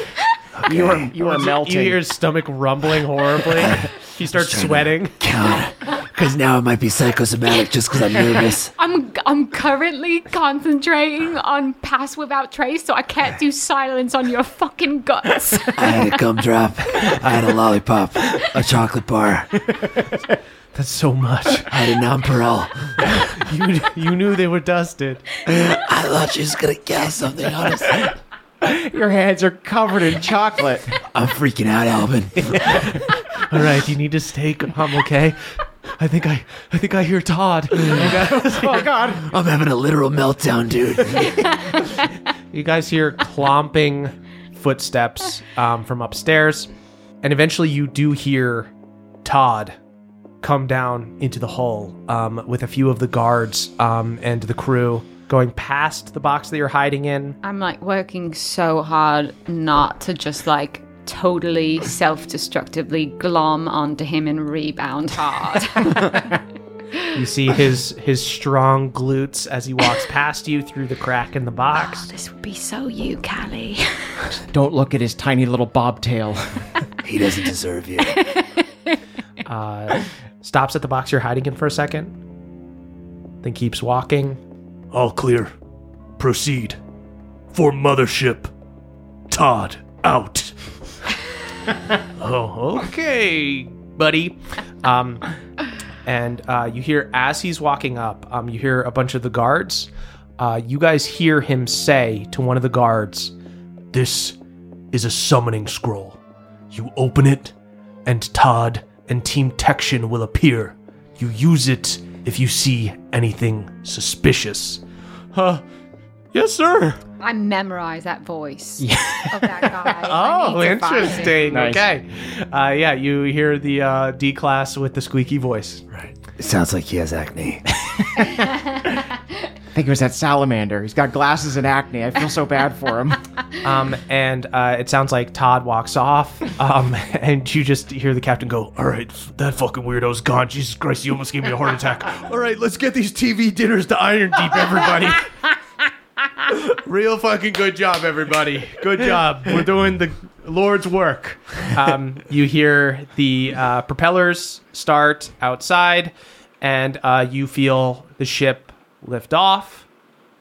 S6: You are you are
S4: You
S6: melting.
S4: hear his stomach rumbling horribly. He starts
S5: trying to-
S4: sweating.
S5: Count, because now it might be psychosomatic just because I'm nervous.
S2: I'm I'm currently concentrating on pass without trace, so I can't do silence on your fucking guts.
S5: I had a gumdrop. I had a lollipop, a chocolate bar.
S4: That's so much.
S5: I had a nonpareil.
S4: You, you knew they were dusted.
S5: I thought she was gonna guess something. Honestly,
S6: Your hands are covered in chocolate.
S5: I'm freaking out, Alvin.
S4: All right, you need to stay calm, okay? I think I, I think I hear Todd.
S6: oh God.
S5: I'm having a literal meltdown, dude.
S4: You guys hear clomping footsteps um, from upstairs, and eventually you do hear Todd come down into the hall um, with a few of the guards um, and the crew going past the box that you're hiding in.
S2: I'm like working so hard not to just like totally self-destructively glom onto him and rebound hard.
S4: You see his his strong glutes as he walks past you through the crack in the box.
S2: Ah, this would be so you, Callie.
S6: Don't look at his tiny little bobtail.
S5: He doesn't deserve you.
S4: Uh, stops at the box you're hiding in for a second, then keeps walking.
S9: All clear. Proceed. For mothership. Todd out.
S4: Oh, okay, buddy. Um, and uh, you hear as he's walking up, um, you hear a bunch of the guards. Uh, you guys hear him say to one of the guards,
S10: This is a summoning scroll. You open it, and Todd and Team Tection will appear. You use it if you see anything suspicious. Huh? Yes, sir.
S2: I memorize that voice of that guy. I
S4: "Oh,
S2: need to find him.
S4: interesting.
S6: Nice.
S4: Okay, uh, yeah, you hear the uh, D class with the squeaky voice.
S5: It sounds like he has acne.
S6: I think it was that salamander. He's got glasses and acne. I feel so bad for him.
S4: Um, and uh, it sounds like Todd walks off, um, and you just hear the captain go,
S9: All right, that fucking weirdo's gone. Jesus Christ, you almost gave me a heart attack. All right, let's get these TV dinners to Iron Deep, everybody.
S4: Real fucking good job, everybody. Good job. We're doing the Lord's work. Um, you hear the uh, propellers start outside, and uh, you feel the ship lift off.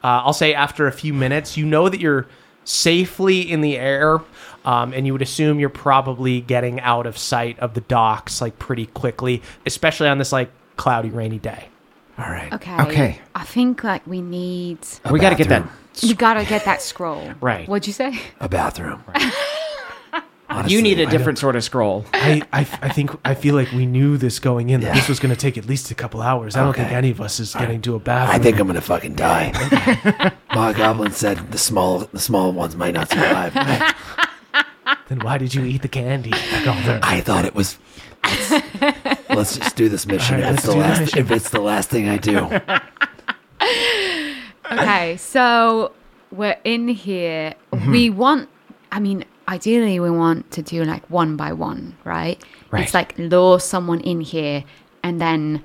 S4: Uh, I'll say after a few minutes, you know that you're safely in the air, um, and you would assume you're probably getting out of sight of the docks like pretty quickly, especially on this like cloudy, rainy day.
S5: All right.
S2: Okay.
S6: Okay.
S2: I think like we need.
S6: we got to get that.
S5: bathroom.
S2: You gotta get that scroll.
S6: Right.
S2: What'd you say?
S5: A bathroom.
S6: you
S5: Honestly,
S6: need a different sort of scroll.
S10: I, I, I think I feel like we knew this going in. That
S5: Yeah.
S10: this was going to take at least a couple hours. I don't think
S5: Okay.
S10: any of us is getting to a
S5: I
S10: bathroom.
S5: think I'm gonna fucking die. Ma Goblin said the small the small ones might not survive.
S4: Then why did you eat the candy? Calder?
S5: I thought it was. Let's, let's just do this mission. if, it's the last, if it's the last thing I do,
S2: Okay, so we're in here.
S6: Mm-hmm.
S2: We want, I mean, ideally, we want to do like one by one, right?
S6: Right.
S2: It's like lure someone in here and then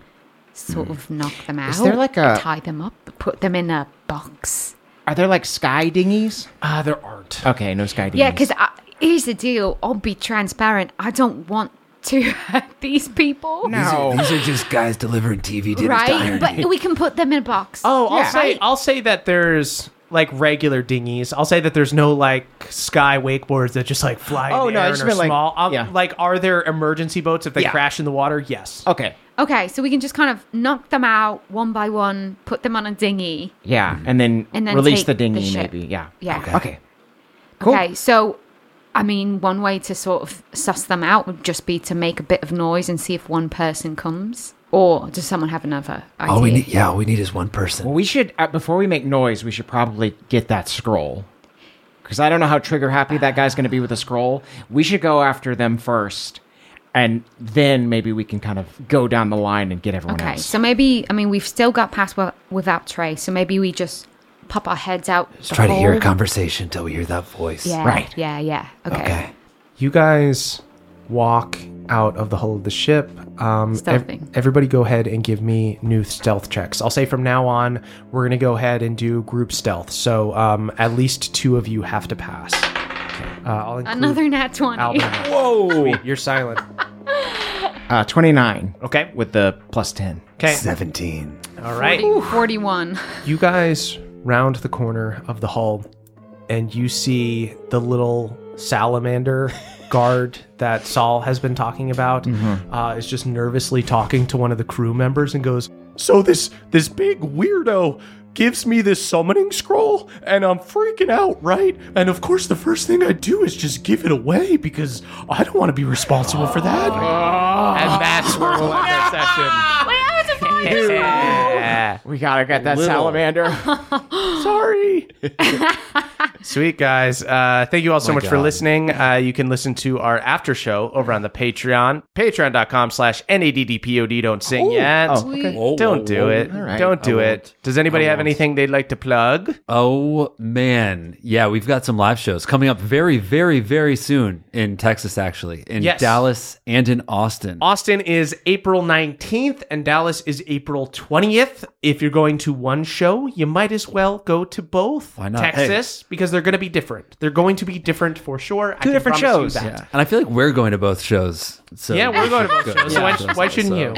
S2: sort of knock them out.
S6: Mm. there like a-
S2: tie them up, put them in a box?
S6: Are there like sky dinghies?
S4: Ah, there aren't.
S6: Okay, no sky dinghies.
S2: Yeah, because here's the deal. I'll be transparent. I don't want to hurt these people.
S6: no.
S5: these are just guys delivering TV dinners to
S2: Right,
S5: Iron
S2: but we can put them in a box.
S4: Oh, I'll
S6: Yeah.
S4: say
S6: Right.
S4: I'll say that there's like regular dinghies. I'll say that there's no like sky wakeboards that just like fly.
S6: Oh,
S4: in
S6: no,
S4: the
S6: I
S4: air
S6: just
S4: and are
S6: meant, like-
S4: small. Um,
S6: yeah.
S4: Like, are there emergency boats if they
S6: Yeah.
S4: crash in the water? Yes.
S6: Okay.
S2: Okay, so we can just kind of knock them out one by one, put them on a dinghy,
S5: Mm-hmm.
S6: Yeah, and then,
S2: and then
S6: release
S2: take
S6: the dinghy
S2: ship.
S6: maybe. Yeah.
S2: Yeah.
S6: Okay. Cool.
S2: Okay, so I mean, one way to sort of suss them out would just be to make a bit of noise and see if one person comes. Or does someone have another idea?
S6: Oh,
S5: All we need, yeah, all we need is one person.
S6: Well, we should uh, before we make noise, we should probably get that scroll. Because I don't know how trigger happy that guy's going to be with a scroll. We should go after them first, and then maybe we can kind of go down the line and get everyone
S2: Okay,
S6: else.
S2: so maybe I mean we've still got past wi- without Trey, so maybe we just pop our heads out.
S5: Let's try to hear a
S2: it come.
S5: conversation till we hear that voice.
S2: Yeah,
S6: Right. Oh,
S2: Yeah, yeah. Okay.
S5: Okay.
S4: You guys walk out of the hull of the ship. Um,
S2: Stealthing.
S4: everybody go ahead and give me new stealth checks. I'll say from now on, we're going to go ahead and do group stealth. So um, at least two of you have to pass. Uh, I'll include
S2: Another nat twenty.
S4: Alvin. Whoa! You're silent.
S6: Uh, Twenty nine
S4: Okay.
S6: with the plus ten.
S4: Okay.
S5: 17.
S4: All right.
S2: 40 Forty-one.
S4: You guys round the corner of the hull and you see the little salamander guard that Saul has been talking about uh, is just nervously talking to one of the crew members and goes,
S9: So this this big weirdo gives me this summoning scroll and I'm freaking out, right? And of course the first thing I do is just give it away because I don't want to be responsible for that.
S4: and that's where we'll end our session.
S2: Ah. Wait, I was a forty.
S6: We gotta get that salamander.
S9: Sorry.
S4: Sweet, guys. Uh, thank you all so much for
S6: God.
S4: listening. Uh, you can listen to our after show over on the Patreon, patreon.com slash NADDPOD. Don't sing yet.
S11: Whoa,
S4: Don't
S11: whoa,
S4: do
S11: whoa.
S4: it.
S6: All right.
S4: Don't do
S11: I
S4: it. Does anybody have anything they'd like to plug?
S11: Oh man, yeah, we've got some live shows coming up very, very, very soon in Texas, actually, in
S4: Yes.
S11: Dallas and in Austin.
S4: Austin is April 19th and Dallas is April 20th. If you're going to one show, you might as well go to both.
S11: Why not?
S4: Texas, because they're going to be different. They're going to be different for sure.
S6: Two different shows.
S4: Yeah.
S11: Yeah, and I feel like we're going to both shows. So
S4: yeah, we're going to both shows. So why,
S11: Yeah.
S4: why shouldn't
S11: So-
S4: you?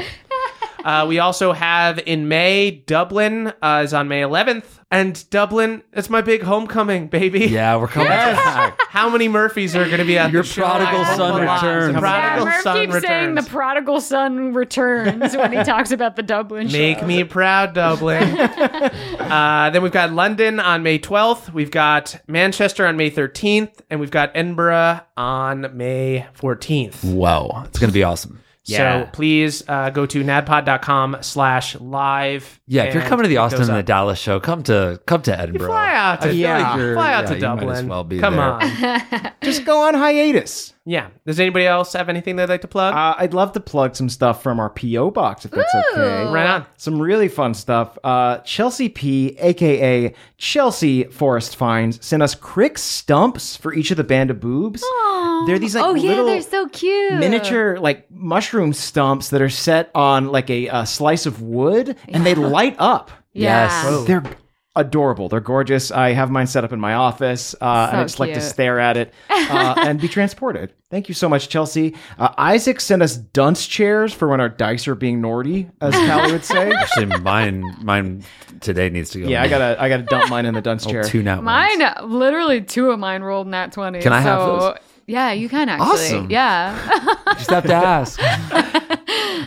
S4: Uh, we also have in May, Dublin uh, is on May 11th. And Dublin, it's my big homecoming, baby.
S11: Yeah, we're coming back.
S4: How many Murphys are going to be at
S11: Your
S4: the show?
S11: prodigal
S4: I hope
S11: son
S4: a lot.
S11: returns.
S4: The prodigal
S2: Merv
S4: son
S2: keeps saying the
S4: returns.
S2: prodigal son returns when he talks about the Dublin show.
S4: Make me proud, Dublin. uh, then we've got London on May 12th. We've got Manchester on May 13th. And we've got Edinburgh on May 14th.
S11: Whoa, it's gonna be awesome.
S4: So please uh, go to nadpod.com slash live.
S11: Yeah, if you're
S4: and
S11: coming to the
S4: pick
S11: Austin
S4: those
S11: and the
S4: up.
S11: Dallas show, come to come to Edinburgh.
S4: Fly out to,
S11: feel like you're-
S4: fly out
S11: yeah,
S4: to
S11: you might
S4: Dublin.
S11: as well be
S4: Come
S11: there.
S4: on.
S6: Just go on hiatus.
S4: yeah. Does anybody else have anything they'd like to plug?
S6: Uh, I'd love to plug some stuff from our PO box if that's okay.
S4: right on.
S6: Some really fun stuff. Uh, Chelsea P, aka Chelsea Forest Finds, sent us crick stumps for each of the band of boobs. They're these like
S2: oh yeah,
S6: little
S2: they're so cute.
S6: miniature like mushroom stumps that are set on like a, uh slice of wood, and they light up.
S11: Yes.
S2: Yeah.
S11: Whoa.
S6: They're adorable. They're gorgeous. I have mine set up in my office, uh, and I just like to
S2: cute.
S6: stare at it uh, and be transported. Thank you so much, Chelsea. Uh, Isaac sent us dunce chairs for when our dice are being naughty, as Callie would say.
S11: Actually, mine mine today needs to go.
S6: yeah, I
S11: in the
S6: gotta, I gotta dump mine in the dunce chair.
S11: old tune out. ones.
S2: Mine, literally two of mine rolled nat 20.
S11: Can I have
S2: so-
S11: those?
S2: Yeah, you can actually.
S11: Awesome.
S2: Yeah.
S11: Just have to ask.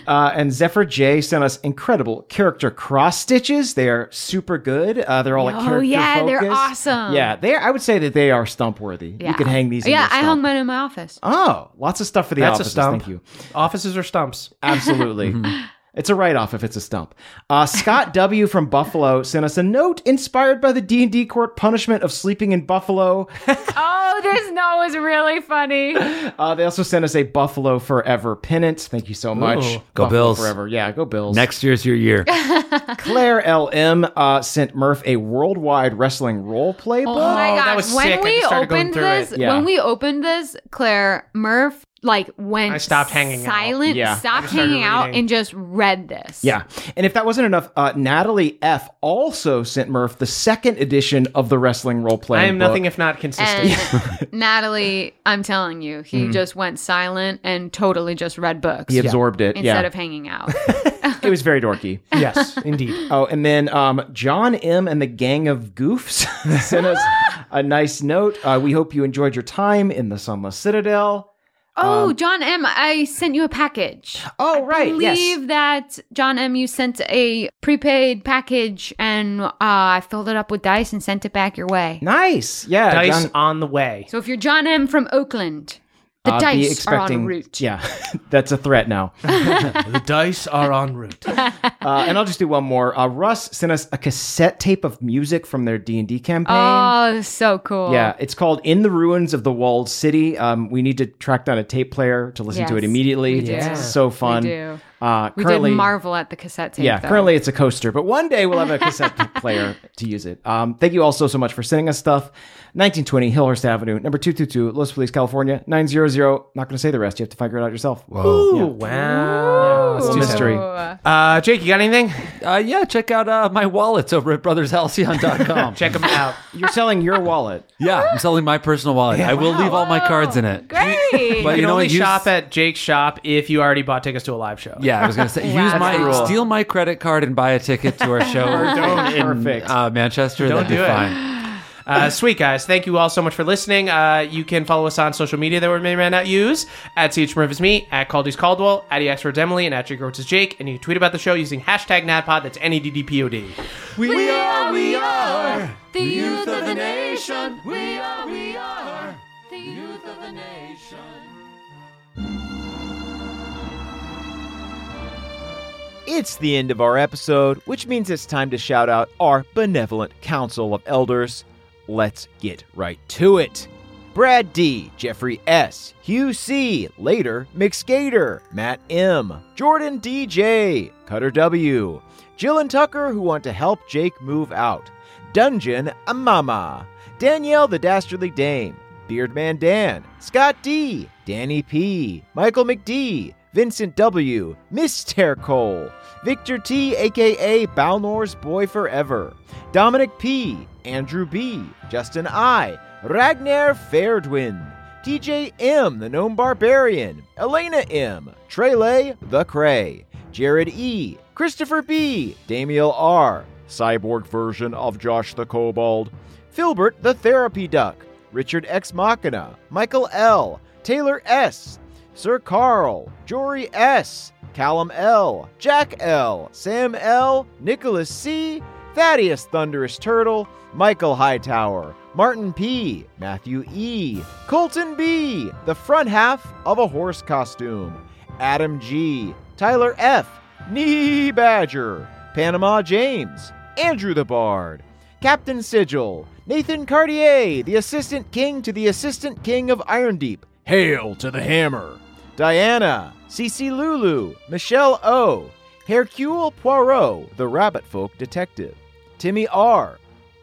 S6: Uh, and Zephyr J sent us incredible character cross stitches. They are super good. Uh, they're all like
S2: Oh,
S6: character
S2: yeah, they're
S6: focused.
S2: awesome.
S6: Yeah, they. I would say that they are stump worthy.
S2: yeah.
S6: You could hang these. in
S2: Yeah,
S6: your
S2: I
S6: stump.
S2: hung mine in my office.
S6: Oh, lots of stuff for the
S4: That's a
S6: offices.
S4: stump.
S6: Thank you.
S4: Offices or stumps?
S6: Absolutely.
S11: Mm-hmm.
S6: It's a write-off if it's a stump. Uh, Scott W. from Buffalo sent us a note inspired by the D&D court punishment of sleeping in Buffalo.
S2: Oh, this no is really funny.
S6: Uh, they also sent us a Buffalo Forever pennant. Thank you so much.
S4: Ooh.
S11: Go
S6: Buffalo
S11: Bills.
S6: Forever. Yeah, go Bills.
S11: Next year's your year.
S6: Claire L.M. Uh, sent Murph a worldwide wrestling role play
S2: Oh
S6: book.
S2: my gosh.
S4: was
S2: when
S4: sick. I
S2: we
S4: just started going
S2: opened
S4: through it.
S2: this,
S6: Yeah.
S2: when we opened this, Claire Murph like went
S4: I stopped hanging out.
S2: silent,
S6: Yeah.
S2: stopped
S4: started
S2: hanging out
S4: reading.
S2: and just read this.
S6: Yeah. And if that wasn't enough, uh, Natalie F. also sent Murph the second edition of the wrestling role play.
S4: I am
S6: book.
S4: nothing if not consistent. Mm-hmm.
S2: And Natalie, I'm telling you, he just went silent and totally just read books
S6: He absorbed it.
S2: instead
S6: yeah.
S2: of hanging out.
S6: it was very dorky.
S4: yes, indeed.
S6: Oh, and then um, John M. and the Gang of Goofs sent us a nice note. Uh, we hope you enjoyed your time in the Sunless Citadel. Um,
S2: Oh,
S4: Um,
S2: John M, I sent you a package.
S6: Oh,
S2: I
S6: right.
S2: believe
S6: Yes.
S2: that John M, you sent a prepaid package, and uh, I filled it up with dice and sent it back your way.
S6: Nice. Yeah.
S4: Dice
S6: John-
S4: on the way.
S2: So if you're John M from Oakland, The
S6: I'd uh, be
S2: dice are
S6: expecting-
S2: en route.
S6: Yeah, that's a threat now.
S10: the dice are en route.
S6: Uh, and I'll just do one more. Uh, Russ sent us a cassette tape of music from their D and D campaign.
S2: Oh, so cool.
S6: Yeah, it's called "In the Ruins of the Walled City." Um, we need to track down a tape player to listen to
S2: Yes,
S6: it immediately.
S2: we do.
S6: It's so fun.
S2: We do.
S6: Uh,
S2: We
S6: currently,
S2: did marvel at the cassette tape.
S6: yeah,
S2: though.
S6: currently it's a coaster, but one day we'll have a cassette player to use it. Um, thank you also so much for sending us stuff. 1920 Hillhurst Avenue, number 222, Los Feliz, California, 900. Not going to say the rest. You have to figure it out yourself.
S4: Ooh, wow.
S6: It's a mystery.
S4: Uh, Jake, you got anything?
S11: Uh, yeah, check out uh, my wallets over at brothersalcyon.com.
S4: Check them out.
S6: You're selling your wallet.
S11: yeah, I'm selling my personal wallet. I will leave all my cards in it.
S2: Great.
S11: But
S4: You can only
S11: use-
S4: shop at Jake's shop if you already bought tickets to a live show.
S11: Yeah, I was gonna say, use my steal my credit card and buy a ticket to our show in
S6: Perfect.
S11: uh, Manchester.
S4: Don't
S11: That'd be
S4: do it.
S11: fine.
S4: Uh, sweet guys, thank you all so much for listening. Uh, you can follow us on social media that we may or may not use at CHMurph is me, at Caldy's Caldwell, at EXRoads Emily, and at Jake Roads is Jake. And you can tweet about the show using hashtag NADPOD. That's N A D D P O D.
S2: we are, we are the youth of the nation. We are, we are the youth of the nation.
S7: It's the end of our episode, which means it's time to shout out our benevolent Council of Elders. Let's get right to it. Brad D, Jeffrey S, Hugh C, later Mixgator, Matt M, Jordan DJ, Cutter W, Jill and Tucker who want to help Jake move out, Dungeon Amama, Danielle the Dastardly Dame, Beardman Dan, Scott D, Danny P, Michael McD, Vincent W, Mr. Cole, Victor T, aka Balnor's Boy Forever, Dominic P, Andrew B, Justin I, Ragnar Fairdwin, DJ M, the Gnome Barbarian, Elena M, Trele the Cray, Jared E, Christopher B, Damiel R, Cyborg version of Josh the Kobold, Filbert the Therapy Duck, Richard X Machina, Michael L, Taylor S, Sir Carl, Jory S, Callum L, Jack L, Sam L, Nicholas C, Thaddeus Thunderous Turtle, Michael Hightower, Martin P, Matthew E, Colton B, the front half of a horse costume, Adam G, Tyler F, Knee Badger, Panama James, Andrew the Bard, Captain Sigil, Nathan Cartier, the assistant king to the assistant king of Iron Deep. Hail to the hammer! Diana, Cece Lulu, Michelle O, Hercule Poirot, the rabbit folk detective, Timmy R,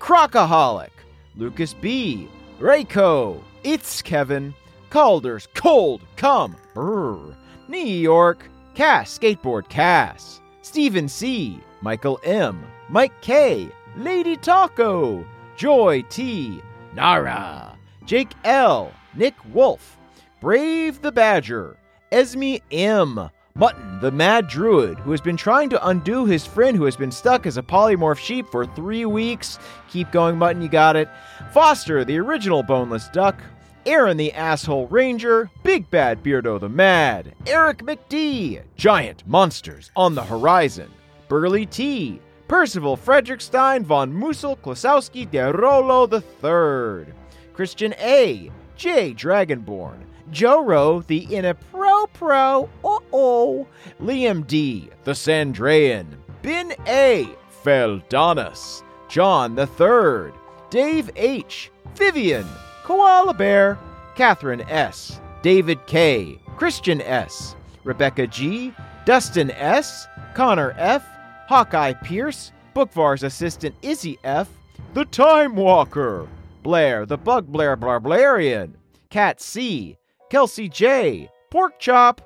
S7: Crocaholic, Lucas B, Rayco, It's Kevin, Calder's Cold Come, Brr, New York, Cass Skateboard Cass, Stephen C, Michael M, Mike K, Lady Taco, Joy T, Nara, Jake L, Nick Wolf, Brave the Badger, Esme M, Mutton the Mad Druid, who has been trying to undo his friend who has been stuck as a polymorph sheep for three weeks. Keep going, Mutton, you got it. Foster, the original boneless duck. Aaron the Asshole Ranger, Big Bad Beardo the Mad, Eric McD, Giant Monsters on the Horizon, Burley T, Percival Frederickstein von Musel Klosowski de Rolo III, Christian A, J Dragonborn, Joro the Inapropro, uh-oh, Liam D, the Sandrayan, Bin A, Feldanus, John the Third, Dave H, Vivian, Koala Bear, Catherine S, David K, Christian S, Rebecca G, Dustin S, Connor F, Hawkeye Pierce, Bookvar's assistant Izzy F, The Time Walker, Blair the Bug Blair Barblarian, Cat C, Kelsey J, Pork Chop,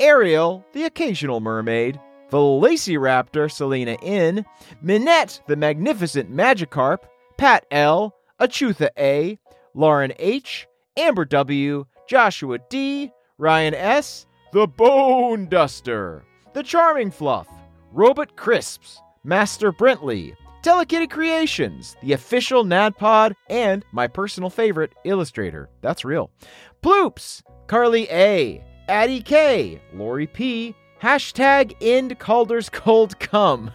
S7: Ariel, the occasional mermaid, Velociraptor Selena N, Minette the magnificent Magikarp, Pat L, Achutha A, Lauren H, Amber W, Joshua D, Ryan S, The Bone Duster, The Charming Fluff, Robot Crisps, Master Brentley, Telekitty Creations, the official NADPOD, and my personal favorite, Illustrator. That's real. Ploops, Carly A, Addie K, Lori P, hashtag end Calder's cold cum.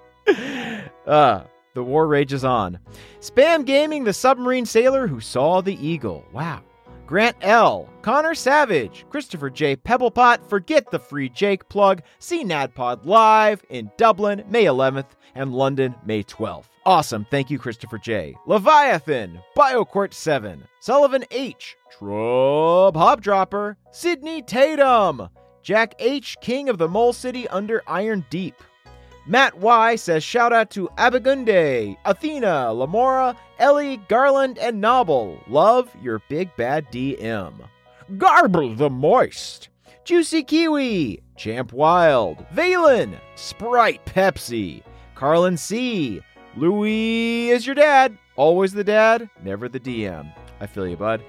S7: uh, the war rages on. Spam Gaming, the submarine sailor who saw the eagle. Wow. Grant L., Connor Savage, Christopher J. Pebblepot, Forget the Free Jake Plug, see NADPOD Live in Dublin, May 11th, and London, May 12th. Awesome. Thank you, Christopher J. Leviathan, BioQuart 7, Sullivan H., Trub Hobdropper, Sydney Tatum, Jack H., King of the Mole City under Iron Deep. Matt Y says shout out to Abagunde, Athena, Lamora, Ellie, Garland, and Nobble. Love your big bad DM. Garble the Moist, Juicy Kiwi, Champ Wild, Valen, Sprite Pepsi, Carlin C, Louis is your dad, always the dad, never the DM. I feel you, bud.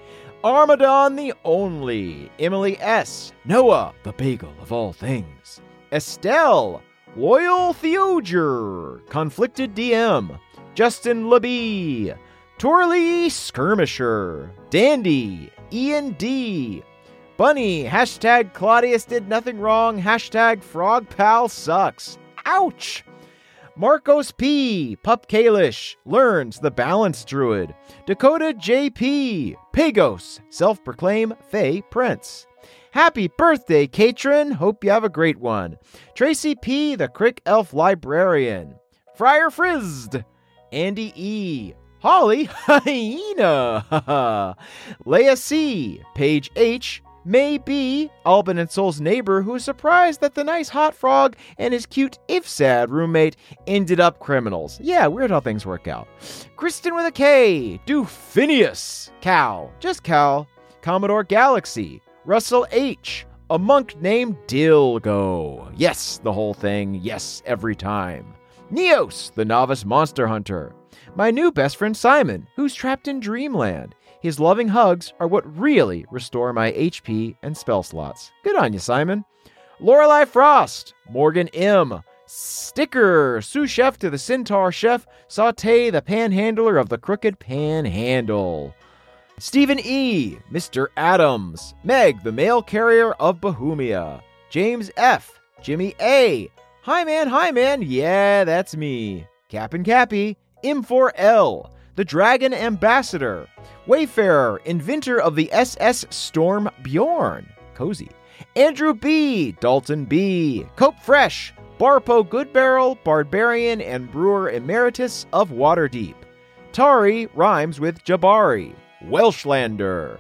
S7: Armadon the Only, Emily S, Noah, the bagel of all things, Estelle, Loyal Theoger, Conflicted DM, Justin Labie, Torley Skirmisher, Dandy, Ian D, Bunny, hashtag Claudius did nothing wrong, hashtag Frog Pal sucks. Ouch! Marcos P, Pup Kalish, Learns the Balance Druid, Dakota JP, Pagos, self proclaim Fey Prince. Happy birthday, Katrin. Hope you have a great one. Tracy P., the Crick Elf Librarian. Friar Frizzed. Andy E. Holly Hyena. Leia C. Page H. May B. Albin and Sol's neighbor, who is surprised that the nice hot frog and his cute, if sad, roommate ended up criminals. Yeah, weird how things work out. Kristen with a K. Dufinius. Cal. Just Cal. Commodore Galaxy. Russell H., a monk named Dilgo. Yes, the whole thing. Yes, every time. Neos, the novice monster hunter. My new best friend Simon, who's trapped in dreamland. His loving hugs are what really restore my HP and spell slots. Good on you, Simon. Lorelei Frost, Morgan M., Sticker, sous chef to the centaur chef, saute the panhandler of the crooked panhandle. Stephen E., Mr. Adams, Meg, the mail carrier of Bohemia, James F., Jimmy A., Hi Man, Hi Man, yeah, that's me, Cap and Cappy, M4L, the Dragon Ambassador, Wayfarer, inventor of the SS Storm Bjorn, cozy, Andrew B., Dalton B., Cope Fresh, Barpo Goodbarrel, Barbarian, and Brewer Emeritus of Waterdeep. Tari rhymes with Jabari. Welshlander.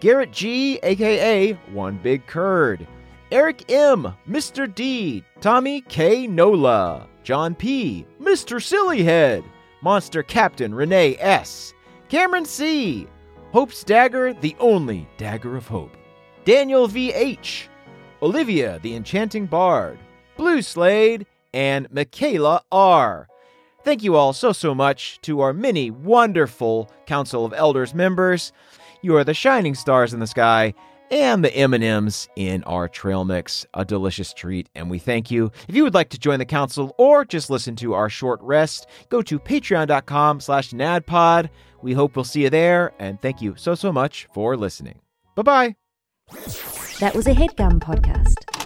S7: Garrett G, aka One Big Curd. Eric M, Mr. D, Tommy K Nola, John P, Mr. Sillyhead, Monster Captain Renee S, Cameron C, Hope's Dagger, the only dagger of hope. Daniel V H, Olivia the Enchanting Bard, Blue Slade, and Michaela R. Thank you all so, so much to our many wonderful Council of Elders members. You are the shining stars in the sky and the M&Ms in our trail mix, a delicious treat, and we thank you. If you would like to join the council or just listen to our short rest, go to patreon.com slash nadpod. We hope we'll see you there, and thank you so, so much for listening. Bye-bye.
S1: That was a headgum podcast.